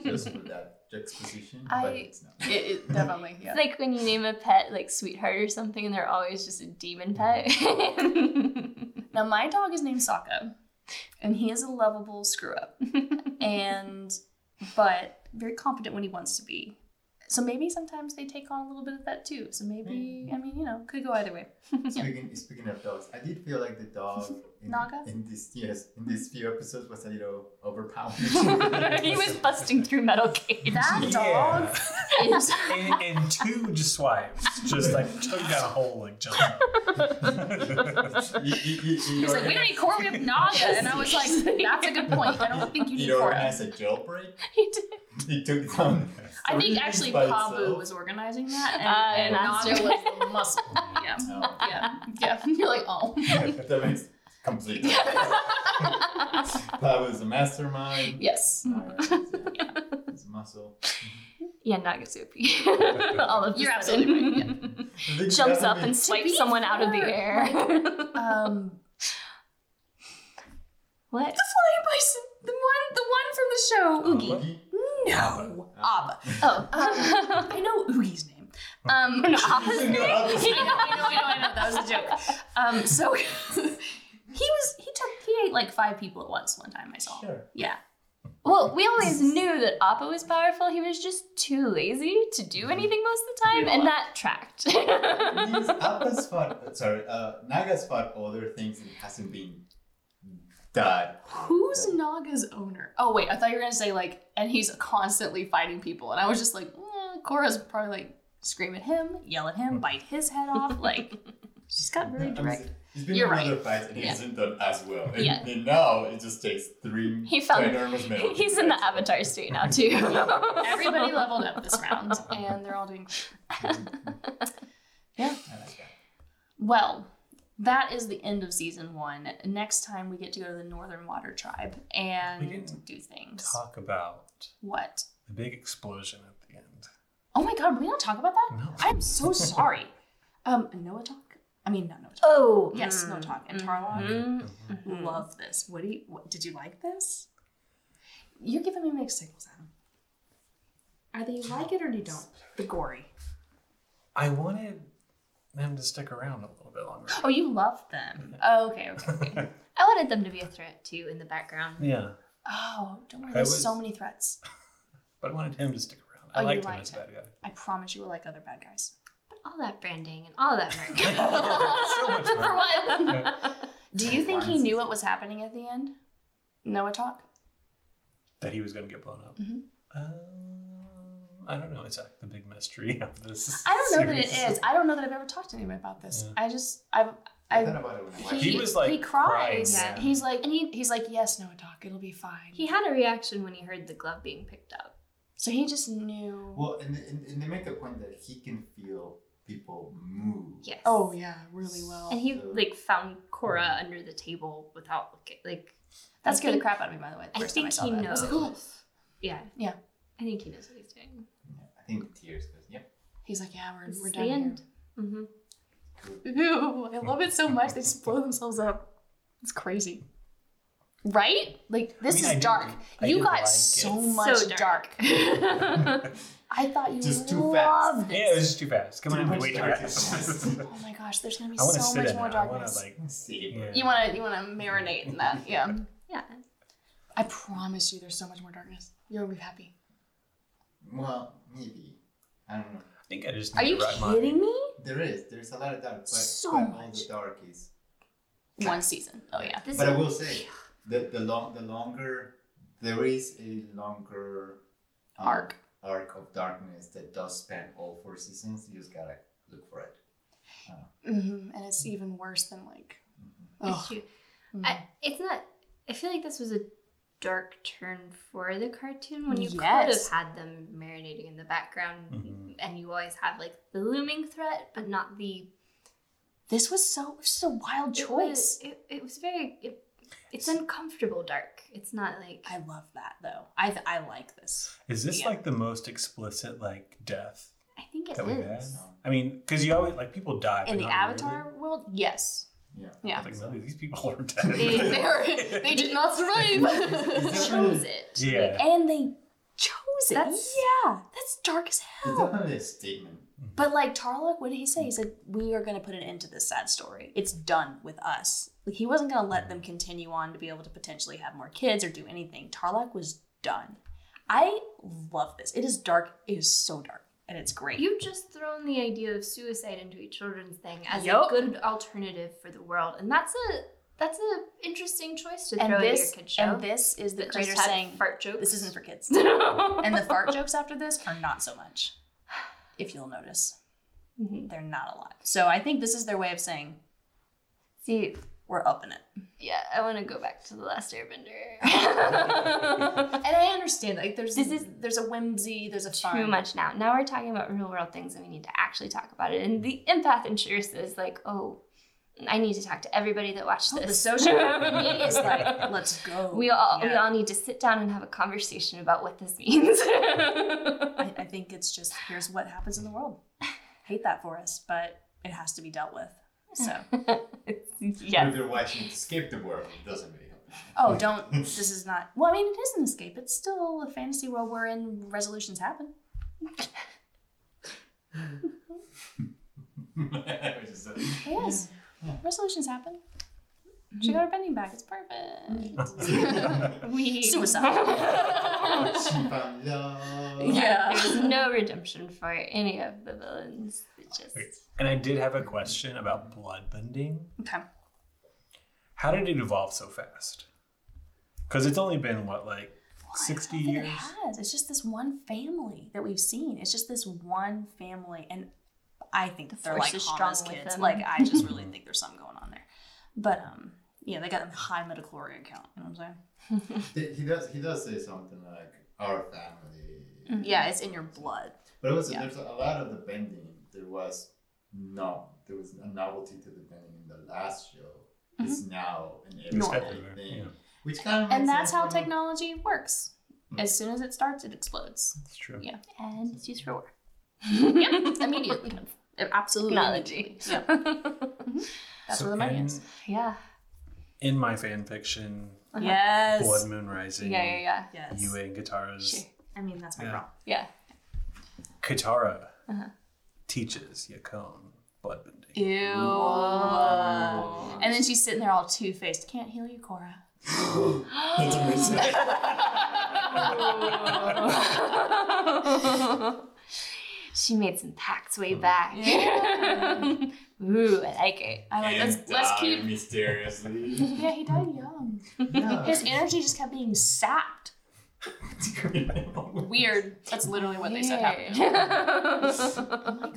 S2: just for that juxtaposition.
S3: I-
S2: but it's not.
S3: It, it definitely. Yeah.
S1: It's like when you name a pet like sweetheart or something and they're always just a demon pet.
S3: Now my dog is named Sokka, and he is a lovable screw up, and but very competent when he wants to be. So maybe sometimes they take on a little bit of that too. So maybe I mean you know could go either way.
S2: Speaking speaking of dogs, I did feel like the dog in,
S3: Naga?
S2: in this yes in these few episodes was a little overpowered.
S1: he was busting through metal cage.
S3: That dog
S4: Yeah.
S3: is
S4: and, and two just swipes, just like took that whole like jump.
S2: he, he, he, he,
S3: He's like, we don't need Cora, we have Naga. And I was like, that's a good point. I don't think you
S2: he
S3: need Cora.
S2: organized a jailbreak.
S1: He did.
S2: He took down
S3: I think actually
S2: By
S3: Pabu
S2: itself.
S3: was organizing that, and,
S1: Uh,
S3: and
S1: Monster
S3: Monster was the muscle. Yeah,
S2: No.
S3: yeah, yeah. You're like, oh,
S2: that makes complete That was a mastermind.
S3: yes.
S2: Alright, so It's a muscle.
S1: yeah, Nagatsuki. All of a
S3: You're
S1: sudden.
S3: absolutely right,
S2: I think it
S1: Jumps
S2: doesn't
S1: up
S2: make-
S1: and swipes
S3: be
S1: someone out of the
S3: fair,
S1: air.
S3: Um,
S1: what?
S3: the flying bison, the one, the one from the show, Oogie. No, Abba.
S1: Oh.
S3: I know Oogie's name. Um, Abba's
S2: You
S3: name.
S2: know,
S3: I
S2: I was-
S3: know, I know, I know, I know. That was a joke. Um, so he was he took he ate like five people at once one time. I saw.
S2: Sure.
S3: Yeah.
S1: Well, we always knew that Appa was powerful. He was just too lazy to do anything most of the time,
S3: Yeah.
S1: and that tracked.
S2: He's Appa's fought, sorry, uh, Naga's fought other things and hasn't been done.
S3: Who's Naga's owner? Oh wait, I thought you were gonna say like, and he's constantly fighting people, and I was just like, eh, Korra's probably like scream at him, yell at
S4: Hmm.
S3: him, bite his head off. Like, she's got very
S2: I'm
S3: direct.
S2: s- He's been
S3: You're
S2: in
S3: right.
S2: other fights and he
S3: Yeah.
S2: hasn't done as well. And,
S1: Yeah.
S2: and now it just takes three
S1: He found-
S2: enormous medals.
S1: He's in the Avatar state now, too.
S3: Everybody leveled up this round, and they're all doing.
S2: I like that.
S3: Well, that is the end of season one. Next time we get to go to the Northern Water Tribe
S4: We
S3: and
S4: didn't
S3: do things.
S4: Talk about
S3: What?
S4: the big explosion at the end.
S3: Oh my god, we don't talk about that?
S4: No.
S3: I'm so sorry. Um, Noah Talk? I mean, not Noah Talk.
S1: oh.
S3: Yes,
S1: mm,
S3: Noah Talk and Tarlok.
S1: mm, mm.
S3: Love this. What do you, what, did you like this? You're giving me mixed signals, Adam. Either you like it or you don't. The gory.
S4: I wanted them to stick around a little bit longer.
S3: Oh, you love them. Oh, okay, okay, okay.
S1: I wanted them to be a threat, too, in the background.
S4: Yeah,
S3: Oh, don't worry.
S4: I
S3: There's so
S4: was-
S3: many threats.
S4: but I wanted him to stick around.
S3: Oh,
S4: I
S3: you
S4: liked him
S3: liked
S4: as a bad guy.
S3: I promise you will like other bad guys.
S1: All that branding and all that work.
S4: So much
S1: For what?
S3: Do you think he knew what was happening at the end? Noah talk?
S4: That he was going to get blown up.
S3: Mhm.
S4: Um, I don't know. It's like the big mystery of this.
S3: I don't know that
S4: series.
S3: it is. I don't know that I've ever talked to anybody about this.
S4: Yeah.
S3: I just I've
S2: I thought
S3: I
S2: about it when I watched
S3: he,
S4: He was, like,
S3: he cries.
S1: crying,
S4: yeah.
S3: He's like and he, he's like yes Noah talk it'll be fine.
S1: he had a reaction when he heard the glove being picked up.
S3: so he just knew.
S2: Well, and, and, and they make the point that he can feel people move.
S1: Yes.
S3: oh yeah, really well.
S1: And he
S2: So-
S1: like found Cora under the table without looking like
S3: that
S1: I
S3: scared
S1: think-
S3: the crap out of me by the way. The
S1: I
S3: first time
S1: think
S3: saw
S1: he
S3: that. I
S1: knows.
S3: was like, "Ooh."
S1: yeah.
S3: Yeah.
S1: I think he knows what he's doing.
S2: Yeah, I think tears because yep.
S3: He's like yeah we're
S1: This
S3: we're
S1: is
S3: done.
S1: the
S3: here."
S1: end. Mm-hmm.
S3: Ew, I love it so much. They just blow themselves up. It's crazy. Right? Like this
S4: mean, I
S3: is
S4: did-
S3: dark.
S4: I
S3: you
S4: did
S3: got
S4: like it.
S3: so
S1: So
S3: much
S1: dark.
S3: dark. I thought you
S2: Just too fast.
S3: loved
S4: Yeah, it
S3: it.
S4: was just too fast. Come
S2: Too
S4: on,
S2: much
S4: wait.
S2: darkness.
S4: I
S3: Oh my gosh, there's gonna be
S4: want to
S3: so
S4: sit
S3: much
S4: in it.
S3: more
S4: I want
S3: darkness.
S4: to like.
S2: Save it.
S4: yeah.
S3: you wanna you wanna marinate in that. Yeah.
S1: yeah.
S3: I promise you there's so much more darkness. You'll be happy.
S2: Well, maybe. I don't know.
S4: I think I just.
S3: Are
S4: need
S3: you
S4: to wrap my-
S3: kidding me?
S2: There is. There's a lot of dark, but,
S3: So
S2: but all
S3: much.
S2: the dark is.
S3: One season. Oh yeah.
S1: This
S2: But I
S1: is
S2: will say, the the long the longer there is a longer um,
S3: Arc.
S2: arc of darkness that does span all four seasons. You just gotta look for it.
S3: hmm And it's even worse than like
S1: it's
S4: Mm-hmm.
S3: oh,
S1: true. I, it's not I feel like this was a dark turn for the cartoon when you
S3: Yes.
S1: could have had them marinating in the background
S4: Mhm.
S1: and you always have like the looming threat but not the
S3: this was so this is a wild
S1: It
S3: choice.
S1: was- It, it was very. It, it's uncomfortable dark. It's not like.
S3: I love that though. I th- I like this.
S4: Is this
S3: Yeah.
S4: like the most explicit like death
S1: I think it
S4: that we've had?
S1: is.
S4: I mean, because you always like people die but
S3: In the
S4: not
S3: Avatar
S4: really.
S3: world, yes.
S2: Yeah.
S3: Yeah.
S4: Like, no, these people are dead.
S1: They-
S3: they, are, they did not survive.
S1: It chose it.
S4: yeah.
S3: and they chose it.
S1: That's-
S3: yeah, that's dark as
S2: It's
S3: hell.
S2: definitely a statement.
S3: But like Tarlok, what did he say? He said, "We are going to put an end to this sad story. It's done with us." Like he wasn't going to let them continue on to be able to potentially have more kids or do anything. Tarlok was done. I love this. It is dark. It is so dark, and it's great.
S1: You've just thrown the idea of suicide into a children's thing as a
S3: Yup.
S1: good alternative for the world, and that's a that's an interesting choice to throw
S3: and
S1: into
S3: this
S1: your kid show.
S3: and this is the
S1: that
S3: creator
S1: just had
S3: saying
S1: fart jokes.
S3: this isn't for kids.
S1: and
S3: and the fart jokes after this are not so much. If you'll
S1: Mm-hmm.
S3: notice, they're not a lot. So I think this is their way of saying
S1: See,
S3: we're upping it.
S1: Yeah, I want to go back to the last Airbender.
S3: And I understand like there's
S1: This is-
S3: there's a whimsy, there's a fun.
S1: Too much now. Now we're talking about real world things and we need to actually talk about it. And the empath in Sharice is like, oh, I need to talk to everybody that watched
S3: Oh, The
S1: this.
S3: social media is like, let's go.
S1: we all we
S3: Yeah.
S1: all need to sit down and have a conversation about what this means.
S3: I, I think it's just here's what happens in the world. Hate that for us, but it has to be dealt with. So
S1: yes.
S2: Otherwise, you escape the world. It doesn't really help.
S3: oh, don't. This is not. Well, I mean, it is an escape. It's still a fantasy world wherein resolutions happen.
S2: Which is a-
S3: Yes, resolutions happen.
S1: Mm-hmm.
S3: She got her bending back. It's perfect.
S1: We
S3: Suicide.
S2: she found love.
S3: yeah.
S1: There's no redemption for any of the villains. It just
S4: And I did have a question about bloodbending.
S3: Okay.
S4: How did it evolve so fast? Because it's only been what, like sixty
S3: I don't think
S4: years?
S3: It has. It's just this one family that we've seen. It's just this one family, and I think that they're
S1: force
S3: like
S1: is
S3: strong
S1: strong with
S3: kids.
S1: them.
S3: Like I just really think there's something going on there. But um, yeah, they got a high midichlorian count. You know what I'm saying?
S2: He he does. He does say something like our family,
S3: Mm-hmm.
S1: Mm-hmm.
S3: Yeah, it's in your blood.
S2: but also
S3: Yeah.
S2: there's a lot of the bending. There was no. There was a novelty to the bending in the last show. It's now an
S3: Normal.
S2: everyday thing,
S4: Yeah.
S2: which kind of
S3: Mm-hmm. And
S2: makes
S3: that's
S2: sense
S3: how
S2: for me.
S3: technology works.
S4: Hmm.
S3: As soon as it starts, it explodes.
S4: That's true.
S3: Yeah.
S1: and it's used for war.
S3: Yep, immediately. Absolutely.
S1: Technology.
S3: Yeah. That's
S4: So
S3: where the money
S4: in,
S3: is.
S1: Yeah.
S4: In my fan fiction,
S1: Uh-huh.
S3: Yes.
S4: Blood Moon Rising,
S1: Yeah, yeah, yeah.
S3: Yes.
S4: Yue and Katara's
S1: Sure.
S3: I mean, that's my
S4: Yeah.
S3: problem.
S1: Yeah.
S4: Katara
S1: Uh-huh.
S4: teaches Yakone bloodbending.
S3: Ew. And then she's sitting there all two faced. Can't heal you, Cora.
S2: That's amazing.
S1: she made some pacts way back.
S3: Yeah.
S1: Ooh, I like it.
S3: I like
S2: And
S3: let's, let's
S2: died
S3: keep.
S2: mysteriously.
S3: Yeah, he died young.
S2: Yeah.
S3: His energy just kept being sapped. Weird. That's literally what they said happened. Oh my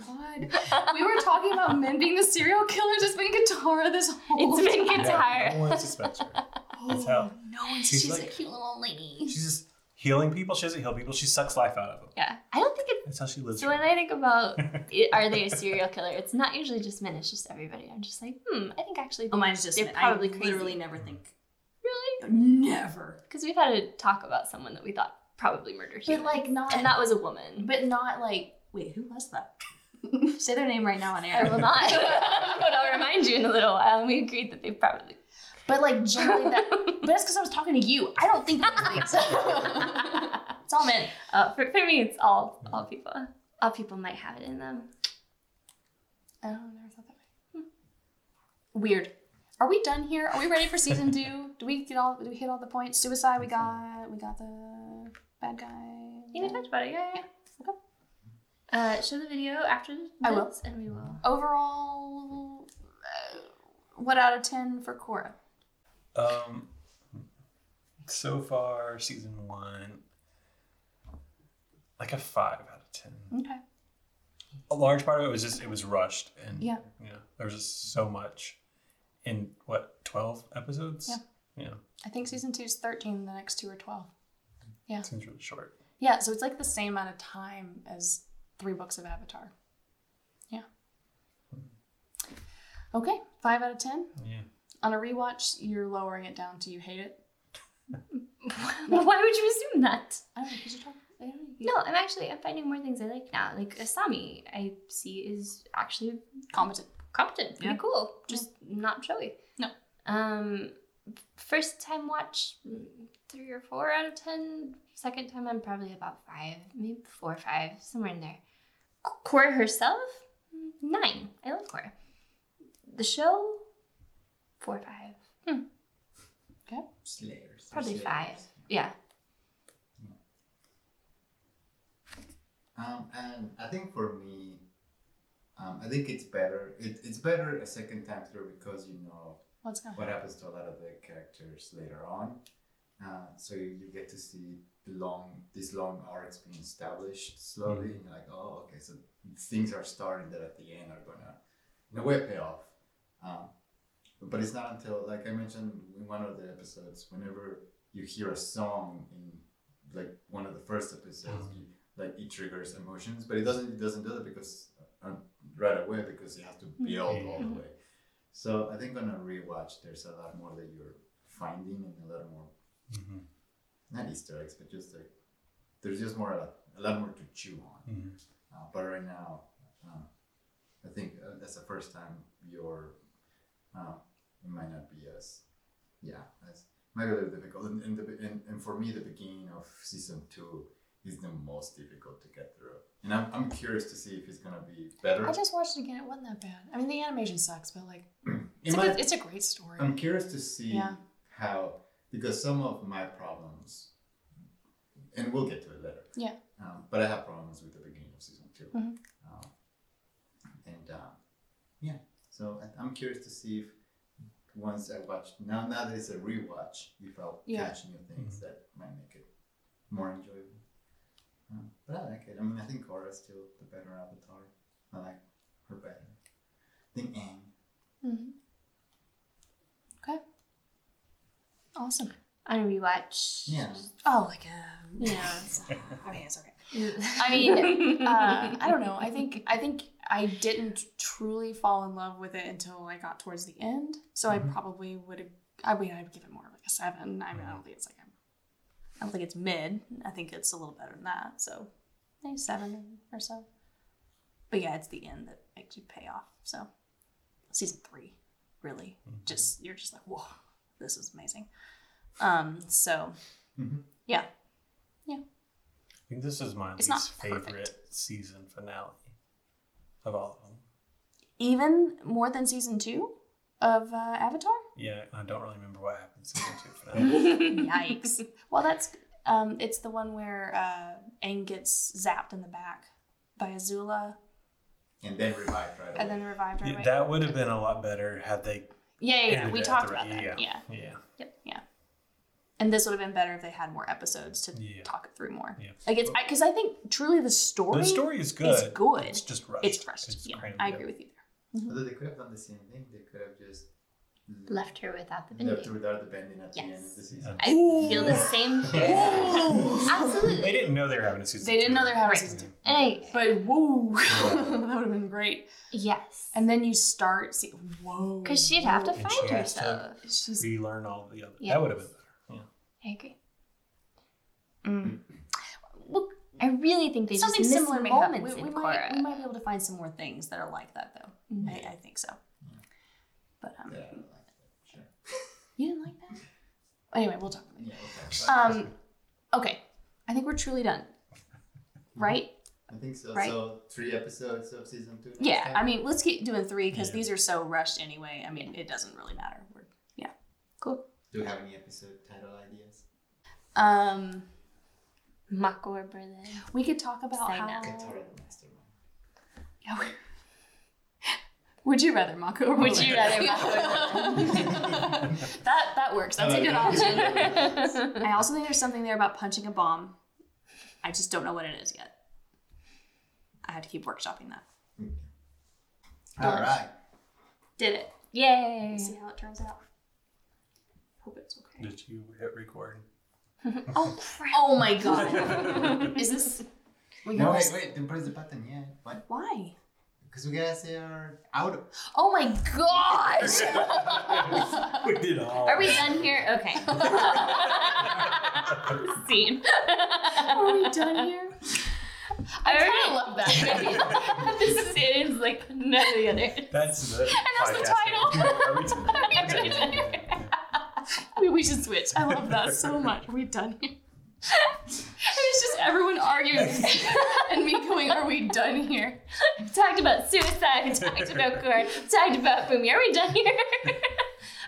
S3: god. We were talking about men being the serial killers. It's been Katara this whole. Oh,
S1: it's been
S4: Yeah,
S1: guitar.
S4: no one suspects her. That's how
S3: No, it's,
S4: She's
S3: she's, a
S4: like-
S3: cute little old lady.
S4: she's just healing people. She doesn't heal people. She sucks life out of them.
S1: Yeah. I don't think it's
S4: That's how she lives.
S1: so
S4: her
S1: when I think about it, are they a serial killer, it's not usually just men, it's just everybody. I'm just like, hmm, I think actually
S3: Oh, mine's just.
S1: They're
S3: men.
S1: probably
S3: I
S1: crazy.
S3: literally never think.
S1: really
S3: Never.
S1: because we've had a talk about someone that we thought probably murdered
S3: But
S1: humans.
S3: like not.
S1: and that was a woman.
S3: But not like. Wait, who was that? Say their name right now on
S1: I
S3: air.
S1: will not. but I'll remind you in a little while. And we agreed that they probably.
S3: But like generally that but that's because I was talking to you. I don't think that's things. it's all men.
S1: Uh, for, for me, it's all all people. All people might have it in them.
S3: I don't know, Oh, never thought that way. Hmm. Weird. Are we done here? Are we ready for season two? Do we get all do we hit all the points? Suicide we got we got the bad guy.
S1: You can touch about it. Yeah, yeah. yeah.
S3: Okay.
S1: Uh, show the video after this,
S3: I will.
S1: and we will.
S3: Overall uh, what out of ten for Cora?
S4: Um, so far, season one, like a five out of ten.
S3: Okay.
S4: A large part of it was just it was rushed, and
S3: Yeah.
S4: you know, there was just so much in what twelve episodes.
S3: Yeah.
S4: yeah,
S3: I think season two's thirteen, the next two are twelve.
S4: it seems really short.
S3: Yeah, so it's like the same amount of time as three books of Avatar. Yeah. Okay, five out of ten.
S4: Yeah,
S3: On a rewatch, you're lowering it down to you hate it.
S1: Why would you assume that?
S3: I don't know, because you're talking. I don't know, you-
S1: No, I'm actually I'm finding more things I like now. Like Asami, I see is actually
S3: Competent.
S1: competent, pretty
S3: Yeah.
S1: cool, just not showy.
S3: No.
S1: Um, first time watch mm, three or four out of ten. Second time I'm probably about five, maybe four or five, somewhere in there. C- Cora herself, Mm, nine. I love Cora. The show, four or five,
S3: Okay.
S2: Slayers.
S1: probably
S2: Slayers.
S1: five. Yeah.
S2: Um, and I think for me, um, I think it's better. It, it's better a second time through because you know
S3: What's going on?
S2: what happens to a lot of the characters later on. Uh, so you, you get to see the long, these long arcs being established slowly, and you're like, oh, okay, so things are starting that at the end are gonna, in a way, pay off. Um, But it's not until, like I mentioned in one of the episodes, whenever you hear a song in like one of the first episodes, you, like it triggers emotions, but it doesn't. It doesn't do that because uh, right away because you have to build all the way. So I think on a rewatch, there's a lot more that you're finding and a lot more
S4: Mhm.
S2: not Easter eggs, but just like there's just more uh, a lot more to chew on.
S4: Mhm.
S2: Uh, but right now, uh, I think uh, that's the first time you're. Uh, it might not be as, yeah, that's might be a little difficult. And and, the, be- and and for me, the beginning of season two is the most difficult to get through. And I'm, I'm curious to see if it's gonna be better.
S3: I just watched it again. It wasn't that bad. I mean, the animation sucks, but like,
S2: It
S3: it's, a,
S2: might- Um,
S3: good, it's a great story.
S2: I'm curious to see
S3: Yeah.
S2: how because some of my problems, and we'll get to it later.
S3: Yeah.
S2: Um, but I have problems with the beginning of season 2
S3: Mhm.
S2: Um, and um, yeah, so I, I'm curious to see if once I watch now now that it's a rewatch, if I'll
S3: Yeah.
S2: catch new things that might make it more enjoyable. Um, but I like it. I mean, I think Korra's still the better avatar. I like her better. I think Aang.
S3: Mhm. Okay. Awesome.
S1: On rewatch.
S2: Yeah.
S3: Oh, like a
S1: Yeah.
S3: I mean, it's okay.
S1: I
S3: mean, Uh, I don't know. I think I think I didn't truly fall in love with it until I got towards the end. So I
S4: Mhm.
S3: probably would have. I mean, I'd give it more of like a seven. I mean, I don't think it's like a, I don't think it's mid. I think it's a little better than that. So maybe seven or so. But yeah, it's the end that makes you pay off. So season three, really, just you're just like, whoa, this is amazing. Um, so
S2: Mhm.
S3: yeah,
S4: I think this is my
S3: It's not
S4: least favorite
S3: perfect.
S4: season finale of all of them.
S3: even more than season two of uh, Avatar.
S4: Yeah, I don't really remember what happened in season two finale.
S3: Yikes. well, that's um, it's the one where uh, Aang gets zapped in the back by Azula
S2: And then revived right away.
S3: and then revived right
S4: Yeah,
S3: away.
S4: that would have been a lot better had they.
S3: yeah, yeah, yeah.
S4: ended
S3: we
S4: it at
S3: talked
S4: the
S3: about
S4: right-
S3: that. Yeah.
S4: Yeah. yeah.
S3: And this would have been better if they had more episodes to
S4: Yeah.
S3: talk it through more.
S4: Yeah.
S3: Like it's because I, think truly the story,
S4: The story is good.
S3: is good.
S4: It's just rushed.
S3: it's rushed. yeah,
S4: crammed
S3: I
S4: in.
S3: agree with you
S2: Although they could have done the same thing, they could have just
S1: Left her without the
S2: left
S1: bending.
S2: without the bending at the end of
S1: Yes.
S2: the season.
S1: I feel the
S2: Oh!
S1: same here.
S4: They
S1: Absolutely.
S4: didn't know they were having a season.
S3: They didn't
S4: two.
S3: know they were having a
S4: Right.
S3: season two.
S1: And I,
S3: But whoa, that would have been great.
S1: yes.
S3: And then you start see whoa
S1: Because she'd have to
S4: And
S1: find
S4: she has to-
S1: herself.
S3: she's
S4: Relearn all the other.
S1: Yes.
S4: That would have been better.
S1: I agree. mm. Well, I really think they
S3: something
S1: just miss
S3: similar may happen.
S1: moments
S3: We, we
S1: in
S3: might, we
S1: Korra.
S3: might be able to find some more things that are like that, though.
S1: Mm-hmm.
S3: I, I think so. But um,
S2: Yeah, I don't like that. Sure.
S3: you didn't like that. Anyway, we'll talk. Later.
S2: Yeah, okay.
S3: Um, okay, I think we're truly done, right?
S2: I think so.
S3: right.
S2: So three episodes of season two. next
S3: Yeah.
S2: time?
S3: I mean, let's keep doing three because
S4: Yeah.
S3: these are so rushed anyway. I mean, it doesn't really matter. We're, yeah, cool.
S2: do you have any episode title ideas?
S3: Um,
S1: Mako or Berlin.
S3: we could talk about
S1: Sign
S3: how.
S1: up.
S2: Katara the Mastermind.
S3: Yeah, we- Would you rather Mako or
S1: Would
S3: Berlin?
S1: you rather Mako or Berlin?
S3: that that works. That's a good option. I also think there's something there about punching a bomb. I just don't know what it is yet. I had to keep workshopping that. uh,
S2: All right.
S3: Did it.
S1: Yay.
S3: See how it turns out. Hope it's okay.
S4: Did you hit record?
S1: Oh, crap.
S3: Oh my god. is this we
S2: No,
S3: got
S2: wait, wait. Don't press the button yet. What?
S3: why?
S2: Because we gotta say our out.
S3: Oh my gosh!
S4: we did all.
S1: Are we done here? Okay. Scene.
S3: Are we done here?
S1: I
S3: kinda love
S1: that. this is it. It's like none of the other.
S4: That's the.
S1: that's the
S4: podcast name. Are we done?
S1: Are we done
S3: We, we should switch. I love that so much. Are we done here? And it's just everyone arguing and me going, Are we done here?
S1: We talked about suicide. We talked about corn. We talked about Boomy. Are we done here?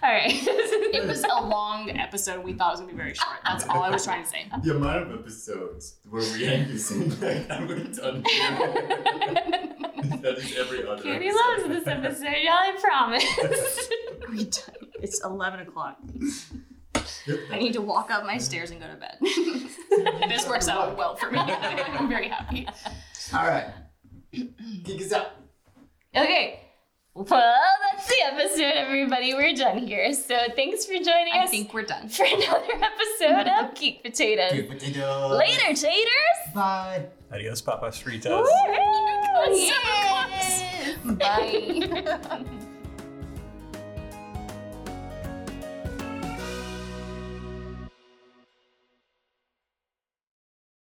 S1: All right.
S3: It was a long episode. We thought it was gonna be very short. That's all I was trying to say.
S2: The amount of episodes where we end you saying like I'm done here. that is every other.
S1: Katie loves
S2: episode.
S1: this episode, y'all. I promise.
S3: Are we done? It's 11 o'clock.
S2: Good
S3: I need to walk up my stairs and go to bed. this works out well for me. I'm very happy.
S2: All right. Kick us out.
S1: okay. Well, that's the episode, everybody. We're done here. So thanks for joining
S3: I
S1: us
S3: think we're done.
S1: for another episode of Geek Potatoes.
S2: Good potato.
S1: Later, taters!
S2: Bye.
S4: Adios, Papa Fritas.
S1: Woo!
S3: So close.
S1: Bye.